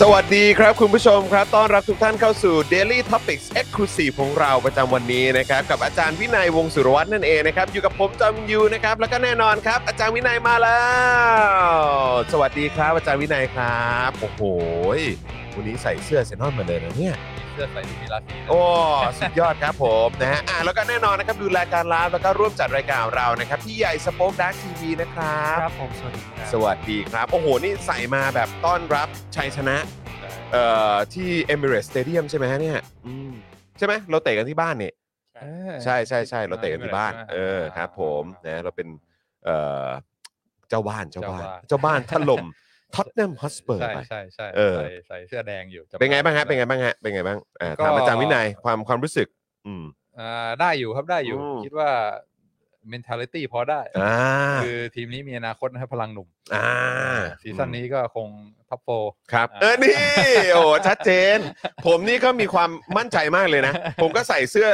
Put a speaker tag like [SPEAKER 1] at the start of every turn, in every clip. [SPEAKER 1] สวัสดีครับคุณผู้ชมครับ ต้อนรับทุกท่านเข้าสู่ Daily Topics Exclusive ของเราประจำวันนี้นะครับ กับอาจารย์วินัยวงศ์สุรวัตรนั่นเองนะครับ อยู่กับผมจอมยูนะครับ แล้วก็แน่นอนครับ อาจารย์วินัยมาแล้ว สวัสดีครับ อาจารย์วินัยครับโอ้โหวันนี้ใส่เสื้อเซนอนมาเลยนะเนี่ย
[SPEAKER 2] เสื้อใส่ที่มีราศีนะ
[SPEAKER 1] โอ้สุดยอดครับผมนะฮะอ่ะแล้วก็แน่นอนนะครับดูรายการไลฟ์แล้วก็ร่วมจัดรายการเรานะครับที่ใหญ่สป็อคดักทีวีนะครับ
[SPEAKER 2] ครับผมสวัสดีครั
[SPEAKER 1] สวัสดีครับ โอ้โห นี่ใส่มาแบบต้อนรับชัยชนะ เอ่อที่ Emirates Stadium ใช่ไหมฮะเนี่ยอืมใช่ไหมเราเตะกันที่บ้านเนี่ย
[SPEAKER 2] เออ
[SPEAKER 1] ใช่ใช่ใช่เราเตะกันที่บ้าน
[SPEAKER 2] Emirates ใช่ไหม
[SPEAKER 1] เออครับผมนะเราเป็นเอ่อเจ้าบ้านเจ้าบ้าน
[SPEAKER 2] เจ้า
[SPEAKER 1] เจ้าบ้า
[SPEAKER 2] บ้าน น
[SPEAKER 1] ถ ล่มท็อตแนมฮอสเปอร์
[SPEAKER 2] ใช่
[SPEAKER 1] ไป
[SPEAKER 2] ใช่ใช่
[SPEAKER 1] เออ
[SPEAKER 2] ใส่ใส่เสื้อแดงอยู่จะ
[SPEAKER 1] เป็นไงบ้างฮะเป็นไงบ้างฮะเป็นไงบ้างอ่า
[SPEAKER 2] ก็
[SPEAKER 1] ถามอาจารย์วินัยความความรู้สึก อืม
[SPEAKER 2] อ่าได้อยู่ครับได้อยู่
[SPEAKER 1] อืม
[SPEAKER 2] คิดว่า mentality พอได้
[SPEAKER 1] อ่า
[SPEAKER 2] คือทีมนี้มีอนาคตนะครับพลังหนุ่ม
[SPEAKER 1] อ่า
[SPEAKER 2] ซีซั่นนี้ก็คงท็อปโฟ
[SPEAKER 1] ครับ
[SPEAKER 2] อ่า
[SPEAKER 1] เออนี่โอ้ชัดเจน ผมนี่ก็มีความมั่นใจมากเลยนะ ผมก็ใส่เสื้อ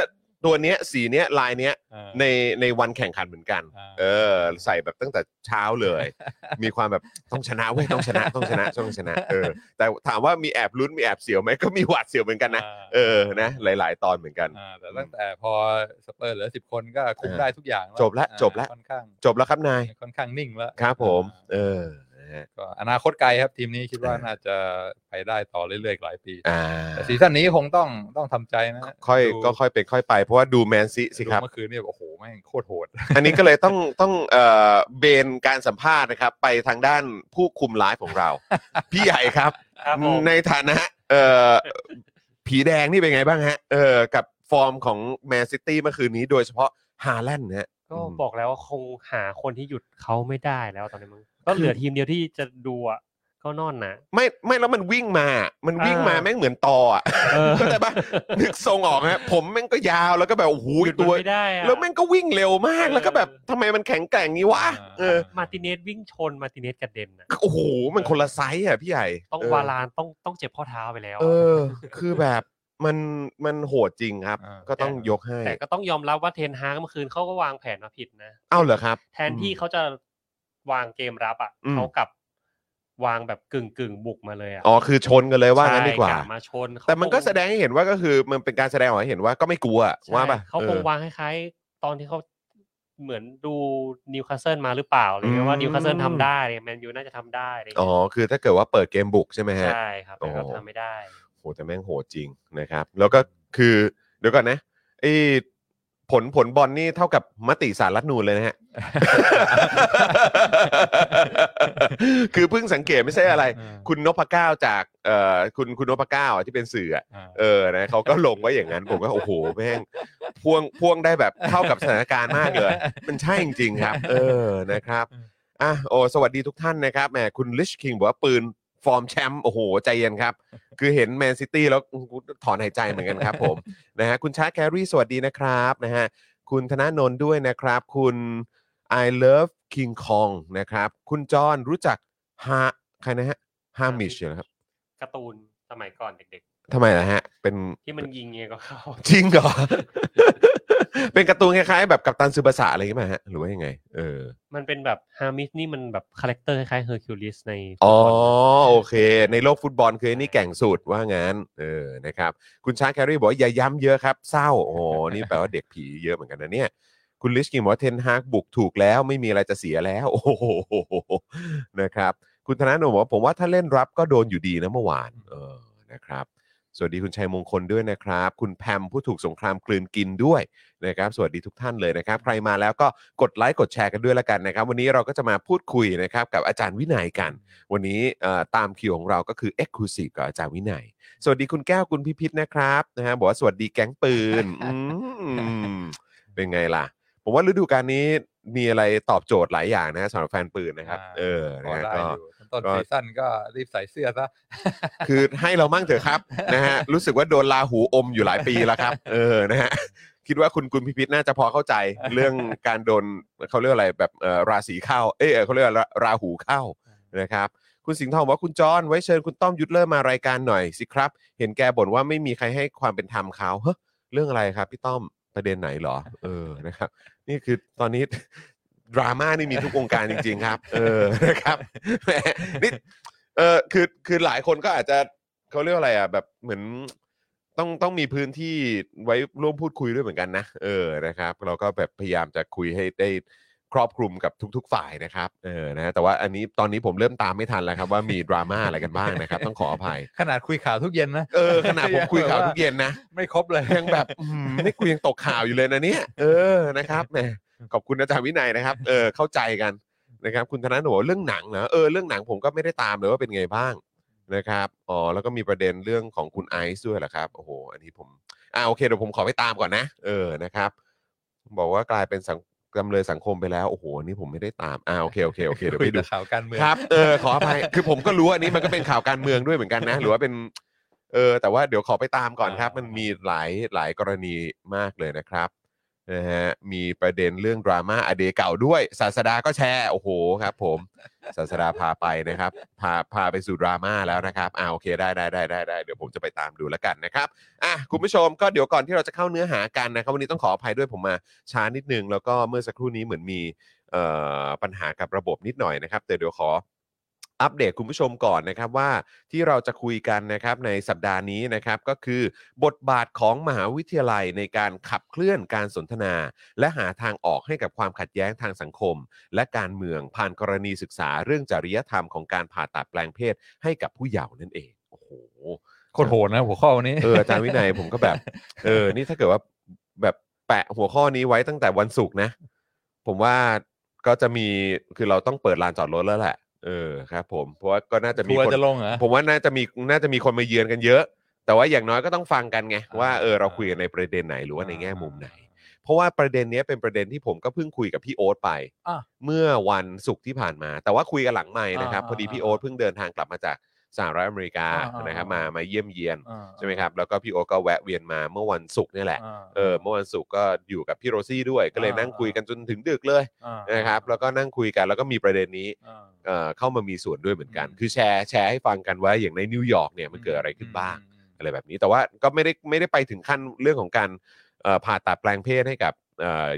[SPEAKER 1] ตัวเนี้ยสีเนี้ยลายเนี้ย ในในวันแข่งขันเหมือนกัน
[SPEAKER 2] อ่า
[SPEAKER 1] เออ ใส่แบบตั้งแต่เช้าเลย มีความแบบต้องชนะเว้ยต้องชนะต้องชนะต้องชนะ เออ แต่ถามว่ามีแอบลุ้นมีแอบเสียวไหมก็มีหวาดเสียวเหมือนกันนะ เออ นะ หลาย ๆ ตอนเหมือนกัน
[SPEAKER 2] แต่ตั้งแต่พอสเปอร์เหลือสิบคนก็คุม
[SPEAKER 1] เออ
[SPEAKER 2] ได้ทุกอย่าง
[SPEAKER 1] จบละ
[SPEAKER 2] อ่า
[SPEAKER 1] จบละ
[SPEAKER 2] ค่อนข้าง
[SPEAKER 1] จบแล้วครับนาย
[SPEAKER 2] ค่อนข้างนิ่งแล้ว
[SPEAKER 1] ครับผม เออนะฮะ
[SPEAKER 2] ก็อนาคตไกลครับทีมนี้คิดว่า
[SPEAKER 1] เออ
[SPEAKER 2] น่าจะไปได้ต่อเรื่อยๆอีกหลายปี
[SPEAKER 1] อ่า
[SPEAKER 2] แต่ซีซั่นนี้คงต้องต้องทำใจนะ
[SPEAKER 1] ค่อย
[SPEAKER 2] ดู
[SPEAKER 1] ก็ค่อยเป็นค่อยไป เพราะว่าดูแมนซีสิครับ
[SPEAKER 2] ดูเมื่อคืนเนี่ยโอ้โหแม่งโคตรโหด
[SPEAKER 1] อันนี้ก็เลยต้องต้องเอ่อเบนการสัมภาษณ์นะครับ ไปทางด้านผู้คุมไลฟ์ ของเรา พี่ใหญ่ครับ
[SPEAKER 3] ครับผม
[SPEAKER 1] ในฐานะเอ่อผีแดงนี่เป็นไงบ้างฮะเออกับฟอร์มของแมนซิตี้เมื่อคืนนี้โดยเฉพาะฮาแลนด์นะฮะ
[SPEAKER 3] ก็
[SPEAKER 1] อืม
[SPEAKER 3] บอกแล้วว่าคงหาคนที่หยุดเขาไม่ได้แล้วตอนนี้ มึงก็เหลือทีมเดียวที่จะดูอ่ะก็นอนนะ
[SPEAKER 1] ไม่ไม่แล้วมันวิ่งมา มันวิ่งมา
[SPEAKER 3] อ่า
[SPEAKER 1] แม่งเหมือนตออ่ะ
[SPEAKER 3] เออ
[SPEAKER 1] เข้าใจปะนึกทรงออกฮะผมแม่งก็ยาวแล้วก็แบบโอ้โห
[SPEAKER 3] หยุด
[SPEAKER 1] ตัว
[SPEAKER 3] มันไม่ได้อะ
[SPEAKER 1] แล้วแม่งก็วิ่งเร็วมาก
[SPEAKER 3] เออ
[SPEAKER 1] แล้วก็แบบทำไมมันแข็งแกร่งงี้วะเออ
[SPEAKER 3] มาร์ติเนสวิ่งชนมาร์ติเนสกระเด็นนะ
[SPEAKER 1] โอ้โหมันคนละไซส์อ่ะพี่ใหญ่
[SPEAKER 3] ต้อง
[SPEAKER 1] เ
[SPEAKER 3] วาลานต้องต้องเจ็บข้อเท้าไปแล้ว
[SPEAKER 1] เอ
[SPEAKER 3] อะ
[SPEAKER 1] อ คือแบบมันมันโหดจริงครับ
[SPEAKER 2] อ่า
[SPEAKER 1] ก็ต้องยกให้
[SPEAKER 3] แต่ก็ต้องยอมรับว่าเทนฮากเมื่อคืนเขาก็วางแผนมาผิดนะ
[SPEAKER 1] เอ้าเหรอครับ
[SPEAKER 3] แทนที่เขาจะวางเกมรับอ่ะ
[SPEAKER 1] อืม
[SPEAKER 3] เขากลับวางแบบกึ่งกึ่งๆบุกมาเลยอ่ะ
[SPEAKER 1] อ๋อคือชนกันเลยว่างั้น
[SPEAKER 3] ใช่
[SPEAKER 1] ดีกว่า
[SPEAKER 3] ะมาชนเขา
[SPEAKER 1] แต่มันก็
[SPEAKER 3] ค
[SPEAKER 1] แสดงให้เห็นว่าก็คือมันเป็นการแสดงออกให้เห็นว่าก็ไม่กลัว
[SPEAKER 3] ใช่
[SPEAKER 1] ว่าป่ะ
[SPEAKER 3] เขาคง
[SPEAKER 1] ออ
[SPEAKER 3] วางคล้ายๆตอนที่เขาเหมือนดูนิวคาสเซิลมาหรือเปล่าอะไรเงี้ยว่า
[SPEAKER 1] อืม
[SPEAKER 3] นิวคาสเซิลทำได้เนี่ยแมนยูน่าจะทำได้อะไร
[SPEAKER 1] อ๋อ
[SPEAKER 3] เงี้ย
[SPEAKER 1] คือถ้าเกิดว่าเปิดเกมบุกใช่ไหมฮะ
[SPEAKER 3] ใช่ครับแต่เขาทำไม่ได้
[SPEAKER 1] โหแต่แม่งโหดจริงนะครับ แล้วก็คือเดี๋ยวก่อนนะไอ้ผลผลบอลนี่เท่ากับมติสารรัฐธรรมนูนเลยนะฮะ คือเพิ่งสังเกตไม่ใช่อะไร คุณนพเก้าจากเอ่อคุณคุณนพเก้าอ่ะที่เป็นสื่ออ่ะ เออ นะเขาก็ลงไว้อย่างนั้น ผมก็โอ้โห แม่งพ่วงพ่วงได้แบบเท่ากับสถานการณ์มากเลย มันใช่จริงๆครับ เออ นะครับ อ่ะ โอ้ สวัสดีทุกท่านนะครับ แหม คุณลิชคิงบอกว่าปืนฟอร์มแชมป์ โอ้โห ใจเย็นครับ คือเห็นแมนซิตี้แล้วถอนหายใจเหมือนกันครับผม นะฮะ คุณชาร์ตแครีสวัสดีนะครับ นะฮะ คุณธนาโนนด้วยนะครับ คุณ I love King Kong นะครับ คุณจอห์นรู้จักฮาใครนะฮะ ฮามิชเหรอครับ
[SPEAKER 3] การ์ตูนสมัยก่อนเด็ก
[SPEAKER 1] ทำไมล่ะฮะ เป็น
[SPEAKER 3] ๆ ที่มันยิงเงี้ยก็เข้า
[SPEAKER 1] จริงเหรอ เป็นการ์ตูนคล้ายๆแบบกับตันซูบาสะอะไรอย่างเงี้ยไหมฮะหรือว่ายังไง เออ
[SPEAKER 3] มันเป็นแบบฮามิสนี่มันแบบคาแรคเตอร์คล้ายๆเฮอร์คิวลิสใน
[SPEAKER 1] อ๋อ
[SPEAKER 3] ฟุตบอล
[SPEAKER 1] โอเค ในโลกฟุตบอลคือไอ้นี่แก่งสุดว่างั้น เออนะครับ คุณช้างแครี่บอกว่าอย่าย้ำเยอะครับ เศร้า โอ้โหนี่แปลว่าเด็กผีเยอะเหมือนกันนะเนี่ย คุณลิชกิมบอกว่าเทนฮากบุกถูกแล้วไม่มีอะไรจะเสียแล้ว โอ้โหนะครับ คุณธนาโนมบอกว่าผมว่าถ้าเล่นรับก็โดนอยู่ดีนะเมื่อวานเออนะครับ สวัสดีคุณชัยมงคลด้วยนะครับ คุณแพมผู้ถูกสงครามกลืนกินด้วยนะครับ สวัสดีทุกท่านเลยนะครับ ใครมาแล้วก็กดไลค์กดแชร์กันด้วยละกันนะครับ วันนี้เราก็จะมาพูดคุยนะครับกับอาจารย์วินัยกัน วันนี้เอ่อตามคิวของเราก็คือ Exclusive กับอาจารย์วินัย สวัสดีคุณแก้วคุณพิพิธนะครับนะฮะบอกว่าสวัสดีแก๊งปืนอืมเป็นไงล่ะ ผมว่าฤดูกาลนี้มีอะไรตอบโจทย์หลายอย่างนะฮะสำหรับแฟนปืนนะครับ
[SPEAKER 2] า
[SPEAKER 1] เออ
[SPEAKER 2] พ
[SPEAKER 1] นะ
[SPEAKER 2] อ
[SPEAKER 1] ฮะ
[SPEAKER 2] ได้
[SPEAKER 1] ก็
[SPEAKER 2] อยู่ต้น
[SPEAKER 1] ก็
[SPEAKER 2] ซีซั่นก็รีบใส่เสื้อซะ
[SPEAKER 1] คือให้เรามั่งเถอะครับ นะฮะรู้สึกว่าโดนลาหูอมอยู่หลายปีแล้วครับ เออนะฮะคิดว่าคุณกุลพิพิธน่าจะพอเข้าใจ เรื่องการโดนเขาเรียกอะไรแบบเอ่อราศีเข้า เอยเอ่อเขาเรียกว่าราหูเข้านะครับ คุณสิงห์ทองบอกว่าคุณจอนไว้เชิญคุณต้อมยุทธเลอร์มารายการหน่อยสิครับ เห็นแกบ่นว่าไม่มีใครให้ความเป็นธรรมเขาเฮ้อเรื่องอะไรครับพี่ต้อมประเด็นไหนเหรอ เออนะครับ นี่คือตอนนี้ ดราม่านี่มีทุกวงการจริง ๆ ครับ เออ นะครับแหมนี่เออคือคือหลายคนก็อาจจะเขาเรียกว่าอะไรอ่ะแบบเหมือนต้องต้องมีพื้นที่ไว้ร่วมพูดคุยด้วยเหมือนกันนะเออนะครับ เราก็แบบพยายามจะคุยให้ได้ครอบคลุมกับทุก ๆ ฝ่ายนะครับเออนะแต่ว่าอันนี้ตอนนี้ผมเริ่มตามไม่ทันแล้วครับ ว่ามีดราม่าอะไรกันบ้างนะครับ ต้องขออภัย
[SPEAKER 2] ขนาดคุยข่าวทุกเย็นนะ
[SPEAKER 1] เออขนาดผมคุยข่าวทุกเย็นนะ
[SPEAKER 2] ไม่ครบเลย
[SPEAKER 1] ยังแบบ อื้อหือนี่กูยังตกข่าวอยู่เลยนะเนี่ย เออนะครับแหมขอบคุณอาจารย์วินัยนะครับ เออเข้าใจกันนะครับ คุณธนาหนูเรื่องหนังนะเออเรื่องหนังผมก็ไม่ได้ตามเลยว่าเป็นไงบ้างนะครับอ๋อแล้วก็มีประเด็นเรื่องของคุณไอซ์ด้วยเหรอครับโอ้โหอันนี้ผมอ่าโอเคเดี๋ยวผมขอไปตามก่อนนะ เออนะครับ บอกว่ากลายเป็นสังจำเลยสังคมไปแล้วโอ้โหอันนี่ผมไม่ได้ตามอ่าโอเคโอเคโอเคเดี๋ยว
[SPEAKER 2] คุ
[SPEAKER 1] ไป
[SPEAKER 2] ย
[SPEAKER 1] ดู
[SPEAKER 2] แต่ข่าวการเมือง
[SPEAKER 1] ครับ เออ ขออภัย คือผมก็รู้ว่าอันนี้มันก็เป็นข่าวการเมืองด้วยเหมือนกันนะ หรือว่าเป็น เออ แต่ว่าเดี๋ยวขอไปตามก่อนครับ มันมีหลายหลายกรณีมากเลยนะครับ นะฮะ มีประเด็นเรื่องดราม่าอเดเก่าด้วย ศาสดาก็แชร์ โอ้โห ครับผม ศาสดาพาไปนะครับ พา พาไปสู่ดราม่าแล้วนะครับ อ่า โอเค ได้ได้ได้ได้ได้เดี๋ยวผมจะไปตามดูแล้วกันนะครับ อ่ะ คุณผู้ชม ก็เดี๋ยวก่อนที่เราจะเข้าเนื้อหากันนะครับ วันนี้ต้องขออภัยด้วยผมมาช้านิดนึง แล้วก็เมื่อสักครู่นี้เหมือนมี เอ่อปัญหากับระบบนิดหน่อยนะครับ แต่เดี๋ยวขออัปเดตคุณผู้ชมก่อนนะครับว่าที่เราจะคุยกันนะครับในสัปดาห์นี้นะครับก็คือบทบาทของมหาวิทยาลัยในการขับเคลื่อนการสนทนา และหาทางออกให้กับความขัดแย้งทางสังคม และการเมืองผ่านกรณีศึกษาเรื่องจริยธรรมของการผ่าตัดแปลงเพศให้กับผู้เยาว์นั่นเองโอ้โห
[SPEAKER 2] โคตรโหดนะหัวข้อวันนี้
[SPEAKER 1] เอออาจารย์วินัยผมก็ แบบ เออ นี่ถ้าเกิดว่าแบบแปะหัวข้อนี้ไว้ตั้งแต่วันศุกร์นะ ผมว่าก็จะมีคือเราต้องเปิดลานจอดรถแล้วแหละ เออครับผมเพราะว่าก็น่าจะมี
[SPEAKER 2] ทัว
[SPEAKER 1] คน
[SPEAKER 2] ร์จะลงเหรอ
[SPEAKER 1] ผมว่าน่าจะมีน่าจะมีคนมาเยือนกันเยอะ แต่ว่าอย่างน้อยก็ต้องฟังกันไง ว่าเออเราคุยกันในประเด็นไหนหรือว่าในแง่มุมไหน เพราะว่าประเด็นเนี้ยเป็นประเด็นที่ผมก็เพิ่งคุยกับพี่โอ๊ตไป
[SPEAKER 2] อ่ะ
[SPEAKER 1] เมื่อวันศุกร์ที่ผ่านมา แต่ว่าคุยกันหลังใหม่นะครับ
[SPEAKER 2] อ่า
[SPEAKER 1] พอดีพี่โอ๊ตเพิ่งเดินทางกลับมาจากสหรัฐอเมริกา
[SPEAKER 2] อ่าน
[SPEAKER 1] นะครับ
[SPEAKER 2] อ่าม
[SPEAKER 1] มามาเยี่ยมเยียน
[SPEAKER 2] อ่า
[SPEAKER 1] ใช่ไหมครับ แล้วก็พี่โอตก็แวะเวียนมาเมื่อวันศุกร์เนี่ยแหละ
[SPEAKER 2] อ่า
[SPEAKER 1] เออ เมื่อวันศุกร์ก็อยู่กับพี่โรซี่ด้วย ก็เลย
[SPEAKER 2] อ่านั่
[SPEAKER 1] นั่งคุยกันจนถึงดึกเลย
[SPEAKER 2] อ่า
[SPEAKER 1] นะครับ แล้วก็นั่งคุยกันแล้วก็มีประเด็นนี้
[SPEAKER 2] อ่า
[SPEAKER 1] เอ่อเข้ามามีส่วนด้วยเหมือนกัน
[SPEAKER 2] อืม
[SPEAKER 1] คือแชร์แชร์ให้ฟังกันว่าอย่างในนิวยอร์กเนี่ยมันเกิดอะไรขึ้นบ้าง
[SPEAKER 2] อืม
[SPEAKER 1] อะไรแบบนี้ แต่ว่าก็ไม่ได้ไม่ได้ไปถึงขั้นเรื่องของการเอ่อผ่าตัดแปลงเพศให้กับเอ่อ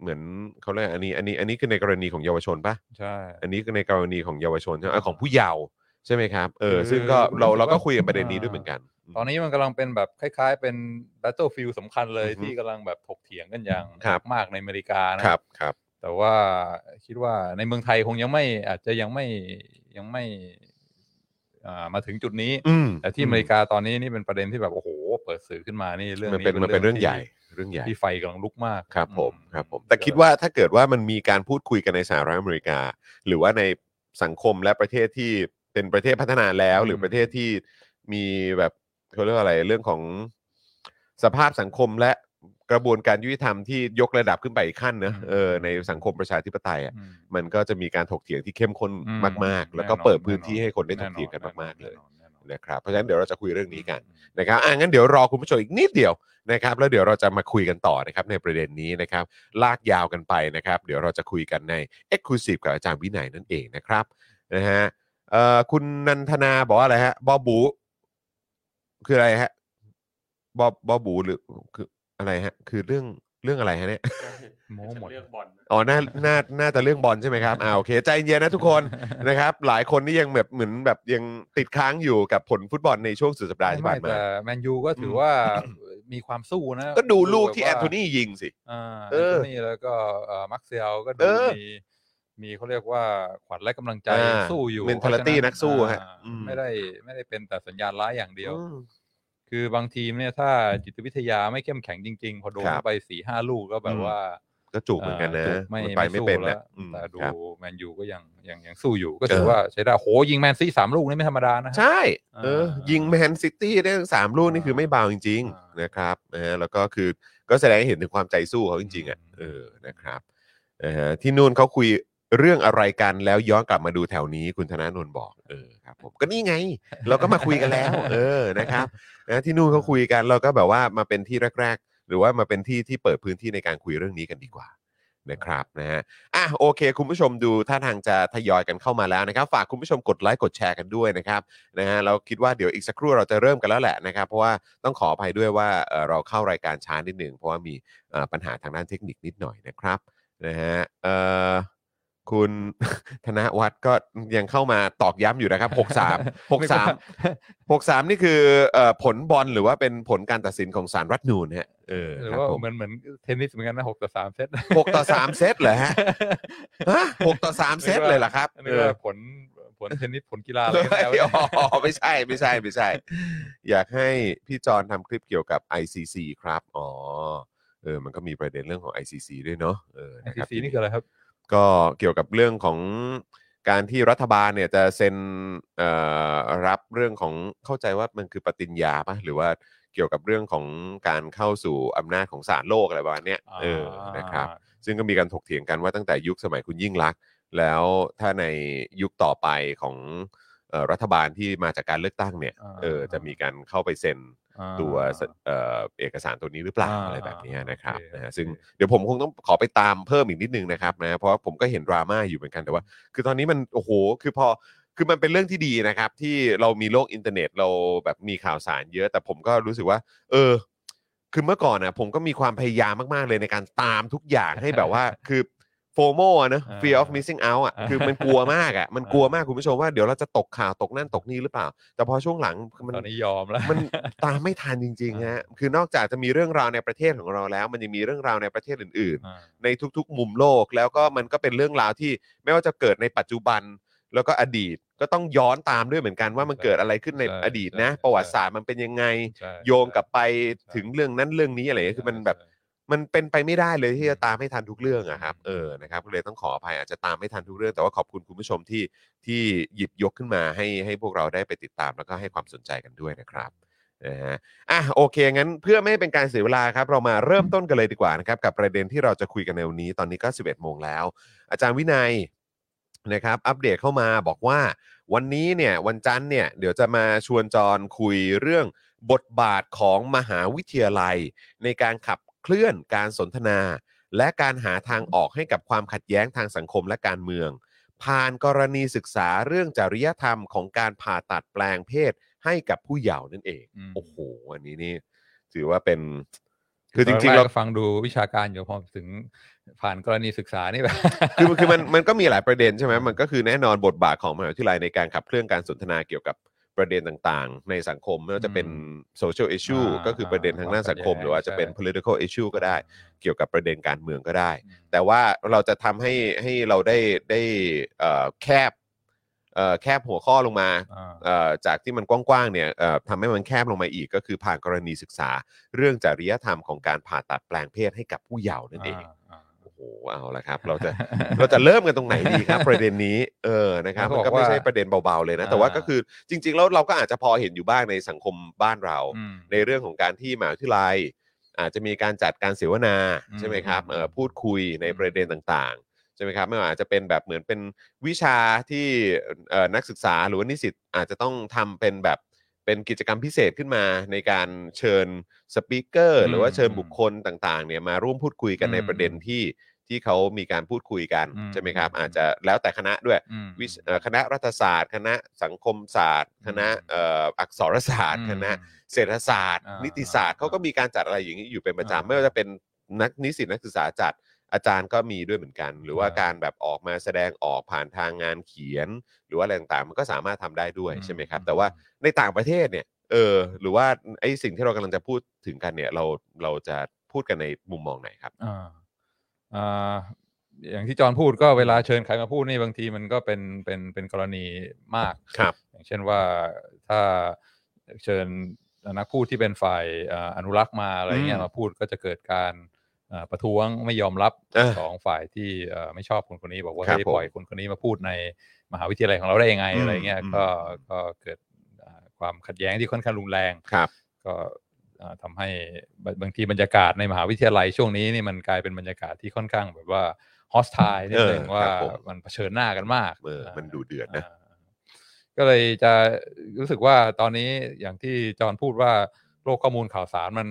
[SPEAKER 1] เหมือนเขาเรียกอันนี้อันนี้อันนี้คือในกรณีของเยาวชนปะ
[SPEAKER 2] ใช่
[SPEAKER 1] อันนี้คือในกรณีของเยาวชนใช่ไหมเอ่อของผู้เยาว์ใช่ไหมครับ เออ
[SPEAKER 2] คือ
[SPEAKER 1] ซึ่งก็เรา
[SPEAKER 2] รู้สึกว่า
[SPEAKER 1] เราก็คุยกันประเด็นนี้ด้วยเหมือนกัน
[SPEAKER 2] ตอนนี้มันกำลังเป็นแบบคล้าย ๆ เป็น battlefield สำคัญเลย
[SPEAKER 1] อือฮึ
[SPEAKER 2] ที่กำลังแบบถกเถียงกันอย่าง
[SPEAKER 1] ครับ
[SPEAKER 2] มากในอเมริกานะครับ
[SPEAKER 1] ครับ
[SPEAKER 2] แต่ว่าคิดว่าในเมืองไทยคงยังไม่อาจจะยังไม่ยังไม่อ่ามาถึงจุดนี้
[SPEAKER 1] อืม
[SPEAKER 2] แต่ที่อเมริกาตอนนี้นี่เป็นประเด็นที่แบบโอ้โห เปิดสื่อขึ้นมานี่เรื่อง
[SPEAKER 1] มันเป็นมันเป็นเรื่องใหญ่เรื่องใหญ่
[SPEAKER 2] ที่ไฟกำลังลุกมาก
[SPEAKER 1] ครับผม
[SPEAKER 2] อื
[SPEAKER 1] ครับผมแต่คิดว่าถ้าเกิดว่ามันมีการพูดคุยกันในสหรัฐอเมริกา หรือว่าในสังคมและประเทศที่เป็นประเทศพัฒนาแล้ว หรือประเทศที่มีแบบเขาเรียกว่าอะไรเรื่องของสภาพสังคมและกระบวนการยุติธรรมที่ยกระดับขึ้นไปอีกขั้นนะเออในสังคมประชาธิปไตยอ่ะ
[SPEAKER 2] อืม
[SPEAKER 1] มันก็จะมีการถกเถียงที่เข้มข้น
[SPEAKER 2] อื
[SPEAKER 1] มาก ๆ แล้วก็
[SPEAKER 2] น่นอน
[SPEAKER 1] เปิดพื้นที่
[SPEAKER 2] แอ
[SPEAKER 1] ให้คนได้ถ
[SPEAKER 2] แอก
[SPEAKER 1] เถียงกันมาก ๆ เลย
[SPEAKER 2] แน่นอนแน่นอน
[SPEAKER 1] นะครับเพราะฉะนั้นเดี๋ยวเราจะคุยเรื่องนี้กัน
[SPEAKER 2] อืม
[SPEAKER 1] นะครับอ่ะงั้นเดี๋ยวรอคุณผู้ชมอีกนิดเดียวนะครับ แล้วเดี๋ยวเราจะมาคุยกันต่อนะครับในประเด็นนี้นะครับ ลากยาวกันไปนะครับ เดี๋ยวเราจะคุยกันใน e x c l u s i v e กับอาจารย์วินัยนั่นเองนะครับนะฮะเอ่อคุณนันทนาบอกว่าอะไรฮะบอบู คืออะไรฮะบอบอบูหรือคืออะไรฮะ คือเรื่อง เรื่องอะไรฮะเนี่ย
[SPEAKER 2] โม้หมด
[SPEAKER 3] เลือกบอล
[SPEAKER 1] อ๋อน่าน่า น่าจะเรื่องบอลใช่ไหมครับ อ่า โอเค ใจเย็นนะทุกคน นะครับ หลายคนนี่ยังแบบ เหมือนแบบยังติดค้างอยู่กับผลฟุตบอลในช่วงสุดสัปดาห์ที่
[SPEAKER 2] ไม่
[SPEAKER 1] ผ่าน
[SPEAKER 2] แต่
[SPEAKER 1] มา
[SPEAKER 2] แมนยูก็ถื
[SPEAKER 1] ม
[SPEAKER 2] อว่า มีความสู้นะ
[SPEAKER 1] ก็ดูลูกที่
[SPEAKER 2] บบ
[SPEAKER 1] แอ
[SPEAKER 2] ว่าน
[SPEAKER 1] โทนียิงสิ
[SPEAKER 2] อ่า
[SPEAKER 1] เออน
[SPEAKER 2] แอโทนีแล้วก็เอ่อมักเซลก็ดู
[SPEAKER 1] เออ
[SPEAKER 2] มีมีเขาเรียกว่าขวัญและกำลังใจ
[SPEAKER 1] อ่า
[SPEAKER 2] สู้อยู่
[SPEAKER 1] mentality
[SPEAKER 2] เพราะฉะ
[SPEAKER 1] นักสู้ฮะ
[SPEAKER 2] อ่า
[SPEAKER 1] อืม
[SPEAKER 2] ไม่ได้ไม่ได้เป็นแต่สัญญาณร้ายอย่างเดียว
[SPEAKER 1] อืม
[SPEAKER 2] คือบางทีมเนี่ยถ้าจิตวิทยาไม่เข้มแข็งจริงๆ พอโดน
[SPEAKER 1] ครับ
[SPEAKER 2] เข้าไปสี่ห้าลูกก็แบ
[SPEAKER 1] อื
[SPEAKER 2] บ
[SPEAKER 1] ม
[SPEAKER 2] ว่า
[SPEAKER 1] ก็จูบเหมือนกันนะ
[SPEAKER 2] จุกไม่
[SPEAKER 1] มันไปไม่
[SPEAKER 2] สู้
[SPEAKER 1] เป็น
[SPEAKER 2] แล้
[SPEAKER 1] นะ
[SPEAKER 2] ว
[SPEAKER 1] อืม
[SPEAKER 2] แต่ดู
[SPEAKER 1] ครับ
[SPEAKER 2] แมนยูก็ยังยังยังสู้อยู่ ก็
[SPEAKER 1] เออ
[SPEAKER 2] ถือว่าใช้ได้โหยิงแมนซีสามลูกนี่ไม่ธรรมดานะฮะ
[SPEAKER 1] ใช่ เออ ยิงแมนซิตี้ได้ทั้งสามลูกนี่คือไม่เบาจริง
[SPEAKER 2] อ่า
[SPEAKER 1] ๆ นะครับนะฮะแล้วก็คือก็แสดงให้เห็นถึงความใจสู้เขาจริง ๆ อ่ะ เออ นะครับนะฮะที่นู่นเขาคุยเรื่องอะไรกันแล้วย้อนกลับมาดูแถวนี้คุณธนาโนนบอก เออ ครับผม ก็นี่ไง เราก็มาคุยกัน แล้ว เออ นะครับนะที่นู่นเขาคุยกันเราก็แบบว่ามาเป็นที่แรก ๆ หรือว่ามาเป็นที่ที่เปิดพื้นที่ในการคุยเรื่องนี้กันดีกว่า นะครับนะฮะ อ่ะโอเค คุณผู้ชมดูท่าทางจะทยอยกันเข้ามาแล้วนะครับ ฝากคุณผู้ชมกดไลค์กดแชร์กันด้วยนะครับนะฮะเราคิดว่าเดี๋ยวอีกสักครู่เราจะเริ่มกันแล้วแหละนะครับ เพราะว่าต้องขออภัยด้วยว่าเอ่อเราเข้ารายการช้านิดหนึ่งเพราะว่ามีเอ่อปัญหาทางด้านเทคนิคนิดหน่อยนะครับนะฮะเอ่อคุณ ธนวัฒน์ก็ยังเข้ามาตอกย้ำอยู่นะครับ63 63 63นี่คือเอ่อผลบอลหรือว่าเป็นผลการตัดสินของศาลรัฐธรรมนูนฮะเออ
[SPEAKER 2] หรือ
[SPEAKER 1] ครับ
[SPEAKER 2] ว่า
[SPEAKER 1] ผม
[SPEAKER 2] เหมือนเหมือนเทนนิสเหมือนกันนะหกต่อสามเซต
[SPEAKER 1] หกต่อสามเซตเหรอฮะ ฮะหกต่อสามเซตเลยเหรอครับ
[SPEAKER 2] นึกว่าผลผลเทนนิสผลกีฬา อะไรก็
[SPEAKER 1] เอ
[SPEAKER 2] แล้
[SPEAKER 1] อ
[SPEAKER 2] ว
[SPEAKER 1] ไม่อ๋อไม่ใช่ไม่ใช่ไม่ใช่ อยากให้พี่จอนทำคลิปเกี่ยวกับ ICC ครับ อ๋อ เออ มันก็มีประเด็นเรื่องของ ICC ด้วยเนาะ เออ
[SPEAKER 2] ไอ
[SPEAKER 1] นะค
[SPEAKER 2] ซี
[SPEAKER 1] รับ
[SPEAKER 2] ซีนี่คืออะไรครับ
[SPEAKER 1] ก็เกี่ยวกับเรื่องของการที่รัฐบาลเนี่ยจะเซ็นเอ่อรับเรื่องของเข้าใจว่ามันคือปฏิญญาปะหรือว่าเกี่ยวกับเรื่องของการเข้าสู่อำนาจของศาลโลกอะไรประมาณเนี้ย เออ นะครับ ซึ่งก็มีการถกเถียงกันว่าตั้งแต่ยุคสมัยคุณยิ่งลักษณ์แล้วถ้าในยุคต่อไปของเอ่อรัฐบาลที่มาจากการเลือกตั้งเนี่ย
[SPEAKER 2] อ่า
[SPEAKER 1] เออจะมีการเข้าไปเซ็น
[SPEAKER 2] อ่า
[SPEAKER 1] ตัวสเอ่อเอกสารตัวนี้หรือเปล่า
[SPEAKER 2] อ่า
[SPEAKER 1] อะไรแบบนี้นะครับ
[SPEAKER 2] โอเค
[SPEAKER 1] นะฮะ
[SPEAKER 2] โอเค
[SPEAKER 1] ซึ่งเดี๋ยวผมคงต้องขอไปตามเพิ่มอีกนิดนึงนะครับนะเพราะผมก็เห็นดราม่าอยู่เหมือนกันแต่ว่า คือตอนนี้มันโอ้โหคือพอคือมันเป็นเรื่องที่ดีนะครับ ที่เรามีโลกอินเทอร์เน็ตเราแบบมีข่าวสารเยอะ แต่ผมก็รู้สึกว่า เออ คือเมื่อก่อนนะผมก็มีความพยายามมาก ๆ เลยในการตามทุก อย่างให้แบบว่า คือโฟโมนะ
[SPEAKER 2] อ่า
[SPEAKER 1] fear of missing out อ่ะคือมันกลัวมากอ่ะมันกลัวมากคุณผู้ชมว่าเดี๋ยวเราจะตกข่าวตกนั่นตกนี่หรือเปล่า แต่พอช่วงหลังคือมัน
[SPEAKER 2] ตอนนี้ยอมแล้ว
[SPEAKER 1] มันตามไม่ทันจริงๆฮะคือนอกจากจะมีเรื่องราวในประเทศของเราแล้ว มันยังมีเรื่องราวในประเทศอื่น ๆ
[SPEAKER 2] อ่า
[SPEAKER 1] ในทุกๆ มุมโลกแล้วก็มันก็เป็นเรื่องราวที่ไม่ว่าจะเกิดในปัจจุบัน แล้วก็อดีตก็ต้องย้อนตามด้วยเหมือนกันว่ามันเกิดอะไรขึ้นใน
[SPEAKER 2] ใช่
[SPEAKER 1] อดีตนะ
[SPEAKER 2] ใช่
[SPEAKER 1] ประวัติศาสตร์มันเป็นยังไง
[SPEAKER 2] ใช่
[SPEAKER 1] โยงกลับไปถึงเรื่องนั้นเรื่องนี้อะไรอย่างเงี้ยคือมันแบบ
[SPEAKER 2] ใช่
[SPEAKER 1] มันเป็นไปไม่ได้เลยที่จะตามให้ทันทุกเรื่องอะครับ เออ นะครับก็เลยต้องขออภัยอาจจะตามไม่ทันทุกเรื่อง แต่ว่าขอบคุณคุณผู้ชมที่ที่หยิบยกขึ้นมาให้ให้พวกเราได้ไปติดตามแล้วก็ให้ความสนใจกันด้วยนะครับนะฮะอ่ะโอเค งั้นเพื่อไม่ให้เป็นการเสียเวลาครับ เรามาเริ่มต้นกันเลยดีกว่านะครับ กับประเด็นที่เราจะคุยกันในวันนี้ตอนนี้ก็ 11โมงแล้ว อาจารย์วินัยนะครับ อัปเดตเข้ามาบอกว่า วันนี้เนี่ยวันจันทร์เนี่ยเดี๋ยวจะมาชวนจรคุยเรื่องบทบาทของมหาวิทยาลัย ในการขับเคลื่อนการสนทนา และการหาทางออกให้กับความขัดแย้งทางสังคมและการเมือง ผ่านกรณีศึกษาเรื่องจริยธรรมของการผ่าตัดแปลงเพศให้กับผู้เยาว์นั่นเอง
[SPEAKER 2] อืม
[SPEAKER 1] โอ้โหอันนี้นี่ถือว่าเป็น คือ
[SPEAKER 2] ต
[SPEAKER 1] จ
[SPEAKER 2] น
[SPEAKER 1] ริงๆ
[SPEAKER 2] แก
[SPEAKER 1] เรา
[SPEAKER 2] ก็ฟังดูวิชาการอยู่พอถึงผ่านกรณีศึกษานี่แบบ
[SPEAKER 1] คือคือมันมันก็มีหลายประเด็นใช่ไหมมันก็คือแน่นอนบทบาทของมหาวิทยาลัยในการขับเคลื่อนการสนทนาเกี่ยวกับประเด็นต่างๆ ในสังคมไม่ว่าจะเป็น
[SPEAKER 2] อื
[SPEAKER 1] social issue
[SPEAKER 2] อ่า
[SPEAKER 1] ก็คือประเด็นทางด้านสังคม
[SPEAKER 2] ความขัดแย้ง
[SPEAKER 1] หรือว่าจะเป็น
[SPEAKER 2] ใช่
[SPEAKER 1] political issue ก็ได้ เกี่ยวกับประเด็นการเมืองก็ได้
[SPEAKER 2] อืม
[SPEAKER 1] แต่ว่าเราจะทำให้ให้เราได้ได้เอ่อแคบเอ่อแคบหัวข้อลงมา
[SPEAKER 2] อ่า
[SPEAKER 1] เอ่อจากที่มันกว้างๆเนี่ยเอ่อทำให้มันแคบลงมาอีกก็คือผ่านกรณีศึกษา เรื่องจริยธรรมของการผ่าตัดแปลงเพศให้กับผู้เยาว์นั่นเอง โอ้โหเอาละครับ เราจะ เราจะเริ่มกันตรงไหนดี ครับ ประเด็นนี้เออนะครับ
[SPEAKER 2] แล้ว
[SPEAKER 1] มัน
[SPEAKER 2] ก็
[SPEAKER 1] ก็
[SPEAKER 2] บอก
[SPEAKER 1] ไม่
[SPEAKER 2] ว่า
[SPEAKER 1] ใช่ประเด็นเบาๆเลยนะ แต่ว่า
[SPEAKER 2] อ่า
[SPEAKER 1] ก็คือจริง ๆ แล้วเราก็อาจจะพอเห็นอยู่บ้างในสังคมบ้านเรา
[SPEAKER 2] อืม
[SPEAKER 1] ในเรื่องของการที่มหาวิทยาลัย อาจจะมีการจัดการเสวนา
[SPEAKER 2] อืม
[SPEAKER 1] ใช่ไหมครับเอ่อพูดคุยใน
[SPEAKER 2] อืม
[SPEAKER 1] ประเด็นต่างๆใช่ไหมครับไม่ว่าอาจจะเป็นแบบเหมือนเป็นวิชาที่เอ่อนักศึกษาหรือว่านิสิตอาจจะต้องทำเป็นแบบเป็นกิจกรรมพิเศษขึ้นมาในการเชิญสปีกเกอร์หรือว่าเชิญบุคคลต่างๆเนี่ยมาร่วมพูดคุยกันในประเด็นที่ที่เขามีการพูดคุยกัน
[SPEAKER 2] อืม
[SPEAKER 1] ใช่ไหมครับ อาจจะแล้วแต่คณะด้วย
[SPEAKER 2] อืม
[SPEAKER 1] วิชเอ่อคณะรัฐศาสตร์ คณะสังคมศาสตร์ คณะ
[SPEAKER 2] อืม
[SPEAKER 1] เอ่ออักษรศาสตร์ คณะ เศรษฐศาสตร์
[SPEAKER 2] อ่า
[SPEAKER 1] นิ
[SPEAKER 2] นิ
[SPEAKER 1] ติศาสตร์
[SPEAKER 2] อ่า
[SPEAKER 1] เขาก็มีการจัดอะไรอย่างนี้อยู่เป็นประ
[SPEAKER 2] อ่า
[SPEAKER 1] จำไม่ว่าจะเป็น นักนิสิตนักศึกษาจัดอาจารย์ก็มีด้วยเหมือนกัน หรือว่า
[SPEAKER 2] อ่า
[SPEAKER 1] การแบบออกมาแสดงออกผ่านทางงานเขียน หรือว่าอะไรต่างๆมันก็สามารถทำได้ด้วย
[SPEAKER 2] อืม
[SPEAKER 1] ใช่ไหมครับ
[SPEAKER 2] อืม
[SPEAKER 1] แต่ว่าในต่างประเทศเนี่ยเออหรือว่าไอ้สิ่งที่เรากำลังจะพูดถึงกันเนี่ยเราเราจะพูดกันในมุมมองไหนครับ
[SPEAKER 2] อ่าอ่าอย่างที่จอห์นพูดก็เวลาเชิญใครมาพูดนี่บางทีมันก็เป็นเป็นเป็นกรณีมาก
[SPEAKER 1] ครับ
[SPEAKER 2] อย่างเช่นว่าถ้าเชิญนักพูดที่เป็นฝ่ายเอ่ออนุรักษ์มาอะไรเงี้
[SPEAKER 1] อื
[SPEAKER 2] ย
[SPEAKER 1] ม
[SPEAKER 2] มาพูดก็จะเกิดการเอ่อประท้วงไม่ยอมรับ
[SPEAKER 1] เออ
[SPEAKER 2] ของฝ่ายที่เอ่อไม่ชอบคนคนนี้บอกว่า
[SPEAKER 1] ครับ
[SPEAKER 2] เฮ้ยปล่อยคนคนนี้มาพูดในมหาวิทยาลัยของเราได้ยังไง
[SPEAKER 1] อืม
[SPEAKER 2] อะไรเงี้ย
[SPEAKER 1] อืม
[SPEAKER 2] ก็ก็เกิดอ่าความขัดแย้งที่ค่อนข้างรุนแรง
[SPEAKER 1] ครับ
[SPEAKER 2] ก็อ่าทำให้บบางทีบรรยากาศในมหาวิทยาลัยช่วงนี้นี่มันกลายเป็นบรรยากาศที่ค่อนข้างแบบว่าฮอสทายนิดนึง
[SPEAKER 1] เออ
[SPEAKER 2] ว่า
[SPEAKER 1] ครับผม
[SPEAKER 2] มันเผชิญหน้ากันมาก
[SPEAKER 1] เออมันดูเดือดนะ
[SPEAKER 2] อ่าก็เลยจะรู้สึกว่าตอนนี้อย่างที่จอห์นพูดว่าโลกข้อมูลข่าวสารมัน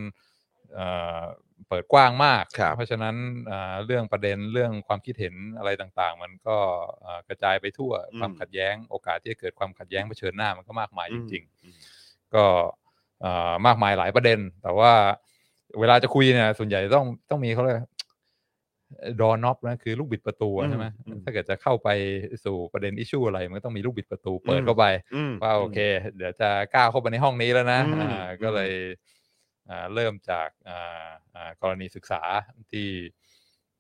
[SPEAKER 2] เอ่อเปิดกว้างมาก
[SPEAKER 1] ครับ
[SPEAKER 2] เพราะฉะนั้นอ่าเรื่องประเด็นเรื่องความคิดเห็นอะไรต่างๆ มันก็เอ่อกระจายไปทั่ว
[SPEAKER 1] อืม
[SPEAKER 2] ความขัดแย้งโอกาสที่จะเกิดความขัดแย้งเผชิญหน้ามันก็มากมาย
[SPEAKER 1] อื
[SPEAKER 2] จ
[SPEAKER 1] ม
[SPEAKER 2] ริง
[SPEAKER 1] อืม
[SPEAKER 2] ๆ ก็เอ่อมากมายหลายประเด็น แต่ว่าเวลาจะคุยเนี่ยส่วนใหญ่ต้องต้องมีเขาเลยดอน็อปนะคือลูกบิดประตูอะใช่ไหม
[SPEAKER 1] อืมอืม
[SPEAKER 2] ถ้าเกิดจะเข้าไปสู่ประเด็นอิชชูอะไร มันก็ต้องมีลูกบิดประตูเปิดเข้าไป
[SPEAKER 1] อืม
[SPEAKER 2] ว่าโอเค เดี๋ยวจะก้าวเข้าไปในห้องนี้แล้วนะ
[SPEAKER 1] อืม
[SPEAKER 2] อ่าก็เลยอ่าเริ่มจากอ่าอ่ากรณีศึกษาที่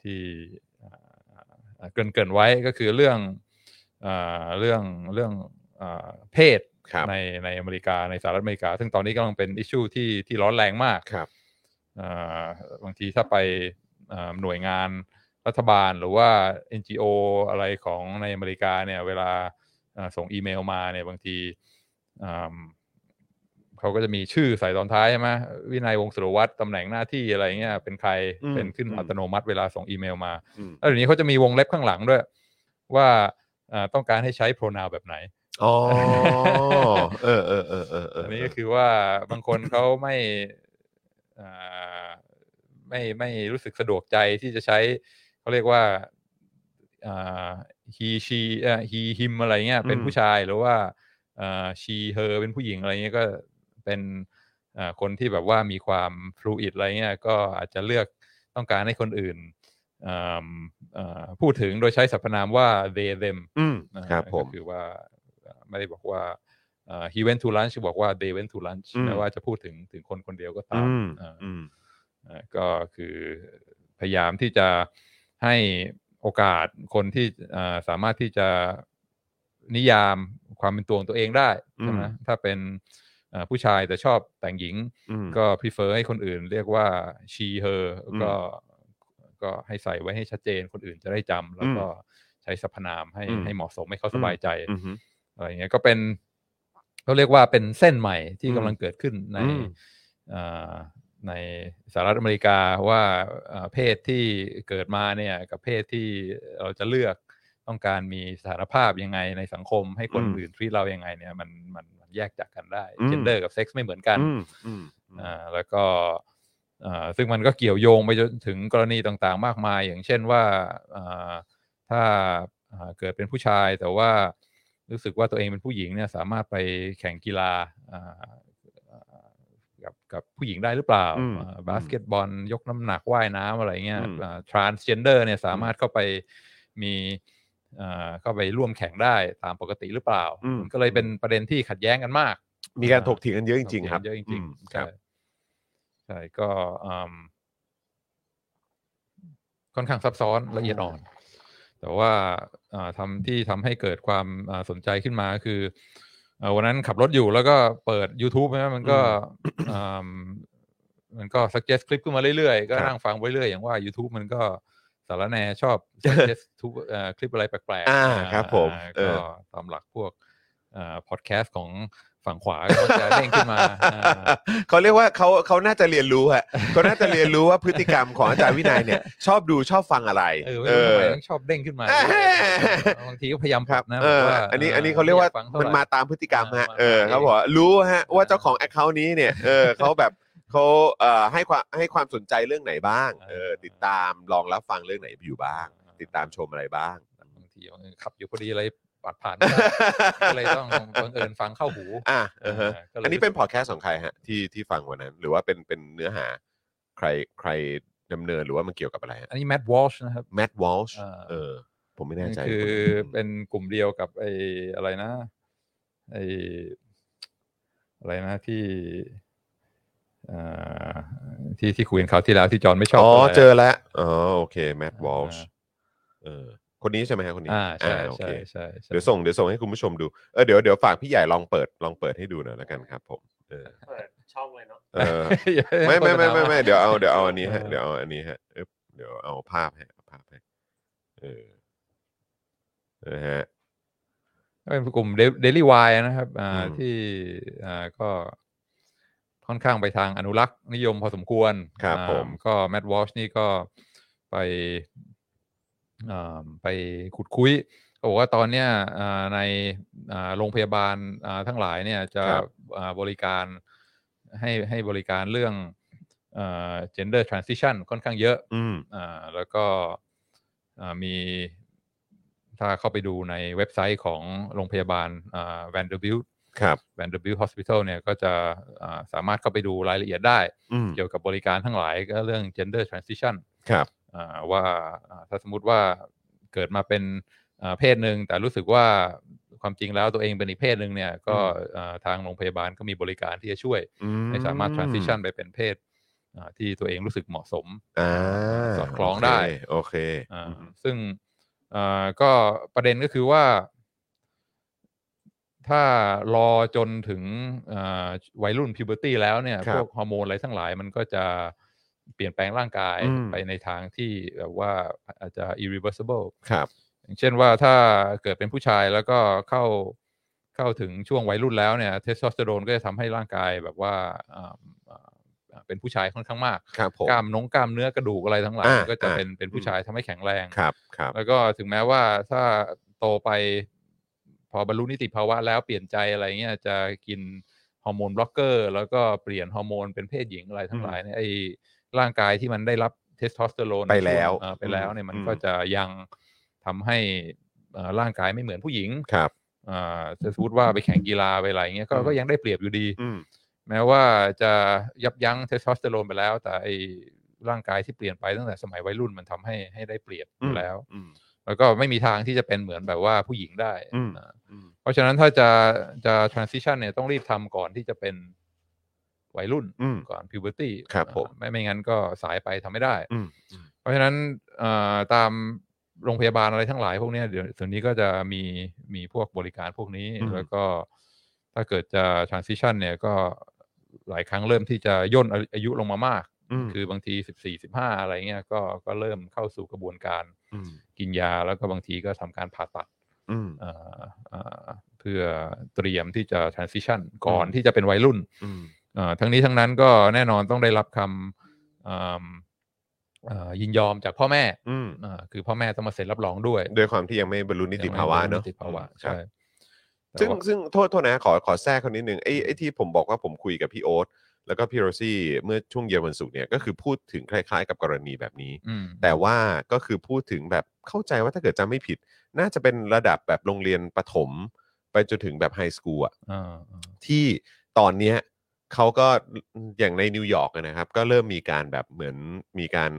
[SPEAKER 2] ที่อ่าเกรินเกรินๆไว้ก็คือเรื่องอ่าเรื่องเรื่องอ่าเพศ
[SPEAKER 1] ครับ
[SPEAKER 2] ในในอเมริกาในสหรัฐอเมริกา ซึ่งตอนนี้กำลังเป็นอิชชูที่ที่ร้อนแรงมาก
[SPEAKER 1] ครับ
[SPEAKER 2] อ่าบางทีถ้าไปอ่าหน่วยงาน รัฐบาลหรือว่า NGO อะไรของในอเมริกาเนี่ยเวลาเอ่อส่งอีเมลมาเนี่ยบางทีอืมเขาก็จะมีชื่อใส่ตอนท้ายใช่ไหมวินัยวงศ์สุรวัตรตำแหน่งหน้าที่อะไรเงี้ยเป็นใคร
[SPEAKER 1] อืม
[SPEAKER 2] เป็นขึ้น
[SPEAKER 1] อืม
[SPEAKER 2] อัตโนมัติเวลาส่งอีเมลมา
[SPEAKER 1] อืม
[SPEAKER 2] แล้วเดี๋ยวนี้เขาจะมีวงเล็บข้างหลังด้วย ว่าเอ่อต้องการให้ใช้ pronoun แบบไหน
[SPEAKER 1] อ๋อเออเออเออเออเออ
[SPEAKER 2] อันนี้ก็คือว่าบางคน เขาไม่อ่าไม่ไม่รู้สึกสะดวกใจที่จะใช้เขาเรียกว่าอ่า he she เอ่อ he him อะไรเงี้ยเป็น
[SPEAKER 1] อืม
[SPEAKER 2] ผู้ชายหรือว่าอ่า she her เป็นผู้หญิงอะไรเงี้ยก็เป็นอ่าคนที่แบบว่ามีความ fluid อะไรเงี้ยก็อาจจะเลือกต้องการให้คนอื่นอ่าอ่าพูดถึงโดยใช้สรรพนามว่า they them
[SPEAKER 1] อืม
[SPEAKER 2] นะฮะ
[SPEAKER 1] ครับผม
[SPEAKER 2] ก็คือว่าเอ่อไม่ได้บอกว่าเอ่อ he went to lunch บอกว่า they went to lunch
[SPEAKER 1] อืม
[SPEAKER 2] แม้ว่าจะพูดถึงถึงคนคนเดียวก็ตาม
[SPEAKER 1] อืม
[SPEAKER 2] เอ่ออ
[SPEAKER 1] อืม
[SPEAKER 2] เอ่อก็คือพยายามที่จะให้โอกาสคนที่เอ่อสามารถที่จะนิยามความเป็นตัวของตัวเองได้ใช่ไหมถ้าเป็นเอ่อผู้ชายแต่ชอบแต่งหญิง
[SPEAKER 1] อืม
[SPEAKER 2] ก็ prefer ให้คนอื่นเรียกว่า she her
[SPEAKER 1] อืม
[SPEAKER 2] ก็ก็ให้ใส่ไว้ให้ชัดเจนคนอื่นจะได้จำแล้วก็ใช้สรรพนามให้
[SPEAKER 1] อืม
[SPEAKER 2] ให้เหมาะสมให้เขาสบายใจ
[SPEAKER 1] อืม
[SPEAKER 2] อะไรเงี้ยก็เป็นเขาเรียกว่าเป็นเส้นใหม่ที่
[SPEAKER 1] อืม
[SPEAKER 2] กำลังเกิดขึ้นใน
[SPEAKER 1] อืม
[SPEAKER 2] อ่าในสหรัฐอเมริกาว่าอ่าเพศที่เกิดมาเนี่ยกับเพศที่เราจะเลือกต้องการมีสถานภาพยังไงในสังคม ให้คน
[SPEAKER 1] อืม
[SPEAKER 2] อื่นทีเรายังไงเนี่ยมันมันมันแยกจากกันได้
[SPEAKER 1] อืม
[SPEAKER 2] เจนเดอร์กับเซ็กซ์ไม่เหมือนกัน
[SPEAKER 1] อืมอืมอืม
[SPEAKER 2] อ่าแล้วก็อ่าซึ่งมันก็เกี่ยวโยงไปจนถึงกรณีต่างๆ มากมาย อย่างเช่นว่าอ่าถ้าอ่าเกิดเป็นผู้ชายแต่ว่ารู้สึกว่าตัวเองเป็นผู้หญิงเนี่ยสามารถไปแข่งกีฬาอ่ากับกับผู้หญิงได้หรือเปล่า
[SPEAKER 1] อืม
[SPEAKER 2] อ่าบาสเกตบอล ยกน้ำหนักว่ายน้ำอะไรเงี้ย
[SPEAKER 1] อืม
[SPEAKER 2] ทรานส์เจนเดอร์เนี่ยสามารถเข้าไปมีอ่าเข้าไปร่วมแข่งได้ตามปกติหรือเปล่า มันก็เลยเป็นประเด็นที่ขัดแย้งกันมาก
[SPEAKER 1] มีการถกเถียงกันเยอะจริง ๆ ครับ
[SPEAKER 2] เยอะจริง
[SPEAKER 1] ม
[SPEAKER 2] ๆ
[SPEAKER 1] ครับ
[SPEAKER 2] ใช่ใช่ก็อืมค่อนข้างซับซ้อนละเอียดอ่อน แต่ว่าอ่าทำที่ทำให้เกิดความอ่าสนใจขึ้นมาคือเอ่อวันนั้นขับรถอยู่แล้วก็เปิด YouTube นะมันก็อืมมันก็ suggest คลิปขึ้นมาเรื่อยๆ ก็
[SPEAKER 1] ครับ
[SPEAKER 2] นั่งฟังไปเรื่อยอย่างว่า YouTube มันก็สารแหนช อบ suggest ทุกเอ่อคลิปอะไรแปลกๆ
[SPEAKER 1] อ่าครับผม
[SPEAKER 2] อ่า
[SPEAKER 1] เอ
[SPEAKER 2] ก็
[SPEAKER 1] อ
[SPEAKER 2] ตามหลักพวก พอดแคสต์ของฝั่งขวาก็มักจะเด้งขึ้นมาอ่า
[SPEAKER 1] เขาเรียกว่าเขาเขาน่าจะเรียนรู้ฮะเขาน่าจะเรียนรู้ว่าพฤติกรรมของอาจารย์วินัยเนี่ย ชอบดูชอบฟังอะไร
[SPEAKER 2] เออ
[SPEAKER 1] เออ
[SPEAKER 2] ไม่รู้ทำไมต้องชอบเด้งขึ้นมา
[SPEAKER 1] เออ
[SPEAKER 2] บางทีก็พยายาม
[SPEAKER 1] ค
[SPEAKER 2] ป
[SPEAKER 1] รั
[SPEAKER 2] รั
[SPEAKER 1] บบ
[SPEAKER 2] นะ
[SPEAKER 1] เออ
[SPEAKER 2] บอก
[SPEAKER 1] อันนี้
[SPEAKER 2] เ
[SPEAKER 1] อันนี้เขาเรียกว่า
[SPEAKER 2] ไอฟังท่ไห
[SPEAKER 1] มัน
[SPEAKER 2] ร่
[SPEAKER 1] มาตามพฤติกรรมฮะ
[SPEAKER 2] อ่า
[SPEAKER 1] เออ
[SPEAKER 2] มาตาม
[SPEAKER 1] เขาบอกว่ารู้ฮะว่าเจ้า
[SPEAKER 2] อ่า
[SPEAKER 1] ของแอคเคาท์นี้เนี่ยเอ อเขาแบบเขาเอ่อให้ความให้ความสนใจเรื่องไหนบ้างเออ
[SPEAKER 2] อ่า
[SPEAKER 1] ติดตามลองรับฟังเรื่องไหนอยู่บ้าง ติดตามชมอะไรบ้าง
[SPEAKER 2] บางทีเออขับอยู่พอดีอะไรปัดผ่านไม่ได้ก็เลยต้องบังเอิญฟังเข้าหู
[SPEAKER 1] อ่ะเออฮะ
[SPEAKER 2] าก็ลย
[SPEAKER 1] อันนี้เป็นพอดแคสต์ของใครฮะที่ที่ฟังวันนั้น หรือว่าเป็นเป็นเนื้อหาใครใคร ดำเนินหรือว่ามันเกี่ยวกับอะไร
[SPEAKER 2] อันนี้แมดวอลช์นะครับ
[SPEAKER 1] แมดวอลช์
[SPEAKER 2] อ่า
[SPEAKER 1] เออ ผมไม่แน่ใจ
[SPEAKER 2] คือ
[SPEAKER 1] ม
[SPEAKER 2] เป็นกลุ่มเดียวกับไอ้อะไรนะไอ้อะไรนะที่เอ่อที่ที่คุยกันคราวที่แล้วที่จอห์นไม่ชอบ
[SPEAKER 1] อ๋อ
[SPEAKER 2] ตัวะไร
[SPEAKER 1] เจอแล้ว อ๋อ โอเค แมดวอลช์
[SPEAKER 2] อ่า
[SPEAKER 1] เออ คนนี้ใช่ไหมฮะคนนี้
[SPEAKER 2] อ่าใช่
[SPEAKER 1] โอเค
[SPEAKER 2] ใช่ใช่ใช่
[SPEAKER 1] เดี๋ยวส่ง เดี๋ยวส่งให้คุณผู้ชมดู เออ เดี๋ยวเดี๋ยวฝากพี่ใหญ่ลองเปิด ลองเปิดให้ดูหน่อยแล้วกันครับผม เออ
[SPEAKER 3] เปิดช่องเลยเนาะ
[SPEAKER 1] เอ อ
[SPEAKER 2] อย่าให้
[SPEAKER 1] ไม่ไม่ไม่
[SPEAKER 2] คน
[SPEAKER 1] ไม่ไม่
[SPEAKER 2] ถาว่า
[SPEAKER 1] เดี๋ยวเอา เดี๋ยวเอา อันนี้ฮะ
[SPEAKER 4] เออ
[SPEAKER 1] เดี๋ยวเอาอันนี้ฮะเอ๊บเดี๋ยวเอาภาพให้เอาภาพให้ เออ เออฮะ
[SPEAKER 2] เป็นกลุ่มเดลี่วายนะครับอ่า
[SPEAKER 1] อืม
[SPEAKER 2] ที่อ่าก็ค่อนข้างไปทางอนุรักษ์นิยมพอสมควร
[SPEAKER 1] ครับ
[SPEAKER 2] อ่า
[SPEAKER 1] ผม
[SPEAKER 2] ก็แมดวอชนี่ก็ไปอ่าไปขุดคุยเขาบอกว่าตอนเนี้ยอ่าในอ่าโรงพยาบาลอ่าทั้งหลายเนี่ยจะ
[SPEAKER 1] ครับ
[SPEAKER 2] อ่าบริการให้ให้บริการเรื่องอ่า gender transition ค่อนข้างเยอะ
[SPEAKER 1] อืม
[SPEAKER 2] อ่าแล้วก็อ่ามีถ้าเข้าไปดูในเว็บไซต์ของโรงพยาบาลอ่า Vanderbilt
[SPEAKER 1] ครับ
[SPEAKER 2] Vanderbilt Hospital เนี่ยก็จะอ่าสามารถเข้าไปดูรายละเอียดได้
[SPEAKER 1] อืม
[SPEAKER 2] เกี่ยวกับบริการทั้งหลายก็เรื่อง gender transition
[SPEAKER 1] ครับ
[SPEAKER 2] อ่าว่าอ่าถ้าสมมติว่าเกิดมาเป็นอ่าเพศหนึ่งแต่รู้สึกว่าความจริงแล้วตัวเองเป็นอีกเพศหนึ่งเนี่ยก็อ่าทางโรงพยาบาลก็มีบริการที่จะช่วย
[SPEAKER 1] อืม
[SPEAKER 2] ให้สามารถ transition ไปเป็นเพศอ่าที่ตัวเองรู้สึกเหมาะสม
[SPEAKER 1] อ่า
[SPEAKER 2] สอดคล้องได้
[SPEAKER 1] โอเคโอ
[SPEAKER 2] อ่า
[SPEAKER 1] เค
[SPEAKER 2] ซึ่งอ่าก็ประเด็นก็คือว่า ถ้ารอจนถึงอ่าวัยรุ่นพิวเบอร์ตี้แล้วเนี่ย
[SPEAKER 1] ครับ
[SPEAKER 2] พวกฮอร์โมนอะไรทั้งหลาย มันก็จะเปลี่ยนแปลงร่างกาย
[SPEAKER 1] อืม
[SPEAKER 2] ไปในทางที่แบบว่าอาจจะ irreversible
[SPEAKER 1] ครับ
[SPEAKER 2] อย่างเช่นว่าถ้าเกิดเป็นผู้ชายแล้วก็เข้าเข้าถึงช่วงวัยรุ่นแล้วเนี่ยเทสโทสเตอโรนก็จะทำให้ร่างกายแบบว่าอ่าอ่าอ่าเป็นผู้ชายค่อนข้างมาก
[SPEAKER 1] ครับผม
[SPEAKER 2] กล้ามนงกล้ามเนื้อกระดูกอะไรทั้งหลาย
[SPEAKER 1] อ่า
[SPEAKER 2] มันก็จะ
[SPEAKER 1] อ่า
[SPEAKER 2] เป็นเป็น
[SPEAKER 1] อื
[SPEAKER 2] ผู้
[SPEAKER 1] ม
[SPEAKER 2] ชายทำให้แข็งแรง
[SPEAKER 1] ครับ ครับ
[SPEAKER 2] แล้วก็ถึงแม้ว่าถ้าโตไปพอบรรลุนิติภาวะแล้วเปลี่ยนใจอะไรเงี้ยจะกินฮอร์โมนบล็อกเกอร์ แล้วก็เปลี่ยนฮอร์โมนเป็นเพศหญิงอะไรทั้งหลายเนี่ยไอ้ร่างกายที่มันได้รับเทสโทสเตอโรน
[SPEAKER 1] ไปแล้ว
[SPEAKER 2] ในช่งเอ่อไปแล้วเนี่ยมัน
[SPEAKER 1] อืม
[SPEAKER 2] ก็จะยังทำให้เอ่อร่างกายไม่เหมือนผู้หญิง
[SPEAKER 1] ครับ
[SPEAKER 2] อ่าถ้าสมมติว่าไปแข่งกีฬาไปอะไรเงี้ยก็
[SPEAKER 1] อืม
[SPEAKER 2] ก็ยังได้เปรียบอยู่ดี
[SPEAKER 1] อืม
[SPEAKER 2] แม้ว่าจะยับยั้งเทสโทสเตอโรนไปแล้ว แต่ไอ้ร่างกายที่เปลี่ยนไปตั้งแต่สมัยวัยรุ่นมันทำให้ให้ได้เปรียบอยู่แล้ว
[SPEAKER 1] อืม
[SPEAKER 2] แล้วก็ไม่มีทางที่จะเป็นเหมือนแบบว่าผู้หญิงได้
[SPEAKER 1] อืม
[SPEAKER 2] อ่า
[SPEAKER 1] อืม
[SPEAKER 2] เพราะฉะนั้นถ้าจะจะ transition เนี่ยต้องรีบทำก่อนที่จะเป็นวัยรุ่น
[SPEAKER 1] อืม
[SPEAKER 2] ก่อน puberty
[SPEAKER 1] ครับ
[SPEAKER 2] อ่า
[SPEAKER 1] ผม
[SPEAKER 2] ไม่ไม่งั้นก็สายไปทำไม่ได้
[SPEAKER 1] อืม
[SPEAKER 2] เพราะฉะนั้นเอ่อตามโรงพยาบาลอะไรทั้งหลายพวกเนี้ยเดี๋ยวส่วนนี้ก็จะมีมีพวกบริการพวกนี้
[SPEAKER 1] อืม
[SPEAKER 2] แล้วก็ถ้าเกิดจะ transition เนี่ยก็หลายครั้งเริ่มที่จะย่นอาอายุลงมามาก
[SPEAKER 1] อืม
[SPEAKER 2] คือบางที 14 15 อะไรเงี้ยก็ก็เริ่มเข้าสู่กระบวนการ
[SPEAKER 1] อืม
[SPEAKER 2] กินยาแล้วก็บางทีก็ทำการผ่าตัด
[SPEAKER 1] อืม
[SPEAKER 2] เอ่อเอ่อเพื่อเตรียมที่จะ transition ก่อน
[SPEAKER 1] อืม
[SPEAKER 2] ที่จะเป็นวัยรุ่น
[SPEAKER 1] อืม
[SPEAKER 2] เอ่อทั้งนี้ทั้งนั้นก็แน่นอนต้องได้รับคำอืมเอ่อยินยอมจากพ่อแม่
[SPEAKER 1] อืม
[SPEAKER 2] เอ่อคือพ่อแม่ต้องมาเซ็นรับรองด้วย
[SPEAKER 1] ด้วยความที่ยังไม่บรรลุนิติภาวะเนอะ
[SPEAKER 2] นิติภาวะ
[SPEAKER 1] ครั
[SPEAKER 2] ใช่
[SPEAKER 1] บ
[SPEAKER 2] แต่
[SPEAKER 1] ซึ่ง
[SPEAKER 2] ว่า
[SPEAKER 1] ซึ่งโทษโทษนะขอขอแทรกคนนิดนึงไอ้ไอ้ที่ผมบอกว่าผมคุยกับพี่โอ๊ตแล้วก็พี่โรซี่เมื่อช่วงเย็นวันศุกร์เนี่ยก็คือพูดถึงคล้ายๆ กับกรณีแบบนี้
[SPEAKER 2] อืม
[SPEAKER 1] แต่ว่าก็คือพูดถึงแบบเข้าใจว่าถ้าเกิดจำไม่ผิด น่าจะเป็นระดับแบบโรงเรียนประถม ไปจนถึงแบบไฮสคูลอะ ที่ตอนเนี้ยเขาก็อย่างในนิวยอร์กอะนะครับ ก็เริ่มมีการแบบเหมือนมีการ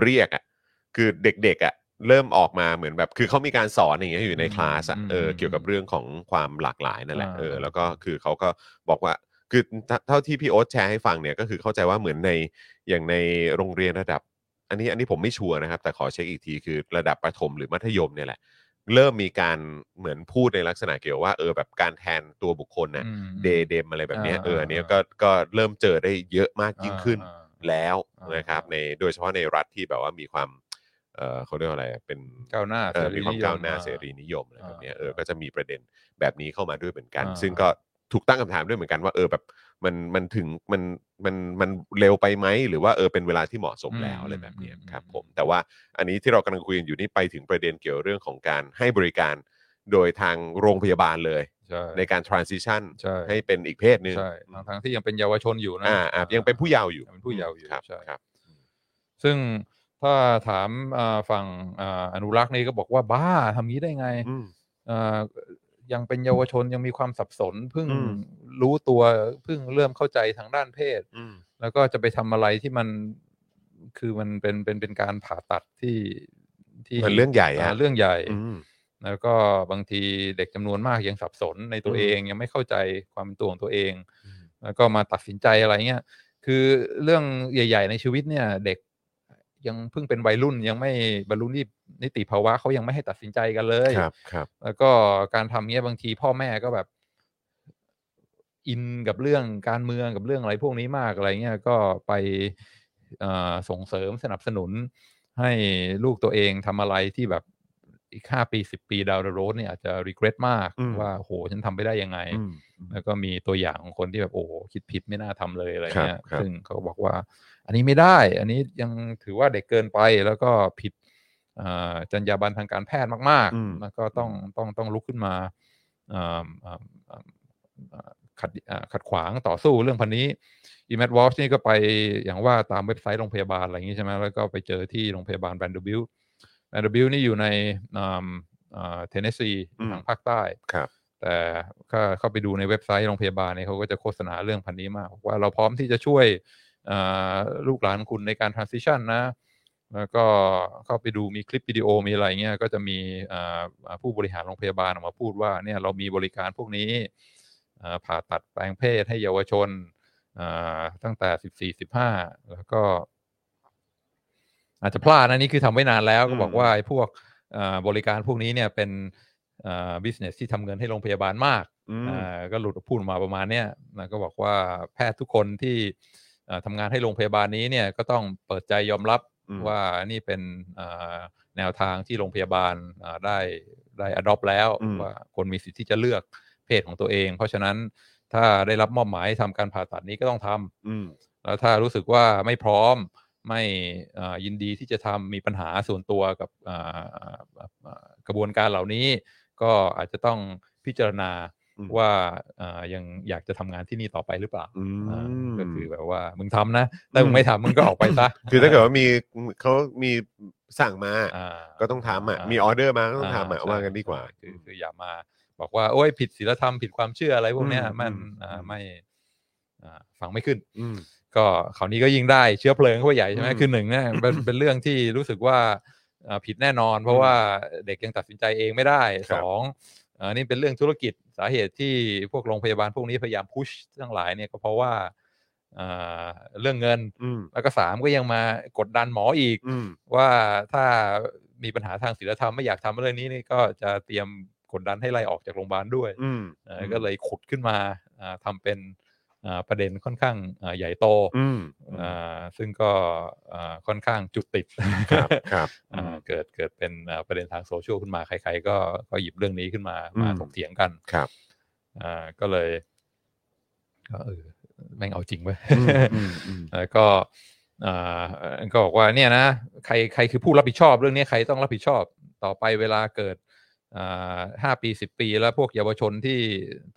[SPEAKER 1] เรียกอะ่ะคือเด็กๆอะ่ะเริ่มออกมาเหมือนแบบ คือเขามีการสอนอย่างเงี้ยอยู่ใน
[SPEAKER 2] อืม
[SPEAKER 1] คลาสอะ
[SPEAKER 2] อืม
[SPEAKER 1] เออเกี่ยวกับเรื่องของความหลากหลายนั่นแหละ
[SPEAKER 2] อ่า
[SPEAKER 1] เออแล้วก็คือเขาก็บอกว่าคือเท่าเท่าที่พี่โอ๊ตแชร์ให้ฟังเนี่ยก็คือเข้าใจว่าเหมือนในอย่างในโรงเรียนระดับ อันนี้อันนี้ผมไม่ชัวร์นะครับ แต่ขอเช็คอีกทีคือระดับประถมหรือมัธยมเนี่ยแหละ เริ่มมีการเหมือนพูดในลักษณะเกี่ยวว่าเออแบบการแทนตัวบุคคลนะ
[SPEAKER 2] อืม
[SPEAKER 1] เดเดมอะไรแบบเนี้ย
[SPEAKER 2] อ่า
[SPEAKER 1] เอออันเนี้ย
[SPEAKER 2] อ่า
[SPEAKER 1] ก็ก็เริ่มเจอได้เยอะมากยิ่งขึ้น
[SPEAKER 2] อ่า
[SPEAKER 1] แล้วนะครับ
[SPEAKER 2] อ่า
[SPEAKER 1] ในโดยเฉพาะในรัฐที่แบบว่ามีความเออเขาเรียกว่าอะไรเป็น
[SPEAKER 2] ก้าวหน้า
[SPEAKER 1] เออ
[SPEAKER 2] เสรี
[SPEAKER 1] มีความ
[SPEAKER 2] นิย
[SPEAKER 1] ก้าวหน้าเสรีนิยมอะไรแบบเนี้ยเออก็จะมีประเด็นแบบนี้เข้ามาด้วยเหมือนกัน
[SPEAKER 2] อ่า
[SPEAKER 1] ซึ่งก็ถูกตั้งคำถามด้วยเหมือนกันว่าเออแบบมันมันถึงมันมันมันเร็วไปไหมหรือว่าเออเป็นเวลาที่เหมาะสมแล้วอะไรแบบเนี้ยครับผม แต่ว่าอันนี้ที่เรากำลังคุยกันอยู่นี่ไปถึงประเด็นเกี่ยวเรื่องของการให้บริการโดยทางโรงพยาบาลเลย
[SPEAKER 2] ใช่
[SPEAKER 1] ในการ transition
[SPEAKER 2] ใช่
[SPEAKER 1] ให้เป็นอีกเพศหนึ่ง
[SPEAKER 2] ใช่ทั้งทั้งที่ยังเป็นเยาวชนอยู่นะ
[SPEAKER 1] อ่าอ่ายังเป็นผู้เยาว์อยู่
[SPEAKER 2] งเป็นผู้เยาว์อยู่
[SPEAKER 1] ครับ
[SPEAKER 2] ใช่
[SPEAKER 1] ครับ
[SPEAKER 2] ซึ่งถ้าถามอ่าฝั่งอ่าอนุรักษ์นี่ก็บอกว่าบ้าทำงี้ได้ไง
[SPEAKER 1] อืม
[SPEAKER 2] อ่ายังเป็นเยาวชนยังมีความสับสนเพิ่ง
[SPEAKER 1] อืม
[SPEAKER 2] รู้ตัวเพิ่งเริ่มเข้าใจทางด้านเพศ
[SPEAKER 1] อืม
[SPEAKER 2] แล้วก็จะไปทำอะไรที่มัน คือมันเป็นเป็นเป็นการผ่าตัดที่ที่
[SPEAKER 1] มันเรื่องใหญ่ฮะ
[SPEAKER 2] าเรื่องใหญ่
[SPEAKER 1] อืม
[SPEAKER 2] แล้วก็บางทีเด็กจำนวนมากยังสับสนในตัว
[SPEAKER 1] อืม
[SPEAKER 2] เองยังไม่เข้าใจความเป็นตัวของตัวเอง
[SPEAKER 1] อืม
[SPEAKER 2] แล้วก็มาตัดสินใจอะไรเงี้ยคือเรื่องใหญ่ ๆ ในชีวิตเนี่ย เด็กยังเพิ่งเป็นวัยรุ่นยังไม่บรรลุนินิติภาวะเขายังไม่ให้ตัดสินใจกันเลย
[SPEAKER 1] ครับครับ
[SPEAKER 2] แล้วก็การทำเงี้ยบางทีพ่อแม่ก็แบบ อินกับเรื่องการเมืองกับเรื่องอะไรพวกนี้มากอะไรเงี้ยก็ไปเอ่อส่งเสริมสนับสนุน ให้ลูกตัวเองทำอะไรที่แบบอีกห้าปีสิบปีดาวโรดเนี่ยอาจจะ regret มาก
[SPEAKER 1] อืม
[SPEAKER 2] ว่าโหฉันทำไปได้ยังไง
[SPEAKER 1] อืม
[SPEAKER 2] แล้วก็มีตัวอย่างของคนที่แบบโอ้โหคิดผิดไม่น่าทำเลยอะไรเงี้ย
[SPEAKER 1] ครับครับ
[SPEAKER 2] ซึ่งเขาก็บอกว่า อันนี้ไม่ได้ อันนี้ยังถือว่าเด็กเกินไปแล้วก็ผิดเอ่อจรรยาบรรณทางการแพทย์มาก
[SPEAKER 1] อืม
[SPEAKER 2] ๆแล้วก็ต้องต้องต้องลุกขึ้นมาเอิ่มเอิ่มเอิ่มเอ่อขัดเอ่อขัดขวางต่อสู้เรื่องพันนี้อีแมดวอชนี่ก็ไปอย่างว่าตามเว็บไซต์โรงพยาบาลอะไรอย่างนี้ใช่ไหมแล้วก็ไปเจอที่โรงพยาบาลแวนเดอร์บิลแวนเดอร์บิลนี่อยู่ในเอิ่มเอ่อเทนเนสซี
[SPEAKER 1] อืม
[SPEAKER 2] ทางภาคใต้
[SPEAKER 1] ครับ
[SPEAKER 2] แต่ก็เข้าไปดูในเว็บไซต์โรงพยาบาลเนี่ยเขาก็จะโฆษณาเรื่องพันนี้มากบอกว่าเราพร้อมที่จะช่วยเอ่อลูกหลานคุณในการ transition นะ แล้วก็เข้าไปดูมีคลิปวิดีโอมีอะไรเงี้ยก็จะมีเอ่อผู้บริหารโรงพยาบาลออกมาพูดว่าเนี่ยเรามีบริการพวกนี้เอ่อผ่าตัดแปลงเพศให้เยาวชนเอ่อตั้งแต่สิบสี่สิบห้าแล้วก็ อาจจะพลาดนะนี่คือทำไว้นานแล้วก็บอก
[SPEAKER 1] อืม
[SPEAKER 2] ว่าไอ้พวกเอ่อบริการพวกนี้เนี่ยเป็น บิสเนสที่ทำเงินให้โรงพยาบาลมาก
[SPEAKER 1] อืม
[SPEAKER 2] อ่าก็หลุดพูดออกมาประมาณเนี้ยนะก็บอกว่าแพทย์ทุกคนที่เอ่อทำงานให้โรงพยาบาลนี้เนี่ยก็ต้องเปิดใจยอมรับ
[SPEAKER 1] อืม
[SPEAKER 2] ว่านี่เป็นอ่าแนวทางที่โรงพยาบาลอ่าได้ได้ adopt แล้ว
[SPEAKER 1] อืม
[SPEAKER 2] ว่าคนมีสิทธิ์ที่จะเลือกเพศของตัวเอง เพราะฉะนั้นถ้าได้รับมอบหมายทำการผ่าตัดนี้ก็ต้องทำ
[SPEAKER 1] อืม
[SPEAKER 2] แล้วถ้ารู้สึกว่าไม่พร้อมไม่เอ่อยินดีที่จะทำมีปัญหาส่วนตัวกับเอ่อเอ่อเอ่อกระบวนการเหล่านี้ ก็อาจจะต้องพิจารณา
[SPEAKER 1] อืม
[SPEAKER 2] ว่าเอ่อยังอยากจะทำงานที่นี่ต่อไปหรือเปล่า
[SPEAKER 1] อื
[SPEAKER 2] อ่าม ก็คือแบบว่ามึงทำนะถ้ามึงไม่ทำมึงก็ออกไปซะ
[SPEAKER 1] คือถ้าเกิดว่ามีเขามีสั่งมา
[SPEAKER 2] อ่า
[SPEAKER 1] ก็ต้องทำอ่ะ
[SPEAKER 2] า
[SPEAKER 1] มีออเดอร์มาก็ต้องทำอ่ะ
[SPEAKER 2] ใช่
[SPEAKER 1] ว่ากันดีกว่า
[SPEAKER 2] ใช่คือคืออย่ามาบอกว่า โอ้ยผิดศีลธรรมผิดความเชื่ออะไรพวกเนี้ย
[SPEAKER 1] อืม
[SPEAKER 2] มัน
[SPEAKER 1] อืม
[SPEAKER 2] อ่า
[SPEAKER 1] อืม
[SPEAKER 2] ไม่อ่าฟังไม่ขึ้น
[SPEAKER 1] อืม
[SPEAKER 2] ก็คราวนี้ก็ยิงได้เชื้อเพลิงเข้าไปใหญ่ใช่ไหม
[SPEAKER 1] อืม
[SPEAKER 2] คือหนึ่งเนี่ยเป็นเป็นเรื่องที่รู้สึกว่าเอ่อผิดแน่นอน เพราะว่าเด็กยังตัดสินใจเองไม่ได้
[SPEAKER 1] ครั
[SPEAKER 2] ส
[SPEAKER 1] บ
[SPEAKER 2] องเอ่อนี่เป็นเรื่องธุรกิจสาเหตุที่พวกโรงพยาบาลพวกนี้พยายามพุชทั้งหลายเนี่ยก็เพราะว่าเอ่อเรื่องเงิน
[SPEAKER 1] อืม
[SPEAKER 2] แล้วก็สามก็ยังมากดดันหมออีก
[SPEAKER 1] อืม
[SPEAKER 2] ว่าถ้ามีปัญหาทางศีลธรรมไม่อยากทำเรื่องนี้นี่ก็จะเตรียมกดดันให้ไล่ออกจากโรงพยาบาลด้วย
[SPEAKER 1] อืม
[SPEAKER 2] เอ่อก็เลยขุดขึ้นมาอ่าทำาเป็นอ่าประเด็นค่อนข้างอ่าใหญ่โต
[SPEAKER 1] อืม
[SPEAKER 2] อ่าซึ่งก็อ่าค่อนข้างจุดติด
[SPEAKER 1] ครับครับ
[SPEAKER 2] อ่าเกิดเกิดเป็นอ่าประเด็นทางโซเชียลขึ้นมาใคร ๆ ก็ก็หยิบเรื่องนี้ขึ้นมา
[SPEAKER 1] อืม
[SPEAKER 2] มาถกเถียงกัน
[SPEAKER 1] ครับ
[SPEAKER 2] อ่าก็เลยก็เออแม่งเอาจริงเว้ย
[SPEAKER 1] อืมอืมอืม
[SPEAKER 2] แล้วก็อ่าก็บอกว่าเนี่ยนะใครใครคือผู้รับผิดชอบเรื่องนี้ใครต้องรับผิดชอบต่อไปเวลาเกิดอ่าห้าปีสิบปี แล้วพวกเยาวชนที่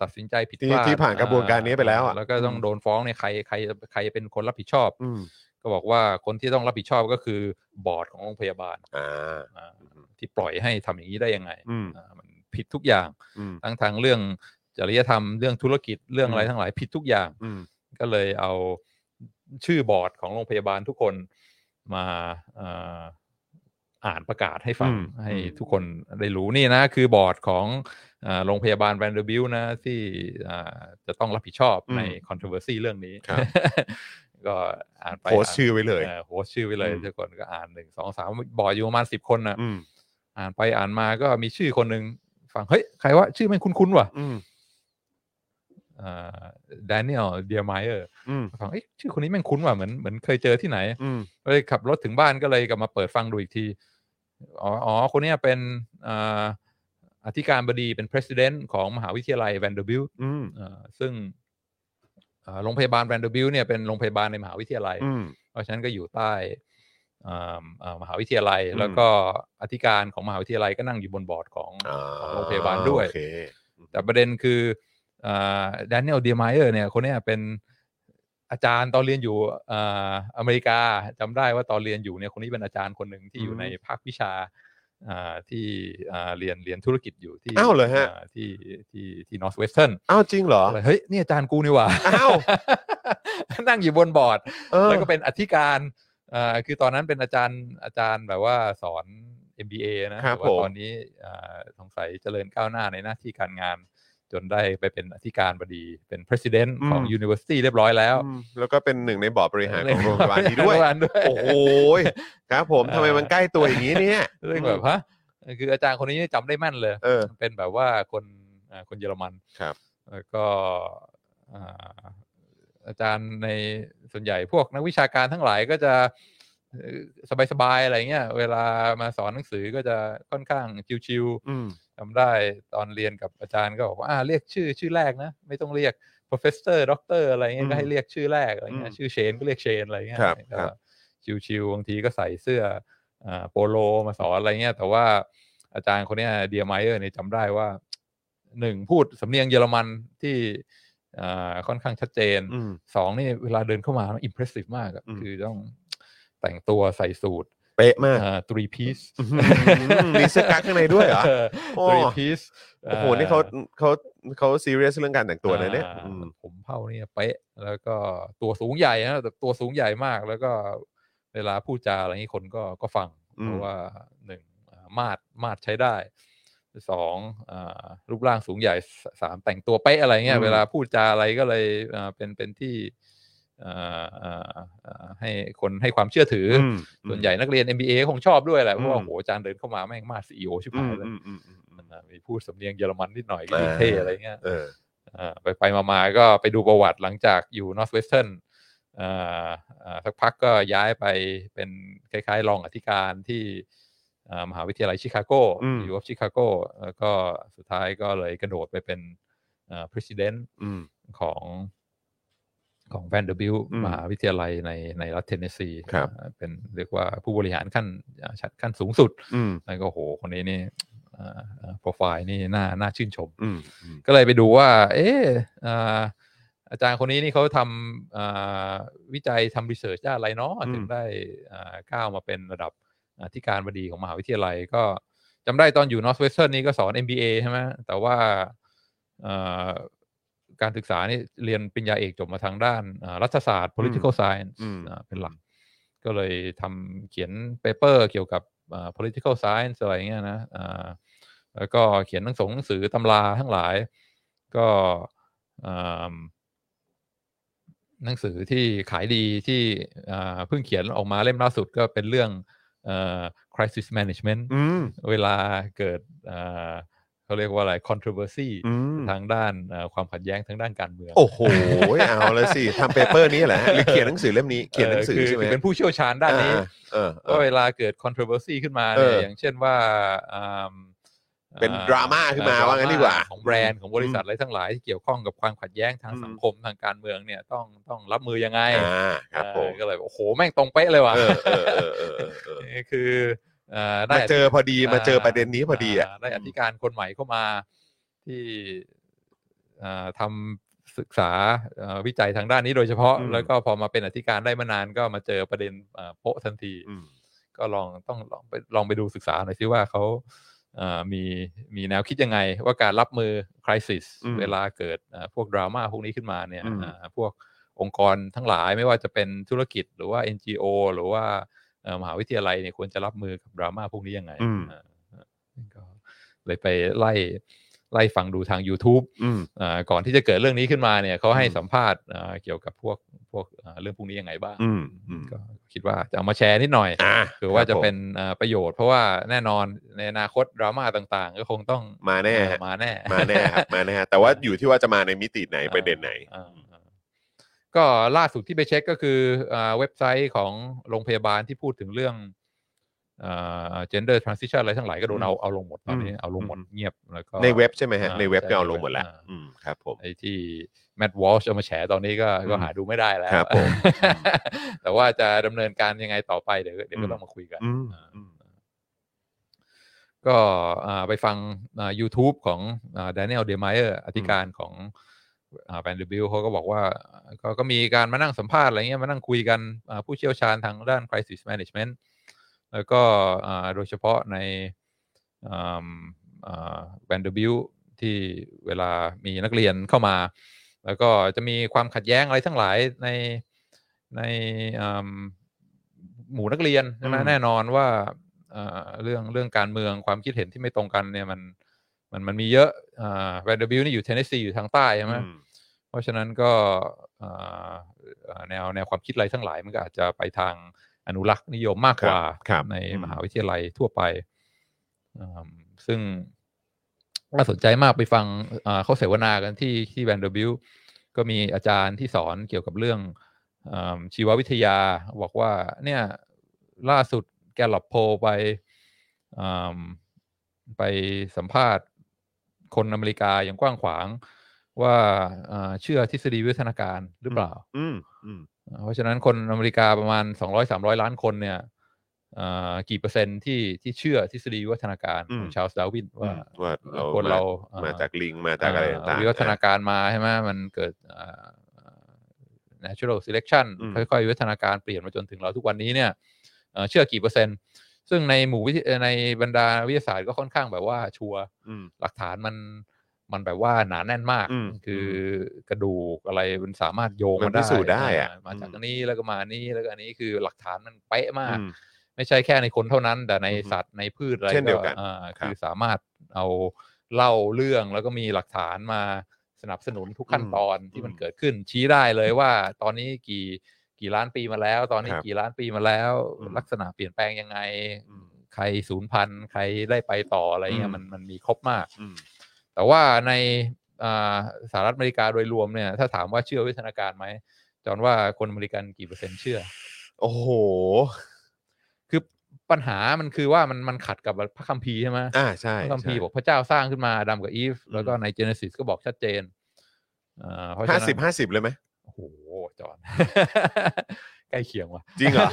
[SPEAKER 2] ตัดสินใจผิด
[SPEAKER 1] ที่
[SPEAKER 2] พลาด
[SPEAKER 1] ที่ผ่านกระบวนการนี้ไปแล้วอะ
[SPEAKER 2] แล้วก็ต้อง
[SPEAKER 1] อืม
[SPEAKER 2] โดนฟ้องเนี่ยใครใครใครเป็นคนรับผิดชอบ
[SPEAKER 1] อืม
[SPEAKER 2] ก็บอกว่าคนที่ต้องรับผิดชอบก็คือบอร์ดของโรงพยาบาล
[SPEAKER 1] อ่า
[SPEAKER 2] อ่าที่ปล่อยให้ทำอย่างนี้ได้ยังไง
[SPEAKER 1] อืม
[SPEAKER 2] อ่ามันผิดทุกอย่าง
[SPEAKER 1] อืม
[SPEAKER 2] ทั้งทางเรื่องจริยธรรมเรื่องธุรกิจเรื่องอะไร
[SPEAKER 1] อืม
[SPEAKER 2] ทั้งหลายผิดทุกอย่าง
[SPEAKER 1] อืม
[SPEAKER 2] ก็เลยเอาชื่อบอร์ดของโรงพยาบาลทุกคนมาเอ่ออ่านประกาศให้ฟัง
[SPEAKER 1] อืม
[SPEAKER 2] ให้
[SPEAKER 1] อืม
[SPEAKER 2] ทุกคนได้รู้นี่นะ คือบอร์ดของเอ่อโรงพยาบาลแวนเดอร์บิลนะ ที่อ่าจะต้องรับผิดชอบใน controversy เรื่องนี้ ก็อ่านไป
[SPEAKER 1] โพสต์ชื่อไว้เลย
[SPEAKER 2] เอ่อโพสต์ชื่อไปเลย
[SPEAKER 1] อืม
[SPEAKER 2] ทุกคนก็อ่านหนึ่งสองสามบอร์ดอยู่ประมาณสิบคนนะ
[SPEAKER 1] อืม
[SPEAKER 2] อ่านไปอ่านมาก็มีชื่อคนหนึ่งฟัง เฮ้ย ใครวะชื่อแมันคุ้นๆว่ะ
[SPEAKER 1] อืม
[SPEAKER 2] แดเนียลเดียไมเออร์
[SPEAKER 1] อืม
[SPEAKER 2] ฟังเอ้ยชื่อคนนี้แม่งคุ้นว่ะเหมือนเหมือนเคยเจอที่ไหน
[SPEAKER 1] อืม
[SPEAKER 2] ก็เลยขับรถถึงบ้านก็เลยกลับมาเปิดฟังดูอีกที อ๋ออ๋อคนเนี้ยเป็นอ่าอธิการบดีเป็น president ของมหาวิทยาลัยแวนเดอร์บิล
[SPEAKER 1] อืม
[SPEAKER 2] ซึ่งอ่าโรงพยาบาลแวนเดอร์บิลเนี่ยเป็นโรงพยาบาลในมหาวิทยาลัย
[SPEAKER 1] อืม
[SPEAKER 2] เพราะฉะนั้นก็อยู่ใต้อ่าอ่ามหาวิทยาลัย
[SPEAKER 1] อืม
[SPEAKER 2] แล้วก็อธิการของมหาวิทยาลัยก็นั่งอยู่บนบอร์ดของ
[SPEAKER 1] อ่า
[SPEAKER 2] ของโรงพยาบาลด้วย
[SPEAKER 1] โอเค
[SPEAKER 2] แต่ประเด็นคือแดเนียลเดียไมเออร์เนี่ยคนเนี้ยเป็นอาจารย์ตอนเรียนอยู่อ่าอเมริกาจำได้ว่าตอนเรียนอยู่เนี่ยคนนี้เป็นอาจารย์คนหนึ่งที่อยู่
[SPEAKER 1] อืม
[SPEAKER 2] ในภาควิชาอ่าที่อ่าเรียนเรียนธุรกิจอยู่ที่
[SPEAKER 1] อ้าวเหรอฮะ
[SPEAKER 2] าที่ที่ที่นอร์ทเวสเทิร์น
[SPEAKER 1] อ้าวจริงเหรอ
[SPEAKER 2] เฮ้ยนี่อาจารย์กูนี่หว่า
[SPEAKER 1] อ้าว
[SPEAKER 2] นั่งอยู่บนบอร์ด
[SPEAKER 1] เออ
[SPEAKER 2] แล้วก็เป็นอธิการ อ่าคือตอนนั้นเป็นอาจารย์อาจารย์แบบว่าสอน MBA นะครับ แต่ว่า
[SPEAKER 1] ผม
[SPEAKER 2] ตอนนี้อ่าสงสัยเจริญก้าวหน้าในหน้าที่การงาน จนได้ไปเป็นอธิการบดีเป็น president ของ university เรียบร้อยแล้ว
[SPEAKER 1] อืมแล้วก็เป็นหนึ่งในบอร์ดบริหารของโรงพยาบาลนี้ด้วย
[SPEAKER 2] โรงพยาบาลด้วย
[SPEAKER 1] โอ้โหยครับผมทำไมมันใกล้ตัวอย่างนี้เนี่ย
[SPEAKER 2] เรื่องแบบฮะคืออาจารย์คนนี้จำได้แม่นเลย
[SPEAKER 1] เออ
[SPEAKER 2] เป็นแบบว่าคนอ่าคนเยอรมัน
[SPEAKER 1] ครับ
[SPEAKER 2] แล้วก็อ่าอาจารย์ในส่วนใหญ่พวกนักวิชาการทั้งหลายก็จะสบายสบายๆอะไรเงี้ย เวลามาสอนหนังสือก็จะค่อนข้างชิว
[SPEAKER 1] อืม
[SPEAKER 2] ๆจำได้ตอนเรียนกับอาจารย์ก็บอกว่าอ่าเรียกชื่อชื่อแรกนะ ไม่ต้องเรียก professor doctor อะไรเงี้ยก็ให้เรียกชื่อแรกอะไรเงี้ย
[SPEAKER 1] อืม
[SPEAKER 2] ชื่อเชนก็เรียกเชนอะไรเงี้ย
[SPEAKER 1] ครับ
[SPEAKER 2] ก็
[SPEAKER 1] ครับ
[SPEAKER 2] ชิวๆบางทีก็ใส่เสื้อ อ่าโปโลมาสอนอะไรเงี้ย แต่ว่าอาจารย์คนเนี้ยเดียไมเออร์เนี่ยจำได้ว่าหนึ่งพูดสำเนียงเยอรมันที่อ่าค่อนข้างชัดเจน
[SPEAKER 1] อืม
[SPEAKER 2] สองนี่เวลาเดินเข้ามาอิมเพรสซีฟมากอะ
[SPEAKER 1] อืม
[SPEAKER 2] คือต้องแต่งตัวใส่สูท
[SPEAKER 1] เป๊ะมาก
[SPEAKER 2] ตรีพีซ
[SPEAKER 1] อื้อหือมีเสื้อกั๊กข้างในด้วย เหรอ โอ้
[SPEAKER 2] ตรีพีซ
[SPEAKER 1] โอ้โห นี่เขาเขาเขาซีเรียสเรื่องการแต่งตัวนะเนี่ยอืม
[SPEAKER 2] ผมเผ่าเนี่ยเป๊ะ แล้วก็ตัวสูงใหญ่นะแต่ตัวสูงใหญ่มาก แล้วก็เวลาพูดจาอะไรนี้คนก็ก็ฟัง
[SPEAKER 1] อืม
[SPEAKER 2] เพราะว่าหนึ่งอ่ามาดมาดใช้ได้สองอ่ารูปร่างสูงใหญ่สสามแต่งตัวเป๊ะอะไรเงี้ย เวลาพูดจาอะไรก็เลยอ่าเป็นเป็นที่อ่าอ่าอ่าให้คนให้ความเชื่อถืออ
[SPEAKER 1] ม
[SPEAKER 2] ส่วนใหญ่นักเรียน MBA คงชอบด้วยแหละ เพราะว่า
[SPEAKER 1] อืม
[SPEAKER 2] โหอาจารย์เดินเข้ามาแม่งมาดซีอีโอชิบ
[SPEAKER 1] อื
[SPEAKER 2] หาย
[SPEAKER 1] ม
[SPEAKER 2] เลย
[SPEAKER 1] อืมอืมอืมอืม
[SPEAKER 2] อ่ามีพูดสำเนียงเยอรมันนิดหน่อยก็ดู
[SPEAKER 1] อ่า
[SPEAKER 2] เท่อะไรเงี้ย
[SPEAKER 1] เออ
[SPEAKER 2] ไปไปๆมาๆก็ไปดูประวัติหลังจากอยู่นอ r t เวสเทิร์นสักพักก็ย้ายไปเป็นคล้ายๆรองอธิการที่อ่ามหาวิทยาลัยชิคาโก
[SPEAKER 1] อืม
[SPEAKER 2] อยู่วับชิคาโกแล้วก็สุดท้ายก็เลยกระโดดไปเป็นอ่า president
[SPEAKER 1] อืม
[SPEAKER 2] ของของแวนเดอร์บิล
[SPEAKER 1] อืม
[SPEAKER 2] มหาวิทยาลัยในในรัฐเทนเนสซี
[SPEAKER 1] ครับ
[SPEAKER 2] อ่าเป็นเรียกว่าผู้บริหารขั้นอ่าชั้นขั้นสูงสุด
[SPEAKER 1] อืม
[SPEAKER 2] แล้วก็โหคนนี้นี่โปรไฟล์นี่น่าน่าชื่นชม
[SPEAKER 1] อืมอืม
[SPEAKER 2] ก็เลยไปดูว่า เอออ่าอาจารย์คนนี้นี่เขาทำอ่าวิจัยทำรีเสิร์ชด้านอะไรเนาะถึงได้อ่าก้าวมาเป็นระดับอธิการบดีของมหาวิทยาลัย ก็จำได้ตอนอยู่ Northwestern นี่ก็สอน MBA ใช่ไหมแต่ว่าอ่าการศึกษานี่เรียนปริญญาเอกจบมาทางด้านอ่ารัฐศาสตร์ political science
[SPEAKER 1] อืม
[SPEAKER 2] อ่าเป็นหลัก ก็เลยทำเขียนเปเปอร์เกี่ยวกับอ่า political science อะไรเงี้ยนะอ่าแล้วก็เขียนหนังสงหนังสือตำราทั้งหลาย ก็อ่าหนังสือที่ขายดีที่อ่าเพิ่งเขียนออกมาเล่มล่าสุดก็เป็นเรื่องเอ่อ crisis management
[SPEAKER 1] อืม
[SPEAKER 2] เวลาเกิดอ่าเขาเรียกว่าอะไร controversy
[SPEAKER 1] อืม
[SPEAKER 2] ทางด้านอ่าความขัดแย้งทางด้านการเมือง
[SPEAKER 1] โอ้โห เอาละสิ ทำเปเปอร์นี้แหละหรือเขียนหนังสือเล่มนี้เขียนหนังสือ
[SPEAKER 2] เคื
[SPEAKER 1] ใช่ไหม
[SPEAKER 2] คืเป็นผู้เชี่ยวชาญด้านนี้
[SPEAKER 1] อ่เออเอ
[SPEAKER 2] ว่า
[SPEAKER 1] อ
[SPEAKER 2] เวลาเกิด controversy ขึ้นมา
[SPEAKER 1] เอ
[SPEAKER 2] เนี่ย
[SPEAKER 1] อ
[SPEAKER 2] อย่างเช่นว่าอ่าม
[SPEAKER 1] เป็น
[SPEAKER 2] อ่
[SPEAKER 1] ดราม่าขึ้นมา
[SPEAKER 2] เอ่อ
[SPEAKER 1] ว่างั้น
[SPEAKER 2] ดร
[SPEAKER 1] ดีกว่า
[SPEAKER 2] ของแบรนด์ของบริษัทอะไรทั้งหลายที่เกี่ยวข้องกับความขัดแย้งทาง
[SPEAKER 1] อืม
[SPEAKER 2] สังคมทางการเมืองเนี่ยต้องต้องรับมือยังไง
[SPEAKER 1] อ่าครับผม
[SPEAKER 2] เออก็เลยบอกโอ้โห แม่งตรงเป๊ะเลยว่ะ
[SPEAKER 1] เออเออเออเออเออ
[SPEAKER 2] นี่คือเอ่อได้
[SPEAKER 1] มาเจอพอดีมาเจอประเด็นนี้พอดีอ่ะ
[SPEAKER 2] าได้อธิการคนใหม่เข้ามาที่อ่าทำศึกษาอ่าวิจัยทางด้านนี้โดยเฉพาะ
[SPEAKER 1] อืม
[SPEAKER 2] แล้วก็พอมาเป็นอธิการได้ไม่นานก็มาเจอประเด็นอ่าโปะทันที
[SPEAKER 1] อืม
[SPEAKER 2] ก็ลองต้องลองไปลองไปดูศึกษาหน่อยซิว่าเขาเอ่อมีมีแนวคิดยังไง ว่าการรับมือคริสิส
[SPEAKER 1] อืม
[SPEAKER 2] เวลาเกิดเอ่อพวกดราม่าพวกนี้ขึ้นมาเนี่ย
[SPEAKER 1] อืม
[SPEAKER 2] อ่าพวกองค์กรทั้งหลายไม่ว่าจะเป็นธุรกิจหรือว่า NGO หรือว่าเอ่อมหาวิทยาลัยเนี่ยควรจะรับมือกับดราม่าพวกนี้ยังไง
[SPEAKER 1] อืม
[SPEAKER 2] อ่าก็เลยไปไล่ไล่ฟังดูทาง YouTube
[SPEAKER 1] อืม
[SPEAKER 2] อ่าก่อนที่จะเกิดเรื่องนี้ขึ้นมาเนี่ยเขาให้
[SPEAKER 1] อืม
[SPEAKER 2] สัมภาษณ์อ่าเกี่ยวกับพวกพวกอ่าเรื่องพวกนี้ยังไงบ้าง
[SPEAKER 1] อืมอืม
[SPEAKER 2] ก็คิดว่าจะเอามาแชร์นิดหน่อย
[SPEAKER 1] อ่า
[SPEAKER 2] คือว่าจะ
[SPEAKER 1] รับผม
[SPEAKER 2] เป็นเอ่อประโยชน์เพราะว่าแน่นอนในอนาคตดราม่าต่างๆ ก็คงต้อง
[SPEAKER 1] มาแน่
[SPEAKER 2] เอ่
[SPEAKER 1] ฮะ
[SPEAKER 2] อมาแน่
[SPEAKER 1] มาแน่ครับมาแน่ฮะแต่ว่าอยู่ที่ว่าจะมาในมิติไหนประเด็นไหน
[SPEAKER 2] อ่าอ่าก็ล่าสุดที่ไปเช็คก็คืออ่าเว็บไซต์ของโรงพยาบาลที่พูดถึงเรื่องอ่า gender transition อะไรทั้งหลายก็โดนเอาเอาลงหมดตอนนี้
[SPEAKER 1] อืม
[SPEAKER 2] เอาลงหมด
[SPEAKER 1] อืม
[SPEAKER 2] เงียบแล้วก็
[SPEAKER 1] ในเว็บใช่ไหมฮะ
[SPEAKER 2] อ่า
[SPEAKER 1] ในเว็บ
[SPEAKER 2] ช่
[SPEAKER 1] ก็เอาลงหมดแล้ว
[SPEAKER 2] อ่า
[SPEAKER 1] อืมครับผม
[SPEAKER 2] ไอ้ที่แมดวอลช์เอามาแฉตอนนี้ก็ก็
[SPEAKER 1] อืม
[SPEAKER 2] หาดูไม่ได้แล้ว
[SPEAKER 1] ครับผม
[SPEAKER 2] แต่ว่าจะดำเนินการยังไงต่อไปเดี๋ยวเดี๋ยวก็
[SPEAKER 1] อืม
[SPEAKER 2] ต้องมาคุยกัน
[SPEAKER 1] อืม
[SPEAKER 2] อ่า
[SPEAKER 1] อืม
[SPEAKER 2] ก็อ่าไปฟังอ่า YouTube ของด a น i e l d e m เ y e r อธิการของแ a นเดอร์บิลเขาก็บอกว่าก็ก็มีการมานั่งสัมภาษณ์อะไรเงี้ยมานั่งคุยกันอ่าผู้เชี่ยวชาญทางด้าน crisis management แล้วก็อ่าโดยเฉพาะใน แวนเดอร์บิลที่เวลามีนักเรียนเข้ามา แล้วก็จะมีความขัดแย้งอะไรทั้งหลายในในอืม หมู่นักเรียนใช่ไหม
[SPEAKER 3] อืม
[SPEAKER 2] แน่นอนว่าเอ่อเรื่องเรื่องการเมืองความคิดเห็นที่ไม่ตรงกันเนี่ยมันมันมันมีเยอะแวนเดอร์บิลนี่อยู่เทนเนสซีอยู่ทางใต้ใช่ไหม
[SPEAKER 1] อืม
[SPEAKER 2] เพราะฉะนั้นก็เอ่อเอ่อแนวแนวความคิดอะไรทั้งหลายมันก็อาจจะไปทางอนุรักษ์นิยมมากก
[SPEAKER 1] ค
[SPEAKER 2] ว่า
[SPEAKER 1] รับครับ
[SPEAKER 2] ใน
[SPEAKER 1] อืม
[SPEAKER 2] มหาวิทยาลัยทั่วไปอืมซึ่งน่าสนใจมากไปฟังเอ่อเขาเสวนากันที่ที่แวนเดอร์บิลก็มีอาจารย์ที่สอนเกี่ยวกับเรื่องเอมชีววิทยา บอกว่าเนี่ยล่าสุดแกลลอบโพลไปอืมไปสัมภาษณ์คนอเมริกาอย่างกว้างขวางว่าเอ่อเชื่อทฤษฎีวิวัฒนาการหรือเปล่า
[SPEAKER 1] อืมอืม
[SPEAKER 2] อ่าเพราะฉะนั้นคนอเมริกาประมาณ 200 300 ล้านคนเนี่ยอ่ากี่เปอร์เซ็นต์ที่ที่เชื่อทฤษฎีวิวัฒนาการ
[SPEAKER 1] อืม
[SPEAKER 2] ของชาร์ลส์ดาร์วินว่า
[SPEAKER 1] ว่าเรา
[SPEAKER 2] คนเราอ่
[SPEAKER 1] มาจากลิงมาจากอะไรต่างๆ
[SPEAKER 2] วิวัฒนาการมาใช่ไหมมันเกิดอ่า natural selection
[SPEAKER 1] อืม
[SPEAKER 2] ค่อยๆวิวัฒนาการเปลี่ยนมาจนถึงเราทุกวันนี้เนี่ยเอ่อเชื่อกี่เปอร์เซ็นต์ ซึ่งในหมู่วิทยในบรรดาวิทยาศาสตร์ก็ค่อนข้างแบบว่าชัวร์
[SPEAKER 1] อืม
[SPEAKER 2] หลักฐานมันมันแบบว่าหนาแน่นมาก
[SPEAKER 1] อืม
[SPEAKER 2] คือกระดูกอะไรมันสามารถโยง
[SPEAKER 1] มันพิสูจน์ได้อะ
[SPEAKER 2] ามาจาก
[SPEAKER 1] อืม
[SPEAKER 2] อันนี้แล้วก็มาอันนี้แล้วก็อันนี้คือหลักฐานมันเป๊ะมาก
[SPEAKER 1] อืม
[SPEAKER 2] ไม่ใช่แค่ในคนเท่านั้น แต่ใน
[SPEAKER 1] อือฮึ
[SPEAKER 2] สัตว์ในพืชอะไร
[SPEAKER 1] เช่นเดียวกัน
[SPEAKER 2] อ่า
[SPEAKER 1] ครับ
[SPEAKER 2] คือสามารถเอาเล่าเรื่องแล้วก็มีหลักฐานมาสนับสนุนทุกขั้น
[SPEAKER 1] อืม
[SPEAKER 2] ตอนที่มัน
[SPEAKER 1] อืม
[SPEAKER 2] เกิดขึ้น ชี้ได้เลยว่าตอนนี้กี่กี่ล้านปีมาแล้ว ตอนนี้
[SPEAKER 1] ครับ
[SPEAKER 2] กี่ล้านปีมาแล้ว
[SPEAKER 1] อืม
[SPEAKER 2] ลักษณะเปลี่ยนแปลงยังไง
[SPEAKER 1] อืม
[SPEAKER 2] ใครศูนย์พันธุ์ใครได้ไปต่ออะไรเงี้
[SPEAKER 1] อื
[SPEAKER 2] ย
[SPEAKER 1] ม
[SPEAKER 2] มันมันมีครบมาก
[SPEAKER 1] อืม
[SPEAKER 2] แต่ว่าในอ่าสหรัฐอเมริกาโดยรวมเนี่ย ถ้าถามว่าเชื่อวิทยาการไหมจอนว่าคนอเมริกันกี่เปอร์เซ็นต์เชื่อ
[SPEAKER 1] โอ้โห
[SPEAKER 2] คือปัญหามันคือว่ามันมันขัดกับพระคัมภีร์ใช่ไหม
[SPEAKER 1] อ่าใช่
[SPEAKER 2] พระคัมภีร์
[SPEAKER 1] ใช่
[SPEAKER 2] บอกพระเจ้าสร้างขึ้นมาอาดัมกับอีฟ
[SPEAKER 1] อืม
[SPEAKER 2] แล้วก็ในเจเนซิสก็บอกชัดเจนอ่าเพราะฉะ
[SPEAKER 1] ห้า
[SPEAKER 2] นั้
[SPEAKER 1] สิบ
[SPEAKER 2] น
[SPEAKER 1] ห้าสิบเลยไหม
[SPEAKER 2] โอ้โหจอน ใกล้เคียงว่ะ
[SPEAKER 1] จริงเหรอ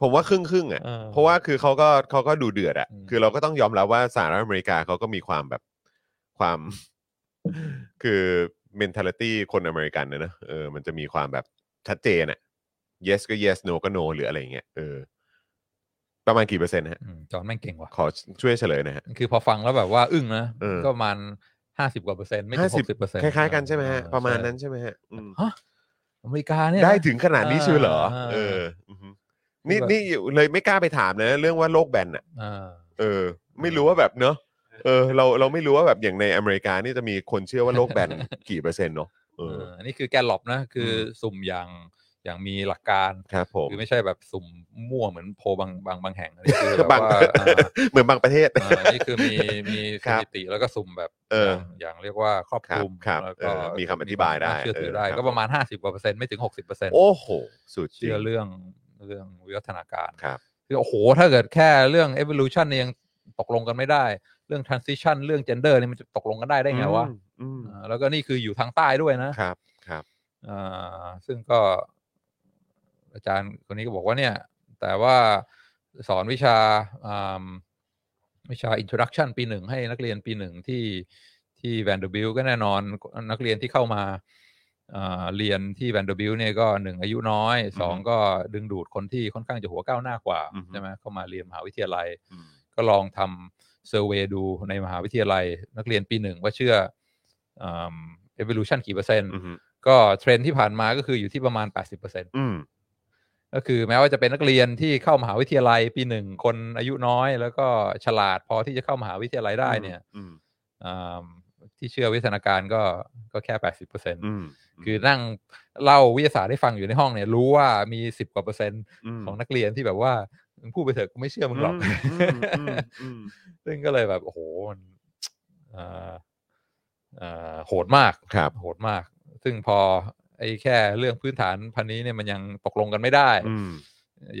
[SPEAKER 1] ผมว่าครึ่งครึ่งๆอ่ะ
[SPEAKER 2] เออ
[SPEAKER 1] เพราะว่าคือเขาก็เขาก็ดูเดือดอ่ะ
[SPEAKER 2] อืม
[SPEAKER 1] คือเราก็ต้องยอมรับว่าสหรัฐอเมริกาเขาก็มีความแบบความ คือ mentality คนอเมริกันนะเนอะเออมันจะมีความแบบชัดเจนอ่ะ yes ก็ yes no ก็ no หรืออะไรอย่างเงี้ยเออประมาณกี่เปอร์เซ็นต์ฮะ
[SPEAKER 2] อืมจอนแม่งเก่งว่ะ
[SPEAKER 1] ขอช่วยเฉลยหนะฮะ
[SPEAKER 2] คือพอฟังแล้วแบบว่าอึ้งนะ
[SPEAKER 1] เออ
[SPEAKER 2] ก็ประมาณห้าสิบกว่าเปอร์เซ็นต์ไม่ถึงหกสิบเปอร์เซ็นต์
[SPEAKER 1] คล้ายๆกันใช่ไหมฮะ
[SPEAKER 2] เออ
[SPEAKER 1] ประมาณ
[SPEAKER 2] ใช่
[SPEAKER 1] นั้นใช่ไหมฮะอืม
[SPEAKER 2] ฮะอเมริกาเนี่ยนะ
[SPEAKER 1] ได้ถึงขนาดนี้เชียวเหรอ
[SPEAKER 2] อ่า
[SPEAKER 1] เอออือฮึนี่
[SPEAKER 2] คือแบบ
[SPEAKER 1] นี่เลยไม่กล้าไปถามนะ เรื่องว่าโลกแบนอ่ะ
[SPEAKER 2] อ่า
[SPEAKER 1] เออ ไม่รู้ว่าแบบเนอะเออ เราเราไม่รู้ว่าแบบอย่างในอเมริกานี่จะมีคนเชื่อว่าโลกแบน กี่เปอร์เซ็นต์เนาะเออ
[SPEAKER 2] เอออันนี้คือแกนหลบนะ คืออสุ่มอย่างอย่างมีหลักการ
[SPEAKER 1] ครับผม
[SPEAKER 2] คือไม่ใช่แบบสุ่มมั่วเหมือนโพลบางบางบางแห่งอั นนี้คือแบบ
[SPEAKER 1] บาง
[SPEAKER 2] ว่าอ่า
[SPEAKER 1] เหมือนบ างประเทศ
[SPEAKER 2] อ่าอันนี้คือมีมีส
[SPEAKER 1] ครับ
[SPEAKER 2] ถิติแล้วก็สุ่มแบบ
[SPEAKER 1] เอออย่าง
[SPEAKER 2] อย่างเรียกว่าครอบคลุม
[SPEAKER 1] ครับ
[SPEAKER 2] แล้วก็
[SPEAKER 1] เออมีคำอธิบายได้
[SPEAKER 2] น่เชื่อถือได้
[SPEAKER 1] เออครับ
[SPEAKER 2] ก็ประมาณ 50กว่าเปอร์เซ็นต์ไม่ถึง 60เปอร์เซ็นต์
[SPEAKER 1] โอ้โห สุดจริง
[SPEAKER 2] เชื่อเรื่องเรื่องวิวัฒนาการ
[SPEAKER 1] ครับ
[SPEAKER 2] คือโอ้โห ถ้าเกิดแค่เรื่อง evolution เนี่ยยังตกลงกันไม่ได้ เรื่อง transition เรื่อง gender เนี่ยมันจะตกลงกันได้ได้ไงวะ
[SPEAKER 1] อืมอื
[SPEAKER 2] อ่าแล้วก็นี่คืออยู่ทางใต้ด้วยนะ
[SPEAKER 1] มครับครับ
[SPEAKER 2] อ่าซึ่งก็อาจารย์คนนี้ก็บอกว่าเนี่ย แต่ว่าสอนวิชาอ่าวิชา introduction ปีหนึ่งให้นักเรียนปีหนึ่งที่ที่ Vanderbilt ก็แน่นอนนักเรียนที่เข้ามาอ่าเรียนที่ Vanderbilt เนี่ยก็หนึ่งอายุน้อยสอง
[SPEAKER 1] อือฮึ
[SPEAKER 2] ก็ดึงดูดคนที่ค่อนข้างจะหัวก้าวหน้ากว่า
[SPEAKER 1] อือฮึ
[SPEAKER 2] ใช่ไหมเข้ามาเรียนมหาวิทยาลัย
[SPEAKER 1] อืม
[SPEAKER 2] ก็ลองทำเซอร์เวยดูในมหาวิทยาลัย นักเรียนปีหนึ่งว่าเชื่ออ่า evolution กี่เปอร์เซ็นต์
[SPEAKER 1] อือฮึ
[SPEAKER 2] ก็เทรนด์ที่ผ่านมาก็คืออยู่ที่ประมาณ 80%
[SPEAKER 1] อืม
[SPEAKER 2] ก็คือแม้ว่าจะเป็นนักเรียนที่เข้ามหาวิทยาลัยปีหนึ่งคนอายุน้อย แล้วก็ฉลาดพอที่จะเข้ามหาวิทยาลัยได้เนี่ย
[SPEAKER 1] อืม
[SPEAKER 2] อ่าที่เชื่อวิทยาการก็ก็แค่ 80%
[SPEAKER 1] อืม
[SPEAKER 2] คือนั่งเล่าวิทยาศาสตร์ให้ฟังอยู่ในห้องเนี่ยรู้ว่ามี 10 กว่าเปอร์เซ็นต์
[SPEAKER 1] ม
[SPEAKER 2] ของนักเรียนที่แบบว่ามึงพูดไปเถอะกูไม่เชื่อมึงหรอก
[SPEAKER 1] มอืมอื ม
[SPEAKER 2] ซึ่งก็เลยแบบโอ้โหมันเอ่อเอ่อโหดมาก
[SPEAKER 1] ครับ
[SPEAKER 2] โหดมาก ซึ่งพอไอ้แค่เรื่องพื้นฐานพันนี้เนี่ยมันยังตกลงกันไม่ได้
[SPEAKER 1] อืม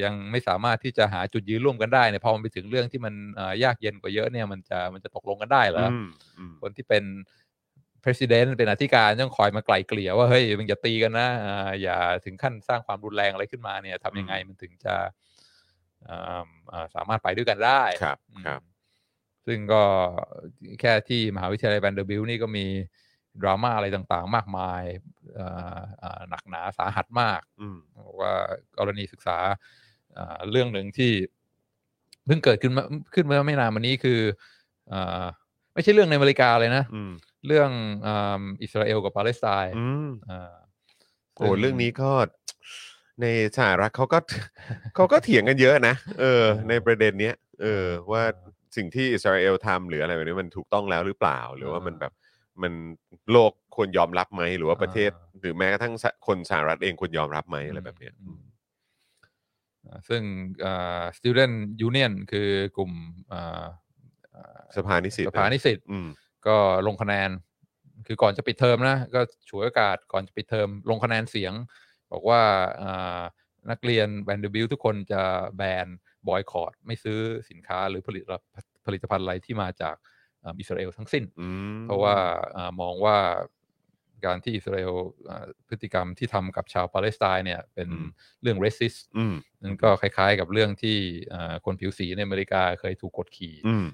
[SPEAKER 2] ยังไม่สามารถที่จะหาจุดยืนร่วมกันได้เนี่ยพอมันไปถึงเรื่องที่มันเอ่อยากเย็นกว่าเยอะเนี่ยมันจะมันจะตกลงกันได้เหรออ
[SPEAKER 1] อืมอืม
[SPEAKER 2] คนที่เป็น president เป็นอธิการต้องคอยมาไกลเกลี่ยว่าเฮ้ยมึงอย่าตีกันนะอ่าอย่าถึงขั้นสร้างความรุนแรงอะไรขึ้นมาเนี่ยทำยังไงมันถึงจะอ่าอ่าสามารถไปด้วยกันได้
[SPEAKER 1] ครับ
[SPEAKER 2] อืม
[SPEAKER 1] ครับ
[SPEAKER 2] ซึ่งก็แค่ที่มหาวิทยาลัยแวนเดอร์บิลนี่ก็มี ดราม่าอะไรต่างๆ มากมายเอ่อเอ่อหนักหนาสาหัสมาก
[SPEAKER 1] อืม
[SPEAKER 2] บอกว่ากรณีศึกษาเอ่อเรื่องหนึ่งที่เพิ่งเกิดขึ้นมาขึ้นเมื่อไม่นานมานี้คือเออไม่ใช่เรื่องในอเมริกาเลยนะ
[SPEAKER 1] อืม
[SPEAKER 2] เรื่องเอิ่มอิสราเอลกับปาเลสไตน์
[SPEAKER 1] อืม
[SPEAKER 2] อ่า
[SPEAKER 1] โอ้
[SPEAKER 2] ซึ่
[SPEAKER 1] เรื่องนี้ก็ ในสหรัฐเขาก็ เขาก็เถียงกันเยอะนะเออ ในประเด็นเนี้ยเออ ว่าสิ่งที่อิสราเอลทำหรืออะไรแบบนี้มันถูกต้องแล้วหรือเปล่า หรือว่ามันแบบมันโลกควรยอมรับไหมหรือว่าประเทศ หรือแม้กระทั่งสะคนสหรัฐเองควรยอมรับไหมอะไรแบบเนี้ย
[SPEAKER 2] อืมอ่าซึ่งอ่า student union คือกลุ่มอ่าอ่า
[SPEAKER 1] สภานิสิต
[SPEAKER 2] สภานิสิต
[SPEAKER 1] อืม
[SPEAKER 2] ก็ลงคะแนน คือก่อนจะปิดเทอมนะ ก็ฉวยโอกาสก่อนจะปิดเทอม ลงคะแนนเสียง บอกว่าอ่านักเรียนแวนเดอร์บิลทุกคนจะแบนบอยคอรดไม่ซื้อสินค้าหรือผลิตผลิตภัณฑ์อะไรที่มาจากอ่าอิสราเอลทั้งสิ้น
[SPEAKER 1] อืม
[SPEAKER 2] เพราะว่าอ่ามองว่าการที่อิสราเอลอ่าพฤติกรรมที่ทำกับชาวปาเลสไตน์เนี่ยเป็นเรื่องเรสซิส
[SPEAKER 1] อืม
[SPEAKER 2] นั่นก็คล้ายๆกับเรื่องที่อ่าคนผิวสีในอเมริกาเคยถูกกดขี่
[SPEAKER 1] อืม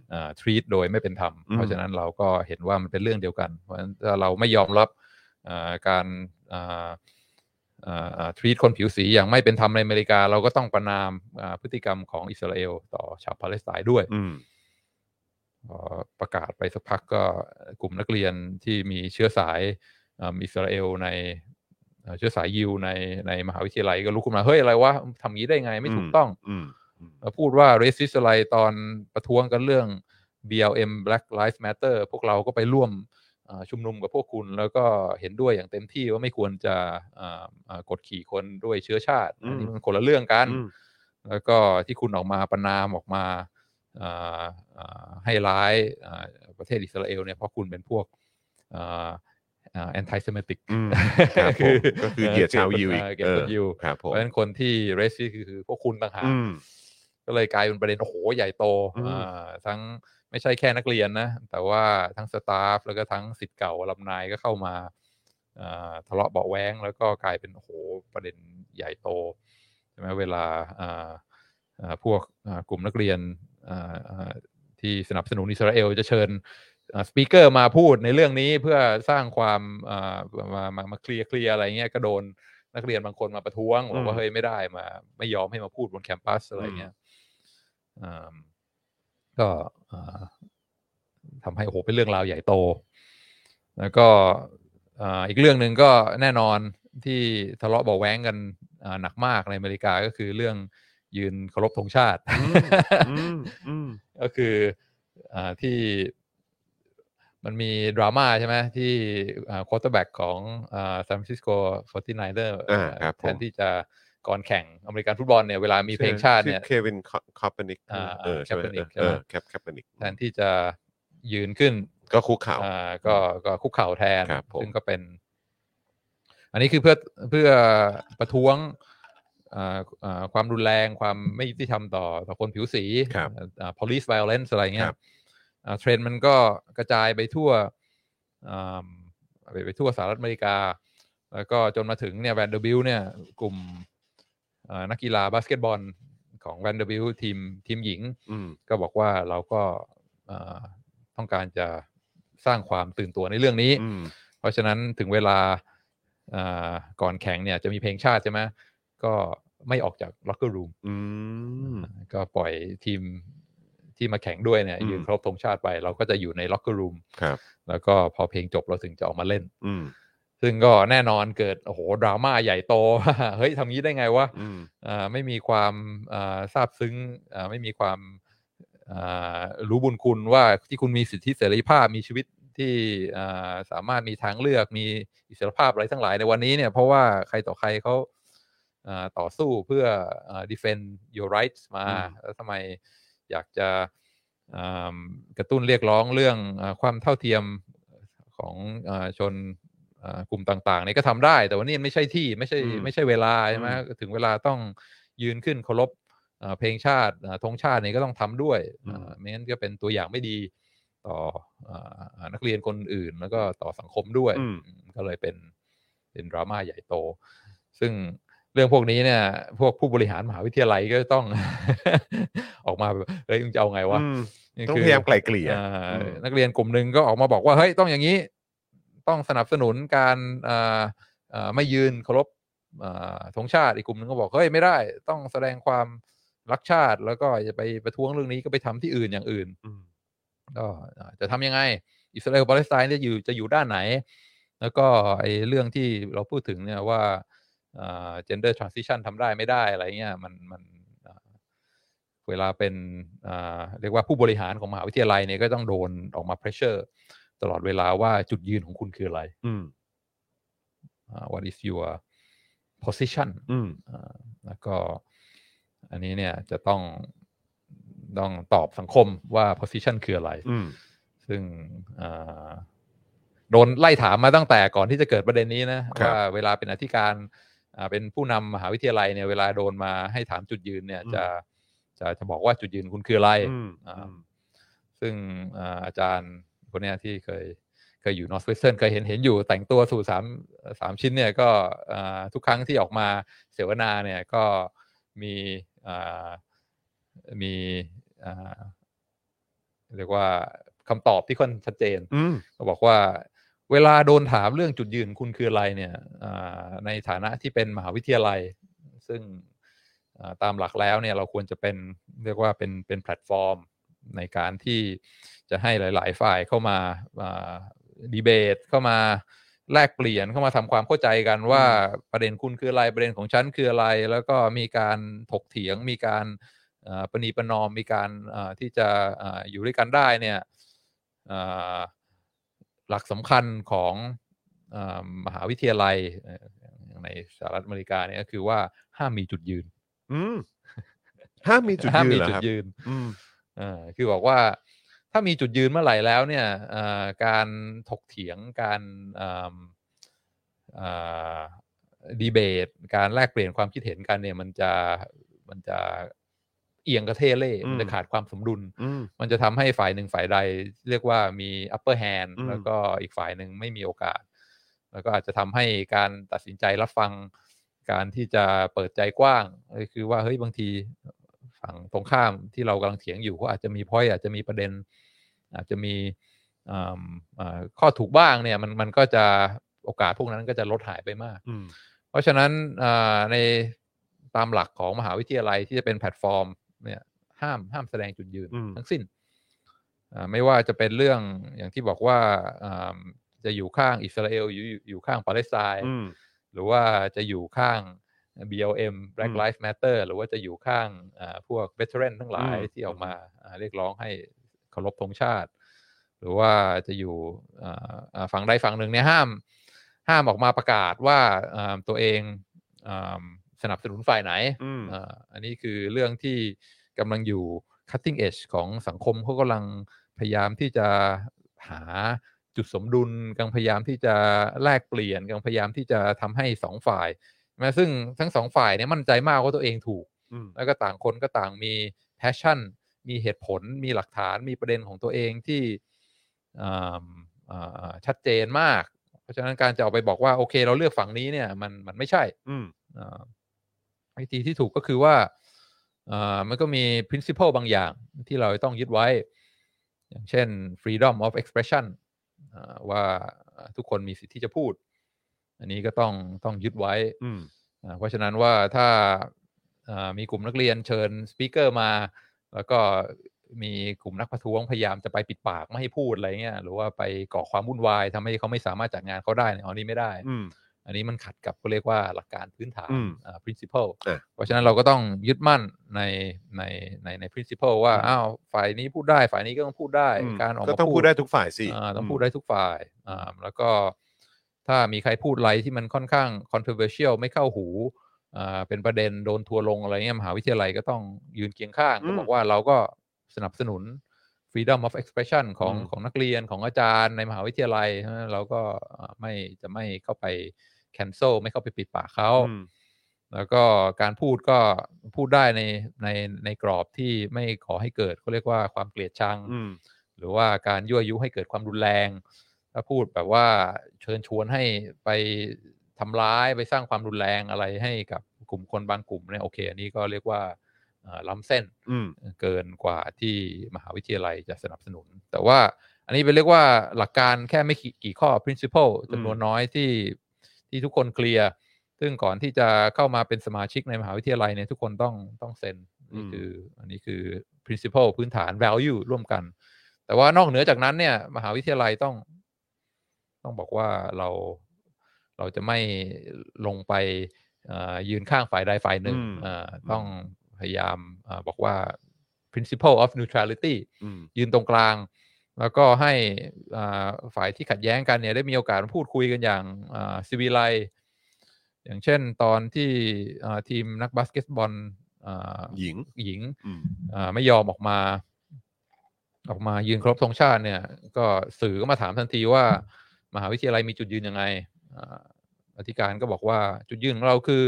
[SPEAKER 2] ทรีตโดยไม่เป็นธรรม
[SPEAKER 1] อืม
[SPEAKER 2] เพราะฉะนั้นเราก็เห็นว่ามันเป็นเรื่องเดียวกัน เพราะฉะนั้นถ้าเราไม่ยอมรับอ่าการทรีตคนผิวสีอย่างไม่เป็นธรรมในอเมริกา เราก็ต้องประนามอ่าพฤติกรรมของอิสราเอลต่อชาวปาเลสไตน์ด้วย
[SPEAKER 1] อืม
[SPEAKER 2] พอประกาศไปสักพักก็กลุ่มนักเรียนที่มีเชื้อสายอืมอิสราเอลในเอ่อเชื้อสายยิวในในมหาวิทยาลัยก็ลุกขึ้นมา เฮ้ย อะไรวะทำงี้ได้ไงไม่ถูกต้อง
[SPEAKER 1] อืม อืม
[SPEAKER 2] แล้วพูดว่า racist อะไรตอนประท้วงกันเรื่อง BLM Black Lives Matter พวกเราก็ไปร่วมอ่าชุมนุมกับพวกคุณ แล้วก็เห็นด้วยอย่างเต็มที่ว่าไม่ควรจะอ่าอ่ากดขี่คนด้วยเชื้อชาติอันนี้
[SPEAKER 1] อืม
[SPEAKER 2] มันคนละเรื่องกัน
[SPEAKER 1] อืม
[SPEAKER 2] แล้วก็ที่คุณออกมาประนามออกมาอ่าอ่าให้ร้ายอ่าประเทศอิสราเอลเนี่ยเพราะคุณเป็นพวกแอนติสเมติก
[SPEAKER 1] อืมครับผมก็คือเหยียดชาวยิวอีก
[SPEAKER 2] เหยียดคนยิว
[SPEAKER 1] เออครับผ
[SPEAKER 2] เพ
[SPEAKER 1] ม
[SPEAKER 2] ราะฉะนั้นคนที่เรสซี่คือพวกคุณต่างหาก
[SPEAKER 1] อืม
[SPEAKER 2] ก็เลยกลายเป็นประเด็นโอ้โหใหญ่โต
[SPEAKER 1] อืม
[SPEAKER 2] อ่าทั้งไม่ใช่แค่นักเรียนนะ แต่ว่าทั้งสตาฟแล้วก็ทั้งสิทธิ์เก่าลำนายก็เข้ามาอ่าทะเลาะเบาะแว้ง แล้วก็กลายเป็นโอ้โหประเด็นใหญ่โตใช่ไหมเวลาอ่า อ่าพวกอ่ากลุ่มนักเรียนอ่าอ่าที่สนับสนุนอิสราเอลจะเชิญสปีกเกอร์มาพูดในเรื่องนี้เพื่อสร้างความอ่ามามามาเคลียร์เคลียร์อะไรเงี้ยก็โดนนักเรียนบางคนมาประท้วงบอ
[SPEAKER 1] อื
[SPEAKER 2] ก
[SPEAKER 1] ม
[SPEAKER 2] ว่าเฮ้ยไม่ได้มาไม่ยอมให้มาพูดบนแคมปัสอะไรเงี้ยอ่าก็อ่าทำให้โอ้โหเป็นเรื่องราวใหญ่โต แล้วก็อ่าอีกเรื่องหนึ่งก็แน่นอนที่ทะเลาะเบาะแว้งกันอ่าหนักมากในอเมริกาก็คือเรื่องยืนเคารพธงชาติ
[SPEAKER 1] อืม อืมอืม
[SPEAKER 2] ก็คืออาที่มันมีดราม่าใช่ไหมที่ควอเตอร์แบ็กของซานฟรานซิสโก 49เดอร์
[SPEAKER 1] อ่าครับผม
[SPEAKER 2] แทนที่จะก่อนแข่งอเมริกันฟุตบอลเนี่ยเวลามีเพลงชาติเนี่ย
[SPEAKER 1] เควินคาปนิก
[SPEAKER 2] อ่า
[SPEAKER 1] เออใช่ไหม
[SPEAKER 2] Kaepernick ใช่
[SPEAKER 1] เอ
[SPEAKER 2] ไหม
[SPEAKER 1] อแคปแคปนิก
[SPEAKER 2] แทนที่จะยืนขึ้น
[SPEAKER 1] ก็คุกเข่า
[SPEAKER 2] อ่าก็ก็คุกเข่าแทน
[SPEAKER 1] ครับผม
[SPEAKER 2] ซึ่งก็เป็น อันนี้คือเพื่อเพื่อประท้วงอ่าอ่าความรุนแรงความไม่ยุติธรรมต่อต่อคนผิวสี
[SPEAKER 1] ครับ
[SPEAKER 2] อ่า police violence อะไร
[SPEAKER 1] ค
[SPEAKER 2] เงี้ย
[SPEAKER 1] รับ
[SPEAKER 2] อ่าเทรนด์มันก็กระจายไปทั่วอ่าไปไปทั่วสหรัฐอเมริกา แล้วก็จนมาถึงเนี่ยแวนเดอร์บิลเนี่ยกลุ่มอ่านักกีฬาบาสเกตบอลของแวนเดอร์บิลทีมทีมหญิง
[SPEAKER 1] อืม
[SPEAKER 2] ก็บอกว่าเราก็เอ่อต้องการจะสร้างความตื่นตัวในเรื่องนี้
[SPEAKER 1] อืม
[SPEAKER 2] เพราะฉะนั้นถึงเวลาเอ่อก่อนแข่งเนี่ยจะมีเพลงชาติใช่ไหมก็ไม่ออกจากล็อกเกอร์รูม
[SPEAKER 1] อืม
[SPEAKER 2] ก็ปล่อยทีมที่มาแข่งด้วยเนี่ย
[SPEAKER 1] อืม
[SPEAKER 2] ยืนเคารบธงชาติไป เราก็จะอยู่ในล็อกเกอร์รูม
[SPEAKER 1] ครับ
[SPEAKER 2] แล้วก็พอเพลงจบเราถึงจะออกมาเล่น
[SPEAKER 1] อืม
[SPEAKER 2] ซึ่งก็แน่นอนเกิดโอ้โหดราม่าใหญ่โต เฮ้ยทำงี้ได้ไงวะ
[SPEAKER 1] อืม
[SPEAKER 2] อ่าไม่มีความอ่าซาบซึ้งอ่าไม่มีความอ่ารู้บุญคุณว่าที่คุณมีสิทธิเสรีภาพมีชีวิตที่อ่าสามารถมีทางเลือกมีอิสรภาพอะไรทั้งหลายในวันนี้เนี่ยเพราะว่าใครต่อใครเขาอ่าต่อสู้เพื่ออ่า defend your rights มา
[SPEAKER 1] อืม
[SPEAKER 2] แล้วทำไมอยากจะอ่ากระตุ้นเรียกร้องเรื่องอาความเท่าเทียมของอาชน อ่ากลุ่มต่างๆเนี่ยก็ทำได้ แต่ว่านี่ไม่ใช่ที่ไม่ใช่
[SPEAKER 1] อืม
[SPEAKER 2] ไม่ใช่เวลาใช่ไหม
[SPEAKER 1] อืม
[SPEAKER 2] ถึงเวลาต้องยืนขึ้นเคารพอ่าเพลงชาติอ่าธงชาติเนี่ยก็ต้องทำด้วย
[SPEAKER 1] อืม
[SPEAKER 2] อ่าไม่งั้นก็เป็นตัวอย่างไม่ดีต่ออานักเรียนคนอื่น แล้วก็ต่อสังคมด้วย
[SPEAKER 1] อืม
[SPEAKER 2] ก็เลยเป็นเป็นดราม่าใหญ่โต ซึ่งเรื่องพวกนี้เนี่ย พวกผู้บริหารมหาวิทยาลัยก็ต้อง ออกมาแบบเฮ้ยมึงจะเอาไงวะ
[SPEAKER 1] อืม
[SPEAKER 2] นี่
[SPEAKER 1] ต้อง
[SPEAKER 2] คื
[SPEAKER 1] พยายามไกล่เกลี่ย
[SPEAKER 2] อ่า
[SPEAKER 1] อืม
[SPEAKER 2] นักเรียนกลุ่มหนึ่งก็ออกมาบอกว่าเฮ้ยต้องอย่างนี้ ต้องสนับสนุนการอ่าอ่าไม่ยืนเคารพอ่าธงชาติอีกกลุ่มหนึ่งก็บอกเฮ้ยไม่ได้ ต้องแสดงความรักชาติ แล้วก็จะไปประท้วงเรื่องนี้ก็ไปทำที่อื่นอย่างอื่น
[SPEAKER 1] อืม
[SPEAKER 2] ก็อ่าจะทำยังไง อิสราเอลปาเลสไตน์เนี่ยอยู่จะอยู่ด้านไหน แล้วก็ไอ้เรื่องที่เราพูดถึงเนี่ยว่า เจนเดอร์ทรานซิชันทำได้ไม่ได้อะไรเงี้ยมันมันเอ่อเวลาเป็นเอ่อเรียกว่าผู้บริหารของมหาวิทยาลัยเนี่ยก็ต้องโดนออกมา pressure ตลอดเวลาว่าจุดยืนของคุณคืออะไร
[SPEAKER 1] อืม
[SPEAKER 2] อ่า what is your position
[SPEAKER 1] อืม
[SPEAKER 2] อ่าแล้วก็อันนี้เนี่ยจะต้องต้องตอบสังคมว่า position คืออะไร
[SPEAKER 1] อืม
[SPEAKER 2] ซึ่งอ่าโดนไล่ถามมาตั้งแต่ก่อนที่จะเกิดประเด็นนี้นะครับ ว่าเวลาเป็นอธิการอ่าเป็นผู้นำมหาวิทยาลัยเนี่ยเวลาโดนมาให้ถามจุดยืนเนี่ย
[SPEAKER 1] อืม
[SPEAKER 2] จะจะจะบอกว่าจุดยืนคุณคืออะไร
[SPEAKER 1] อืม
[SPEAKER 2] อ่า
[SPEAKER 1] อืม
[SPEAKER 2] ซึ่งอ่าอาจารย์คนเนี้ยที่เคยเคยอยู่นอ r t h w e s t e r n เคยเห็นเห็นอยู่แต่งตัวสู่สามสามชิ้นเนี่ยก็อ่าทุกครั้งที่ออกมาเสวนาเนี่ยก็มีอ่ามีอ่าเรียกว่าคำตอบที่ค่อนชัดเจน
[SPEAKER 1] อืม
[SPEAKER 2] ก็บอกว่าเวลาโดนถามเรื่องจุดยืนคุณคืออะไรเนี่ยอ่าในฐานะที่เป็นมหาวิทยาลัย ซึ่งอ่าตามหลักแล้วเนี่ยเราควรจะเป็นเรียกว่าเป็นเป็นแพลตฟอร์มในการที่จะให้หลาย ๆ ฝ่ายเข้ามาดีเบตเข้ามาแลกเปลี่ยนเข้ามาทำความเข้าใจกันว่าประเด็นคุณคืออะไรประเด็นของฉันคืออะไร แล้วก็มีการถกเถียงมีการ เอ่อประนีประนอมมีการเอ่อที่จะเอ่ออยู่ด้วยกันได้เนี่ยเอ่อหลักสำคัญของเออมหาวิทยาลัยเอ่อในสหรัฐอเมริกาเนี่ยก็คือว่าห้ามมีจุดยืน
[SPEAKER 1] อื มห้ามมีจุด
[SPEAKER 2] ห้าม
[SPEAKER 1] ยืน
[SPEAKER 2] มี
[SPEAKER 1] เหรอ
[SPEAKER 2] จุด
[SPEAKER 1] ครับ
[SPEAKER 2] ยืน
[SPEAKER 1] อืม
[SPEAKER 2] เอ่อคือบอกว่าถ้ามีจุดยืนเมื่อไหร่แล้วเนี่ยเอ่อการถกเถียงการดีเบตการแลกเปลี่ยนความคิดเห็นกันเนี่ยมันจะมันจะเอียงกระเทเล่มันจะ
[SPEAKER 1] อืม
[SPEAKER 2] ขาดความสมดุล
[SPEAKER 1] อืม
[SPEAKER 2] มันจะทำให้ฝ่ายหนึ่งฝ่ายใด เรียกว่ามี upper hand
[SPEAKER 1] อืม
[SPEAKER 2] แล้วก็อีกฝ่ายหนึ่งไม่มีโอกาส แล้วก็อาจจะทำให้การตัดสินใจรับฟังการที่จะเปิดใจกว้างเอ้ยคือว่าเฮ้ยบางทีฝั่งตรงข้ามที่เรากำลังเถียงอยู่เขาอาจจะมีพอยอาจจะมีประเด็น อาจจะมีอืมอ่าข้อถูกบ้างเนี่ยมันมันก็จะโอกาสพวกนั้นก็จะลดหายไปมาก
[SPEAKER 1] อืม
[SPEAKER 2] เพราะฉะนั้นอ่าในตามหลักของมหาวิทยาลัยที่จะเป็นแพลตฟอร์มเนี่ยห้ามห้ามแสดงจุดยืน
[SPEAKER 1] อืม
[SPEAKER 2] ทั้งสิ้นอ่าไม่ว่าจะเป็นเรื่องอย่างที่บอกว่าอ่าจะอยู่ข้างอิสราเอลอยู่อยู่อยู่ข้างปาเลสไตน์
[SPEAKER 1] อืม
[SPEAKER 2] หรือว่าจะอยู่ข้าง BLM Black
[SPEAKER 1] อืม
[SPEAKER 2] Lives Matter หรือว่าจะอยู่ข้างอ่าพวก Veteran ทั้งหลาย
[SPEAKER 1] อืม
[SPEAKER 2] ที่ออกมาอ่าเรียกร้องให้เคารพธงชาติ หรือว่าจะอยู่อ่าอ่าฝั่งใดฝั่งหนึ่งเนี่ยห้าม ห้ามออกมาประกาศว่าอ่าตัวเองอ่าสนับสนุนฝ่ายไหน
[SPEAKER 1] อืม
[SPEAKER 2] อ่าอันนี้คือเรื่องที่กำลังอยู่ cutting edge ของสังคมเขากำลังพยายามที่จะหาจุดสมดุลกำลังพยายามที่จะแลกเปลี่ยนกำลังพยายามที่จะทำให้สองฝ่าย แม้ซึ่งทั้งสองฝ่ายเนี่ยมั่นใจมากว่าตัวเองถูก
[SPEAKER 1] อืม
[SPEAKER 2] แล้วก็ต่างคนก็ต่างมีแพชชั่น มีเหตุผล มีหลักฐาน มีประเด็นของตัวเองที่อ่าอ่าชัดเจนมาก เพราะฉะนั้นการจะออกไปบอกว่าโอเคเราเลือกฝั่งนี้เนี่ยมันมันไม่ใช่
[SPEAKER 1] อืม
[SPEAKER 2] อ่าวิธีที่ถูกก็คือว่าอ่ามันก็มี principle บางอย่างที่เราต้องยึดไว้ อย่างเช่น freedom of expression อ่าว่าทุกคนมีสิทธิ์ที่จะพูด อันนี้ก็ต้องต้องยึดไว้
[SPEAKER 1] อืม
[SPEAKER 2] อ่าเพราะฉะนั้นว่าถ้าอ่ามีกลุ่มนักเรียนเชิญสปีกเกอร์มา แล้วก็มีกลุ่มนักประท้วงพยายามจะไปปิดปากไม่ให้พูดอะไรเงี้ยหรือว่าไปก่อความวุ่นวายทำให้เขาไม่สามารถจัดงานเขาได้เนี่ยอันนี้ไม่ได้
[SPEAKER 1] อืม
[SPEAKER 2] อันนี้มันขัดกับก็เรียกว่าหลักการพื้นฐาน
[SPEAKER 1] อืม
[SPEAKER 2] อ่า principle
[SPEAKER 1] อ่ะ
[SPEAKER 2] เพราะฉะนั้นเราก็ต้องยึดมั่นในในในใน principle ว่า
[SPEAKER 1] อืม
[SPEAKER 2] อ้าวฝ่ายนี้พูดได้ฝ่ายนี้ก็ต้องพูดได้
[SPEAKER 1] อืม
[SPEAKER 2] การออก
[SPEAKER 1] ก็
[SPEAKER 2] มา
[SPEAKER 1] ต้องพูดได้ทุกฝ่ายสิ
[SPEAKER 2] อ่าต้องพูดได้ทุกฝ่ายอ่าแล้วก็ถ้ามีใครพูดอะไรที่มันค่อนข้าง controversial ไม่เข้าหูอ่าเป็นประเด็นโดนทัวร์ลงอะไรเงี้ยมหาวิทยาลัยก็ต้องยืนเคียงข้างก็บอกว่าเราก็สนับสนุน freedom of expression ของของนักเรียนของอาจารย์ในมหาวิทยาลัยเพราะฉะนั้นเราก็อ่าไม่จะไม่เข้าไป cancel ไม่เข้าไปปิดปากเขา
[SPEAKER 1] อืม
[SPEAKER 2] แล้วก็การพูดก็พูดได้ในในในกรอบที่ไม่ขอให้เกิดเขาเรียกว่าความเกลียดชัง
[SPEAKER 1] อืม
[SPEAKER 2] หรือว่าการยั่วยุให้เกิดความรุนแรงถ้าพูดแบบว่าเชิญชวนให้ไปทำร้ายไปสร้างความรุนแรงอะไรให้กับกลุ่มคนบางกลุ่มเนี่ยโอเค อันนี้ก็เรียกว่าเอ่อล้ำเส้น
[SPEAKER 1] อืม
[SPEAKER 2] เกินกว่าที่มหาวิทยาลัยจะสนับสนุน แต่ว่าอันนี้เป็นเรียกว่าหลักการแค่ไม่กี่กี่ข้อ principle จำนวนน้อยที่ที่ทุกคนเคลียร์ซึ่งก่อนที่จะเข้ามาเป็นสมาชิกในมหาวิทยาลัยเนี่ยทุกคนต้องต้องเซ็น
[SPEAKER 1] อื
[SPEAKER 2] นี่
[SPEAKER 1] ม
[SPEAKER 2] คือ อันนี้คือ principle พื้นฐาน value ร่วมกัน แต่ว่านอกเหนือจากนั้นเนี่ย มหาวิทยาลัยต้อง ต้องบอกว่าเราเราจะไม่ลงไป เอ่อยืนข้างฝ่ายใดฝ่ายหนึ่ง
[SPEAKER 1] อืม
[SPEAKER 2] เอ่อต้องพยายามเอ่อบอกว่า principle of neutrality
[SPEAKER 1] อืม
[SPEAKER 2] ยืนตรงกลาง แล้วก็ให้อ่าฝ่ายที่ขัดแย้งกันเนี่ยได้มีโอกาสมาพูดคุยกันอย่างซีวีไลอย่างเช่นตอนที่อ่าทีมนักบาสเกตบอลอ่า
[SPEAKER 1] หญิง
[SPEAKER 2] หญิง
[SPEAKER 1] อืม
[SPEAKER 2] อ่าไม่ยอมออกมา ออกมายืนเคารบธงชาติเนี่ย ก็สื่อก็มาถามทันทีว่า มหาวิทยาลัยมีจุดยืนยังไงอ่าอธิการก็บอกว่าจุดยืนของเราคือ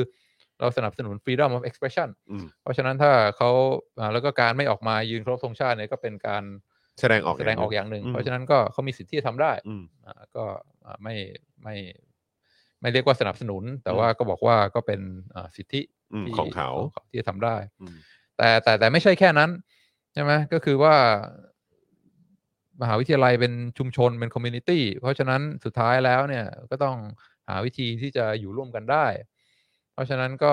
[SPEAKER 2] เราสนับสนุน freedom of expression
[SPEAKER 1] อืม
[SPEAKER 2] เพราะฉะนั้นถ้าเขาอ่าแล้วก็การไม่ออกมายืนเคารบธงชาติเนี่ยก็เป็นการ
[SPEAKER 1] แสดงออก
[SPEAKER 2] แสดงออกอย่างหนึ่ง
[SPEAKER 1] ม
[SPEAKER 2] เพราะฉะนั้นก็เขามีสิทธิ์ที่จะทำได้
[SPEAKER 1] อืม
[SPEAKER 2] อ่าก็อ่าไม่ไม่ไม่เรียกว่าสนับสนุน แต่
[SPEAKER 1] อืม
[SPEAKER 2] ว่าก็บอกว่าก็เป็นอ่าสิทธิ
[SPEAKER 1] อืม
[SPEAKER 2] ที่
[SPEAKER 1] ของเขา
[SPEAKER 2] ที่จะทำได้
[SPEAKER 1] อืม
[SPEAKER 2] แต่แต่แต่ไม่ใช่แค่นั้นใช่ไหมก็คือว่ามหาวิทยาลัยเป็นชุมชนเป็นคอมมูนิตี้เพราะฉะนั้นสุดท้ายแล้วเนี่ยก็ต้องหาวิธีที่จะอยู่ร่วมกันได้ เพราะฉะนั้นก็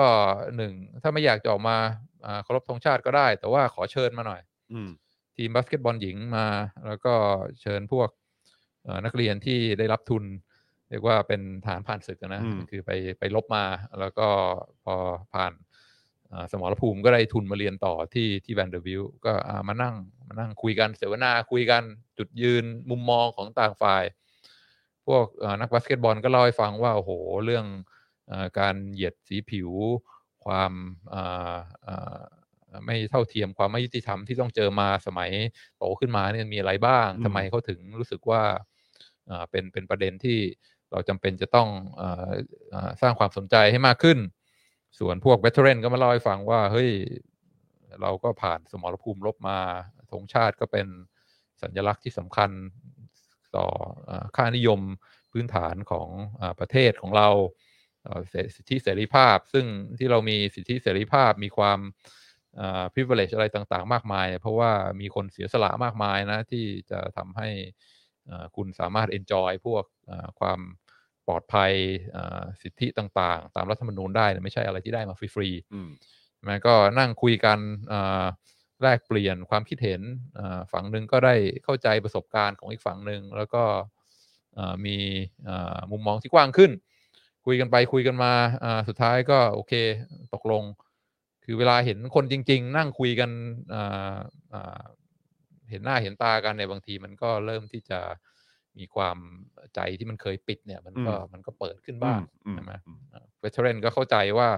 [SPEAKER 2] หนึ่งถ้าไม่อยากจะออกมาอ่าเคารพธงชาติก็ได้ แต่ว่าขอเชิญมาหน่อย
[SPEAKER 1] อืม
[SPEAKER 2] ทีมบาสเกตบอลหญิงมา แล้วก็เชิญพวกเอ่อนักเรียนที่ได้รับทุน เรียกว่าเป็นฐานผ่านศึกอะนะ
[SPEAKER 1] อืม
[SPEAKER 2] คือไปไปลบมาแล้วก็พอผ่านเอ่อสมรภูมิก็ได้ทุนมาเรียนต่อที่ที่แวนเดอร์วิลก็อ่ามานั่งมานั่งคุยกันเสวนาคุยกันจุดยืนมุมมองของต่างฝ่าย พวกเอ่อนักบาสเกตบอลก็เล่าให้ฟังว่าโอ้โหเรื่องเออการเหยียดสีผิวความอ่าอ่า ไม่เท่าเทียมความไม่ยุติธรรมที่ต้องเจอมาสมัยโตขึ้นมาเนี่ยมีอะไรบ้าง
[SPEAKER 1] อืม
[SPEAKER 2] ทำไมเขาถึงรู้สึกว่าอ่าเป็นเป็นประเด็นที่เราจำเป็นจะต้องอ่าอ่าสร้างความสนใจให้มากขึ้น ส่วนพวกเวทเทรนก็มาเล่าให้ฟังว่า เฮ้ย เราก็ผ่านสมรภูมิรบมาธงชาติก็เป็นสัญลักษณ์ที่สำคัญต่ออาค่านิยมพื้นฐานของอาประเทศของเรา เอ่อเสสิทธิเสรีภาพ ซึ่งที่เรามีสิทธิเสรีภาพมีความเอ่อ privilege อะไรต่างๆ มากมาย เพราะว่ามีคนเสียสละมากมายนะ ที่จะทำให้เอ่อคุณสามารถ enjoy พวกเอ่อความปลอดภัยเอ่อสิทธิต่างๆ ตามรัฐธรรมนูญได้เนี่ยไม่ใช่อะไรที่ได้มาฟรีๆ
[SPEAKER 1] อืม
[SPEAKER 2] มันก็นั่งคุยกันเอ่อแลกเปลี่ยนความคิดเห็นเอ่อฝั่งหนึ่งก็ได้เข้าใจประสบการณ์ของอีกฝั่งหนึ่งแล้วก็เอ่อมีเอ่อมุมมองที่กว้างขึ้น คุยกันไปคุยกันมาเอ่อสุดท้ายก็โอเคตกลง คือเวลาเห็นคนจริง ๆ นั่งคุยกันเอ่อเอ่อเห็นหน้าเห็นตากันเนี่ยบางทีมันก็เริ่มที่จะมีความใจที่มันเคยปิดเนี่ยมันก็
[SPEAKER 1] อืม
[SPEAKER 2] มันก็เปิดขึ้นบ้าง
[SPEAKER 1] อืม
[SPEAKER 2] ใช่ไหม
[SPEAKER 1] อืม
[SPEAKER 2] เวทเทรนก็เข้าใจว่า